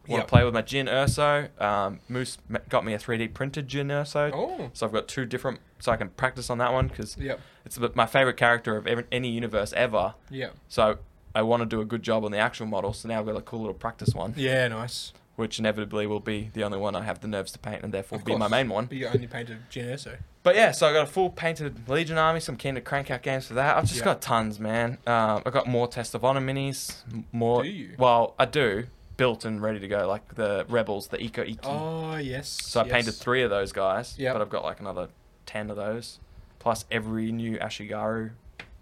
Speaker 3: I want to
Speaker 2: Yep.
Speaker 3: play with my Jin Urso. Um, Moose ma- got me a 3D printed Jin Urso,
Speaker 2: Oh.
Speaker 3: so I've got two different, so I can practice on that one because
Speaker 2: Yep.
Speaker 3: it's the- my favorite character of ever, any universe ever.
Speaker 2: Yeah.
Speaker 3: So I want to do a good job on the actual model. So now I've got a cool little practice one.
Speaker 2: Yeah, nice.
Speaker 3: which inevitably will be the only one I have the nerves to paint and therefore
Speaker 2: Of
Speaker 3: be my
Speaker 2: course.
Speaker 3: main one.
Speaker 2: But you only painted Gen Erso.
Speaker 3: But yeah, so I got a full painted Legion army, so I'm keen to crank out games for that. I've just
Speaker 2: Yeah.
Speaker 3: got tons, man. Um, I got more Test of Honor minis, m- more.
Speaker 2: Do you?
Speaker 3: Well, I do, built and ready to go, like the Rebels, the Eco Iki.
Speaker 2: Oh yes.
Speaker 3: so I painted
Speaker 2: yes.
Speaker 3: three of those guys,
Speaker 2: Yep.
Speaker 3: but I've got like another ten of those, plus every new Ashigaru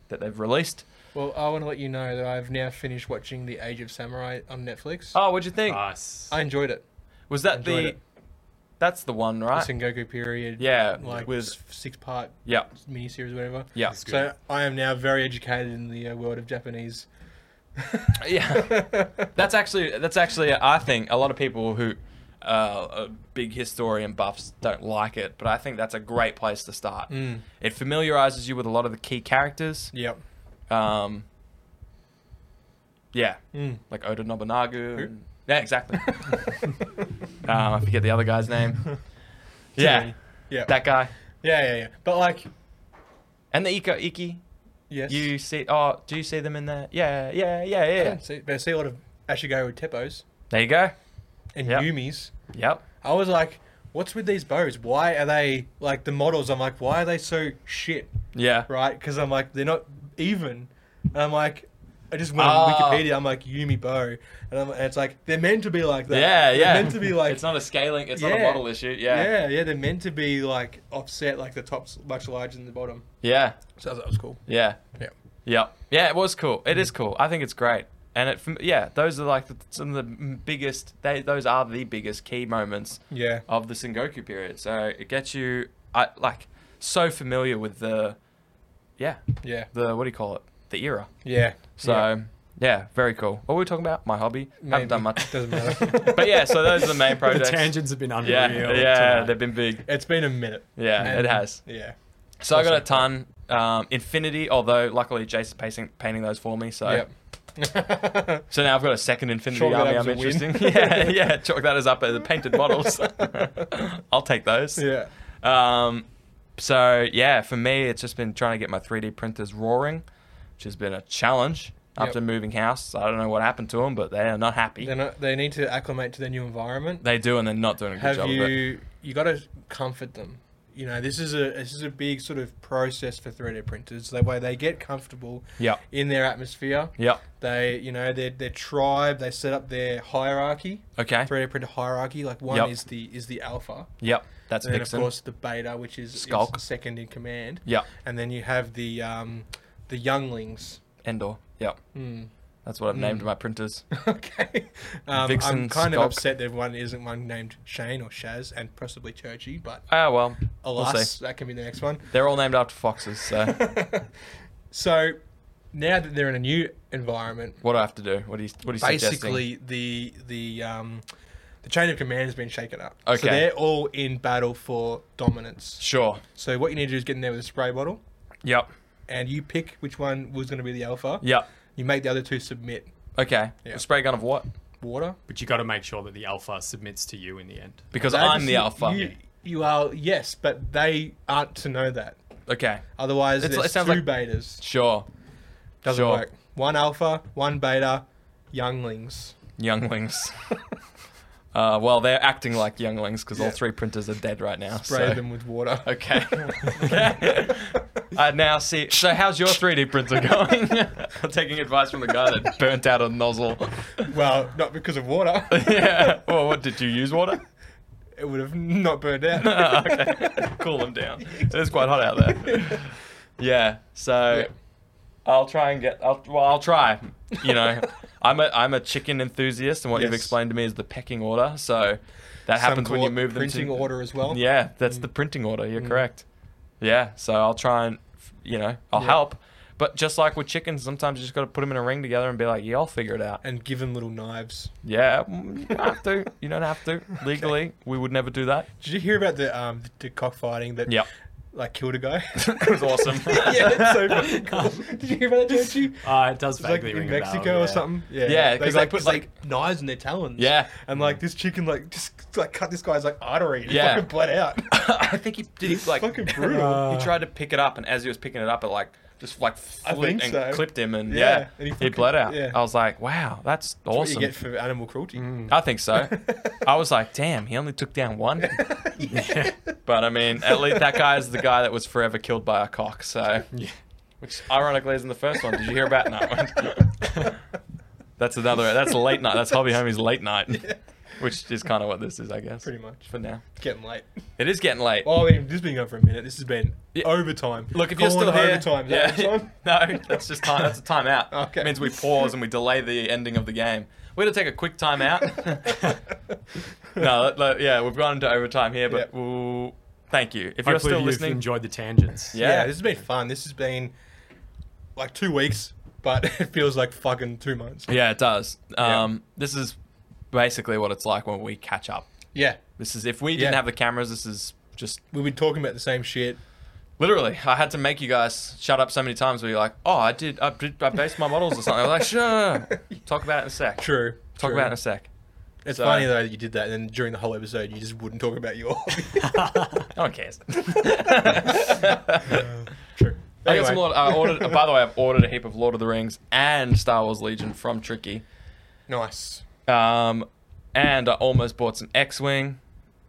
Speaker 3: that they've released.
Speaker 2: Well, I want to let you know that I've now finished watching The Age of Samurai on Netflix.
Speaker 3: Oh, what'd you think?
Speaker 4: Nice.
Speaker 2: I enjoyed it.
Speaker 3: Was that
Speaker 2: Ah, enjoyed
Speaker 3: the?
Speaker 2: it.
Speaker 3: That's the one,
Speaker 2: The
Speaker 3: right?
Speaker 2: Sengoku period.
Speaker 3: Yeah,
Speaker 2: Like
Speaker 3: with-
Speaker 2: s- six-part
Speaker 3: Yeah,
Speaker 2: miniseries, whatever.
Speaker 3: yeah,
Speaker 4: It's
Speaker 2: So
Speaker 4: good.
Speaker 2: I am now very educated in the uh, world of Japanese.
Speaker 3: yeah. that's actually that's actually I think a lot of people who uh, are big historian buffs don't like it, but I think that's a great place to start.
Speaker 2: Mm.
Speaker 3: It familiarizes you with a lot of the key characters.
Speaker 2: Yep.
Speaker 3: Um, yeah,
Speaker 2: Mm.
Speaker 3: like Oda Nobunaga. And, yeah, exactly. um, I forget the other guy's name. Yeah,
Speaker 2: Yeah.
Speaker 3: that guy
Speaker 2: yeah. Yeah. Yeah. But like,
Speaker 3: and the Iko Iki.
Speaker 2: yes.
Speaker 3: You see? Oh, do you see them in there? Yeah, yeah, yeah,
Speaker 2: I
Speaker 3: yeah.
Speaker 2: don't see, but I see a lot of Ashigaru Teppos
Speaker 3: There you go.
Speaker 2: and
Speaker 3: Yep.
Speaker 2: Yumis.
Speaker 3: Yep.
Speaker 2: I was like, what's with these bows? Why are they like the models? I'm like, why are they so shit?
Speaker 3: Yeah.
Speaker 2: Right? Because I'm like, they're not even. And I'm like, I just went on
Speaker 3: Ah.
Speaker 2: Wikipedia. I'm like Yumi bow, and, I'm, and it's like they're meant to be like that.
Speaker 3: Yeah, yeah.
Speaker 2: They're meant to be like
Speaker 3: it's not a scaling. It's not a
Speaker 2: Yeah.
Speaker 3: model issue. Yeah.
Speaker 2: yeah, yeah. They're meant to be like offset, like the top's much larger than the bottom.
Speaker 3: Yeah.
Speaker 2: So that was cool.
Speaker 3: Yeah.
Speaker 2: Yeah.
Speaker 3: Yeah. Yeah. It was cool. It
Speaker 2: Mm.
Speaker 3: is cool. I think it's great. And it, fam- yeah, those are like the, some of the m- biggest. They, those are the biggest key moments
Speaker 2: Yeah.
Speaker 3: of the Sengoku period. So it gets you, I like, so familiar with the, yeah,
Speaker 2: Yeah.
Speaker 3: the what do you call it? The era.
Speaker 2: Yeah.
Speaker 3: So
Speaker 2: Yeah.
Speaker 3: yeah, very cool. What were we talking about? My hobby. Haven't done
Speaker 2: Maybe.
Speaker 3: much.
Speaker 2: Doesn't matter.
Speaker 3: But yeah, so those are the main
Speaker 4: the
Speaker 3: projects.
Speaker 4: tangents have been unreal.
Speaker 3: yeah, yeah,
Speaker 4: tonight.
Speaker 3: they've been big.
Speaker 2: it's been a minute.
Speaker 3: Yeah,
Speaker 2: And-
Speaker 3: it has.
Speaker 2: Yeah.
Speaker 3: So I got a
Speaker 2: Awesome.
Speaker 3: ton. Um, Infinity, although luckily Jason pacing, painting those for me, so
Speaker 2: Yep.
Speaker 3: so now I've got a second Infinity
Speaker 2: Chalk that
Speaker 3: army.
Speaker 2: up
Speaker 3: I'm
Speaker 2: as a win.
Speaker 3: interesting. yeah, yeah. Chalk that as up as the painted models. I'll take those.
Speaker 2: yeah.
Speaker 3: Um, so yeah, for me, it's just been trying to get my 3D printers roaring, which has been a challenge
Speaker 2: Yep.
Speaker 3: after moving house. I don't know what happened to them, but they are not happy.
Speaker 2: They're not, they need to acclimate to their new environment.
Speaker 3: They do, and they're not doing a good
Speaker 2: Have
Speaker 3: job of it.
Speaker 2: you you got to comfort them? You know, this is a this is a big sort of process for 3D printers. That way, they get comfortable
Speaker 3: Yep.
Speaker 2: in their atmosphere.
Speaker 3: Yep.
Speaker 2: They, you know, their their tribe. They set up their hierarchy,
Speaker 3: Okay.
Speaker 2: 3D printer hierarchy. Like one
Speaker 3: Yep.
Speaker 2: is the is the alpha,
Speaker 3: Yep. That's
Speaker 2: and then
Speaker 3: Nixon.
Speaker 2: of course the beta, which is is
Speaker 3: Skulk.
Speaker 2: second in command.
Speaker 3: Yep.
Speaker 2: And then you have the um, the younglings.
Speaker 3: Endor. Yep.
Speaker 2: Hmm.
Speaker 3: That's what I've named my printers.
Speaker 2: okay. Um, I'm
Speaker 3: Vixen,
Speaker 2: kind of
Speaker 3: Skulk.
Speaker 2: upset that one isn't one named Shane or Shaz and possibly Churchy, but
Speaker 3: Ah, well.
Speaker 2: alas,
Speaker 3: We'll see.
Speaker 2: that can be the next one.
Speaker 3: They're all named after foxes, so
Speaker 2: So now that they're in a new environment,
Speaker 3: what do I have to do? What do you what do you suggesting?
Speaker 2: basically the the um, the chain of command has been shaken up. So
Speaker 3: Okay.
Speaker 2: they're all in battle for dominance.
Speaker 3: Sure.
Speaker 2: So what you need to do is get in there with a spray bottle,
Speaker 3: Yep.
Speaker 2: and you pick which one was going to be the alpha.
Speaker 3: Yep.
Speaker 2: You make the other two submit
Speaker 3: Okay.
Speaker 2: Yeah.
Speaker 3: A spray gun of what?
Speaker 2: water
Speaker 4: But you got to make sure that the alpha submits to you in the end.
Speaker 3: Because
Speaker 2: That
Speaker 3: I'm
Speaker 2: is-
Speaker 3: the alpha.
Speaker 2: You, you are yes, but they aren't to know that.
Speaker 3: Okay.
Speaker 2: Otherwise,
Speaker 3: It's-
Speaker 2: there's
Speaker 3: it sounds
Speaker 2: two
Speaker 3: like-
Speaker 2: betas.
Speaker 3: Sure.
Speaker 2: Doesn't
Speaker 3: sure.
Speaker 2: work. One alpha, one beta, younglings.
Speaker 3: Younglings. uh, well, they're acting like younglings because
Speaker 2: Yeah.
Speaker 3: all three printers are dead right now.
Speaker 2: Spray
Speaker 3: so-
Speaker 2: them with water.
Speaker 3: Okay. okay. I Uh, now see. So, how's your 3D printer going? I'm taking advice from the guy that burnt out a nozzle.
Speaker 2: Well, not because of water.
Speaker 3: yeah. Well, what did you use water?
Speaker 2: it would have not burned out.
Speaker 3: Ah, okay. Cool them down. It's quite hot out there. Yeah. So
Speaker 2: Yeah.
Speaker 3: I'll try and get. I'll, well, I'll try. You know, I'm a I'm a chicken enthusiast, and what you've
Speaker 2: Yes.
Speaker 3: explained to me is the pecking order. So that happens when you move them
Speaker 2: printing
Speaker 3: to
Speaker 2: order Mm. as well.
Speaker 3: Yeah, that's the printing order. You're correct. Yeah. So I'll try and f- you know I'll
Speaker 2: Yeah.
Speaker 3: help. But just like with chickens, sometimes you just got to put them in a ring together and be like, "Yeah, I'll figure it out."
Speaker 2: And give them little knives.
Speaker 3: Yeah, mm, you don't have to. You don't have to. Legally, we would never do that.
Speaker 2: Did you hear about the um the, the cockfighting that
Speaker 3: Yep.
Speaker 2: like killed a guy?
Speaker 3: It was awesome.
Speaker 2: yeah, it's so fucking cool. Did you hear about that, Georgie?
Speaker 4: Uh, it does
Speaker 2: It's like
Speaker 4: vaguely ring
Speaker 2: in
Speaker 4: a bell,
Speaker 2: Mexico
Speaker 4: yeah.
Speaker 2: or something.
Speaker 3: Yeah,
Speaker 2: they,
Speaker 3: 'cause
Speaker 2: like,
Speaker 3: they put,
Speaker 2: put like, knives in their talons.
Speaker 3: Yeah.
Speaker 2: and like this chicken like just like cut this guy's like artery. And yeah,
Speaker 3: Yeah.
Speaker 2: fucking bled out.
Speaker 3: I think he did. He, like
Speaker 2: fucking brutal.
Speaker 3: he tried to pick it up, and as he was picking it up, it like just like
Speaker 2: I
Speaker 3: flipped
Speaker 2: think
Speaker 3: and
Speaker 2: so.
Speaker 3: clipped him, and
Speaker 2: Yeah,
Speaker 3: yeah,
Speaker 2: and he
Speaker 3: he,
Speaker 2: fucking-
Speaker 3: bled out.
Speaker 2: yeah.
Speaker 3: I was like, wow, that's
Speaker 2: What you
Speaker 3: awesome.
Speaker 2: get for animal cruelty.
Speaker 3: I think so. I was like, damn, he only took down one. But I mean, at least that guy is the guy that was forever killed by a cock. So, which ironically is in the first one. Did you hear about that one? that's another. That's late night. That's hobby homie's late night, which is kind of what this is, I guess.
Speaker 2: Pretty much.
Speaker 3: for now.
Speaker 2: It's getting late.
Speaker 3: It is getting late.
Speaker 2: Well, I mean, Oh, this has been going for a minute. This has been
Speaker 3: Yeah.
Speaker 2: overtime.
Speaker 3: Look, if you're
Speaker 2: Calling
Speaker 3: still here,
Speaker 2: overtime. Is that overtime?
Speaker 3: no, that's just time. That's a timeout.
Speaker 2: Okay.
Speaker 3: It means we pause and we delay the ending of the game. We're gonna take a quick timeout. no, let- let- yeah, we've gone into overtime here, but
Speaker 2: Yeah.
Speaker 3: we'll, thank you. If you're
Speaker 4: Hopefully,
Speaker 3: still
Speaker 4: you've
Speaker 3: listening,
Speaker 4: enjoyed the tangents.
Speaker 3: yeah,
Speaker 2: yeah. this has been fun. This has been like two weeks, but it feels like fucking two months.
Speaker 3: yeah, it does. Um, This is basically what it's like when we catch up.
Speaker 2: Yeah,
Speaker 3: This is if we didn't
Speaker 2: Yeah.
Speaker 3: have the cameras, this is just
Speaker 2: we've been talking about the same shit.
Speaker 3: Literally, I had to make you guys shut up so many times. Where you're like, "Oh, I did, I, did, I based my models or something." I was like, "Sure, talk about it in a sec."
Speaker 2: True.
Speaker 3: Talk
Speaker 2: true.
Speaker 3: about it in a sec.
Speaker 2: It's
Speaker 3: So-
Speaker 2: funny though that you did that, and then during the whole episode, you just wouldn't talk about your.
Speaker 3: No one cares.
Speaker 2: True.
Speaker 3: I got
Speaker 2: Anyway.
Speaker 3: some Lord, I ordered, uh, by the way, I've ordered a heap of Lord of the Rings and Star Wars Legion from Tricky.
Speaker 2: Nice.
Speaker 3: Um, and I almost bought some X Wing,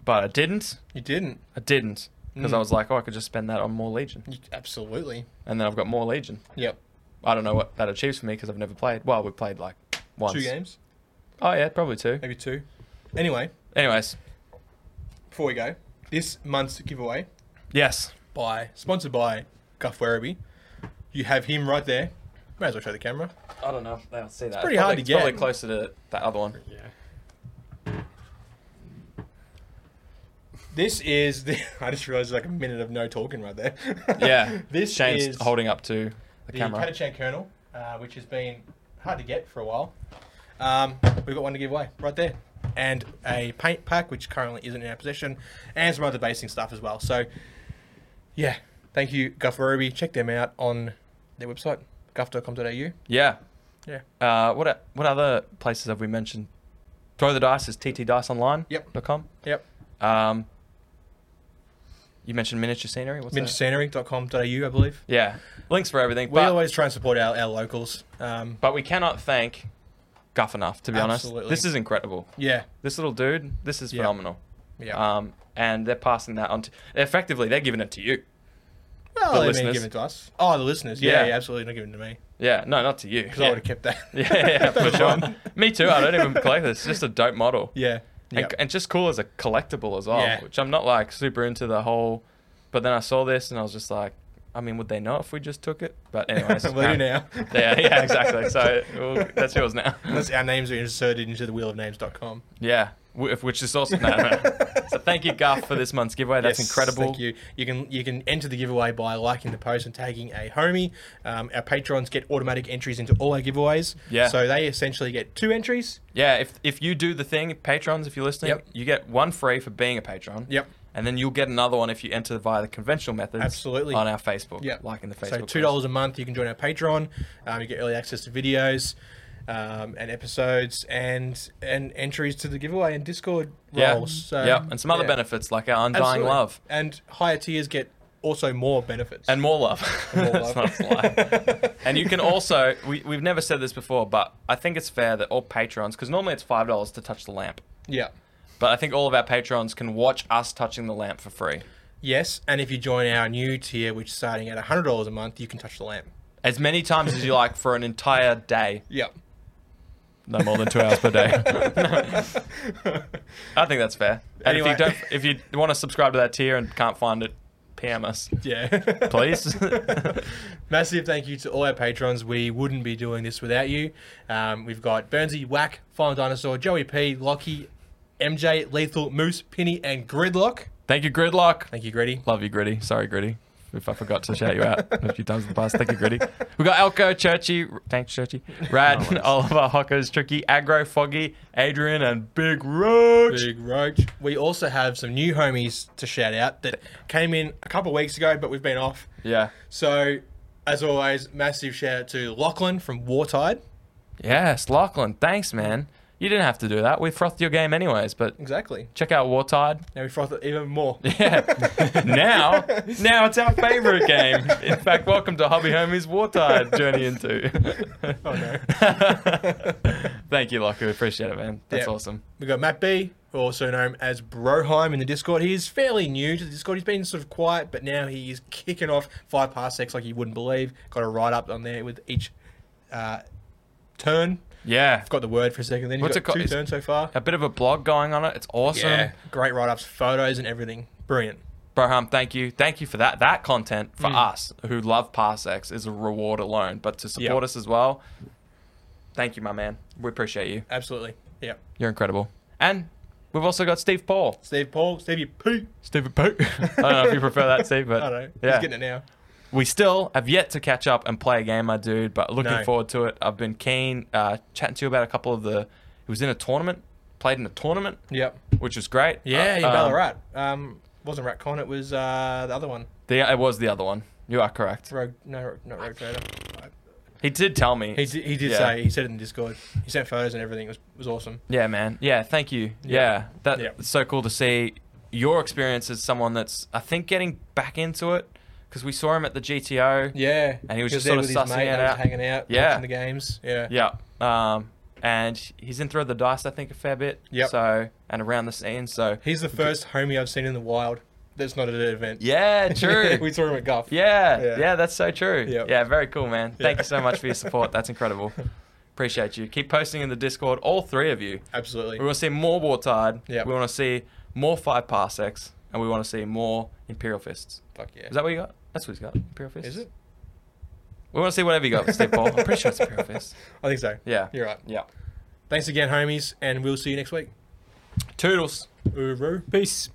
Speaker 3: but I didn't.
Speaker 2: You didn't.
Speaker 3: I didn't. Because
Speaker 2: Hmm.
Speaker 3: I was like, oh, I could just spend that on more Legion.
Speaker 2: You, absolutely.
Speaker 3: And then I've got more Legion.
Speaker 2: Yep.
Speaker 3: I don't know what that achieves for me because I've never played. Well, we played like once.
Speaker 2: Two games,
Speaker 3: Oh, yeah, probably two.
Speaker 2: maybe two. Anyway,
Speaker 3: Anyways,
Speaker 2: before we go, this month's giveaway
Speaker 3: yes.
Speaker 2: by sponsored by Guff Werribee. You have him right there. May as well show the camera.
Speaker 3: I don't know if they'll see that. It's
Speaker 2: pretty hard
Speaker 3: probably,
Speaker 2: to
Speaker 3: it's probably
Speaker 2: get.
Speaker 3: closer to that other one.
Speaker 4: Yeah.
Speaker 2: This is the. I just realized like a minute of no talking right there.
Speaker 3: Yeah.
Speaker 2: this
Speaker 3: Shane's
Speaker 2: is
Speaker 3: holding up to
Speaker 2: the
Speaker 3: the, camera.
Speaker 2: Catachan Kernel, uh, which has been hard to get for a while. Um, we've got one to give away right there, and a paint pack which currently isn't in our possession, and some other basing stuff as well. So, yeah, thank you, Guff Ruby. Check them out on their website, guff.com.au.
Speaker 3: Yeah.
Speaker 2: Yeah.
Speaker 3: Uh, what o- what other places have we mentioned? Throw the dice is ttdiceonline.com.
Speaker 2: Yep. Yep.
Speaker 3: Um, you mentioned miniature scenery. What's that?
Speaker 2: Miniaturescenery.com.au, I believe.
Speaker 3: Yeah. Links for everything.
Speaker 2: We
Speaker 3: But,
Speaker 2: always try and support our, our locals. Um,
Speaker 3: but we cannot thank Guff enough, to be
Speaker 2: Absolutely.
Speaker 3: honest. This is incredible.
Speaker 2: yeah,
Speaker 3: This little dude, this is
Speaker 2: Yeah.
Speaker 3: phenomenal.
Speaker 2: yeah.
Speaker 3: Um, and they're passing that on to. Effectively, they're giving it to you.
Speaker 2: well,
Speaker 3: the
Speaker 2: they may
Speaker 3: listeners.
Speaker 2: give it to us. Oh, the listeners. Yeah,
Speaker 3: Yeah.
Speaker 2: yeah, absolutely. Not giving it to me
Speaker 3: Yeah. No, not to you.
Speaker 2: because I would have kept that.
Speaker 3: yeah, yeah, for sure. Me too. I don't even collect this. It's just a dope model.
Speaker 2: yeah.
Speaker 3: and,
Speaker 2: Yep.
Speaker 3: and just cool as a collectible as well.
Speaker 2: Yeah.
Speaker 3: Which I'm not like super into the whole, but then I saw this and I was just like, I mean, would they know if we just took it? But anyways,
Speaker 2: Well, you
Speaker 3: apparent-
Speaker 2: now.
Speaker 3: Yeah, yeah, exactly. So well, that's yours now.
Speaker 2: Unless our names are inserted into the wheelofnames.com.
Speaker 3: yeah, wh- if- which is also no, no. So thank you, Guff, for this month's giveaway. That's
Speaker 2: Yes,
Speaker 3: incredible.
Speaker 2: Thank you. You can you can enter the giveaway by liking the post and tagging a homie. Um, our patrons get automatic entries into all our giveaways.
Speaker 3: Yeah.
Speaker 2: So they essentially get two entries.
Speaker 3: Yeah, if if you do the thing, patrons, if you're listening,
Speaker 2: Yep.
Speaker 3: you get one free for being a patron.
Speaker 2: Yep.
Speaker 3: And then you'll get another one if you enter via the conventional methods.
Speaker 2: Absolutely.
Speaker 3: On our Facebook.
Speaker 2: Yep.
Speaker 3: Liking the Facebook.
Speaker 2: so two dollars a month, you can join our Patreon. Um, you get early access to videos. Um, and episodes and and entries to the giveaway and Discord
Speaker 3: Yeah.
Speaker 2: roles. So,
Speaker 3: yeah, and some other
Speaker 2: yeah.
Speaker 3: benefits like our undying
Speaker 2: Absolutely.
Speaker 3: love.
Speaker 2: And higher tiers get also more benefits.
Speaker 3: And more love.
Speaker 2: more love.
Speaker 3: That's not a lie. and you can also, we, we've never said this before, but I think it's fair that all patrons, because normally it's $5 to touch the lamp,
Speaker 2: yeah.
Speaker 3: but I think all of our patrons can watch us touching the lamp for free.
Speaker 2: Yes, and if you join our new tier, which is starting at hundred dollars a month, you can touch the lamp.
Speaker 3: As many times as you like for an entire day.
Speaker 2: Yep.
Speaker 3: No more than two hours per day. I think that's fair. And
Speaker 2: Anyway.
Speaker 3: if you don't, if you want to subscribe to that tier and can't find it, PM us,
Speaker 2: Yeah.
Speaker 3: please.
Speaker 2: Massive thank you to all our patrons. We wouldn't be doing this without you. Um, we've got Burnsy, Whack, Final Dinosaur, Joey P, Lockie, MJ, Lethal, Moose, Pinny, and Gridlock.
Speaker 3: Thank you, Gridlock.
Speaker 2: Thank you, Gritty.
Speaker 3: Love you, Gritty. Sorry, Gritty, if I forgot to shout you out a few times in the past. Thank you, Gritty. We got Elko, Churchy, thanks, Churchy, Rad, Oliver, Hockers, Tricky, Aggro, Foggy, Adrian, and Big Roach.
Speaker 2: Big Roach. We also have some new homies to shout out that came in a couple of weeks ago, but we've been off.
Speaker 3: Yeah.
Speaker 2: So, as always, massive shout out to Lachlan from Wartide.
Speaker 3: Yes, Lachlan, thanks, man. You didn't have to do that. We frothed your game anyways, but
Speaker 2: Exactly.
Speaker 3: check out Wartide.
Speaker 2: Now we froth it even more.
Speaker 3: Yeah. now, now it's our favorite game. In fact, welcome to Hobby Homie's Wartide Journey Into.
Speaker 2: Oh, no.
Speaker 3: Thank you, Lockie. We appreciate it, man. That's
Speaker 2: Yeah.
Speaker 3: awesome.
Speaker 2: We got Matt B, also known as Broheim in the Discord. He is fairly new to the Discord. He's been sort of quiet, but now he is kicking off five parsecs like you wouldn't believe. Got a write up on there with each uh, turn.
Speaker 3: Yeah.
Speaker 2: Forgot the word for a second. Then he's
Speaker 3: What's
Speaker 2: got
Speaker 3: it called?
Speaker 2: two
Speaker 3: Is-
Speaker 2: turns so far.
Speaker 3: A bit of a blog going on it. It's awesome.
Speaker 2: Yeah, great write ups, photos, and everything. Brilliant.
Speaker 3: Broham, thank you. Thank you for that. That content
Speaker 2: Mm.
Speaker 3: for us who love Parsecs is a reward alone. But to support
Speaker 2: Yep.
Speaker 3: us as well, thank you, my man. We appreciate you.
Speaker 2: Absolutely. Yeah.
Speaker 3: You're incredible. And we've also got Steve Paul.
Speaker 2: Steve Paul, Stevie P.
Speaker 3: Steve Paul. I don't know if you prefer that, Steve, but
Speaker 2: I don't know.
Speaker 3: Yeah.
Speaker 2: He's getting it now.
Speaker 3: we still have yet to catch up and play a game, my dude. But looking
Speaker 2: No.
Speaker 3: forward to it. I've been keen uh, chatting to you about a couple of the. It was in a tournament. Played in a tournament,
Speaker 2: Yep.
Speaker 3: which was great.
Speaker 2: Yeah,
Speaker 3: uh,
Speaker 2: in
Speaker 3: um,
Speaker 2: Ballarat. Um, wasn't Ratcon, it was uh, the other one.
Speaker 3: The, it was the other one. You are correct.
Speaker 2: Rogue, no, not Rogue Trader.
Speaker 3: He did tell me.
Speaker 2: He did, he did
Speaker 3: Yeah.
Speaker 2: say, he said it in Discord. He sent photos and everything. It was, was awesome.
Speaker 3: Yeah, man. Yeah, thank you. Yeah, that
Speaker 2: Yeah.
Speaker 3: it's so cool to see your experience as someone that's I think getting back into it because we saw him at the GTO.
Speaker 2: Yeah.
Speaker 3: And he was just
Speaker 2: there
Speaker 3: sort
Speaker 2: with
Speaker 3: of
Speaker 2: his
Speaker 3: sussing
Speaker 2: mate,
Speaker 3: it
Speaker 2: they was
Speaker 3: out.
Speaker 2: hanging out,
Speaker 3: Yeah.
Speaker 2: watching the games. Yeah.
Speaker 3: Yeah. Um, and he's in throw the dice I think a fair bit.
Speaker 2: Yep.
Speaker 3: So and around the scene. So
Speaker 2: He's the first homie I've seen in the wild that's not at an event.
Speaker 3: yeah, true.
Speaker 2: we saw him at Guff.
Speaker 3: yeah, yeah,
Speaker 2: Yeah.
Speaker 3: that's so true.
Speaker 2: Yep.
Speaker 3: Yeah, very cool, man. Thank you so much for your support. That's incredible. Appreciate you. Keep posting in the Discord, all three of you.
Speaker 2: Absolutely.
Speaker 3: We want to see more Wartide.
Speaker 2: Yep.
Speaker 3: We want to see more Five Parsecs, and we want to see more Imperial Fists.
Speaker 2: Fuck yeah.
Speaker 3: Is that what you got? That's what he's got. Imperial Fist.
Speaker 2: Is it?
Speaker 3: We want to see whatever you got, Steve Paul. I'm pretty sure it's Imperial Fist.
Speaker 2: I think so.
Speaker 3: Yeah.
Speaker 2: You're right.
Speaker 3: Yeah.
Speaker 2: Thanks again, homies, and we'll see you next week.
Speaker 3: Toodles.
Speaker 2: Uru.
Speaker 4: Peace.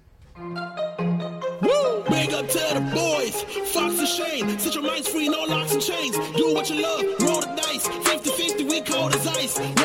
Speaker 1: Woo! Big up to the boys, Fox and Shane. Set your minds free, no locks and chains. Do what you love, roll the dice. 50 50, we cold as ice.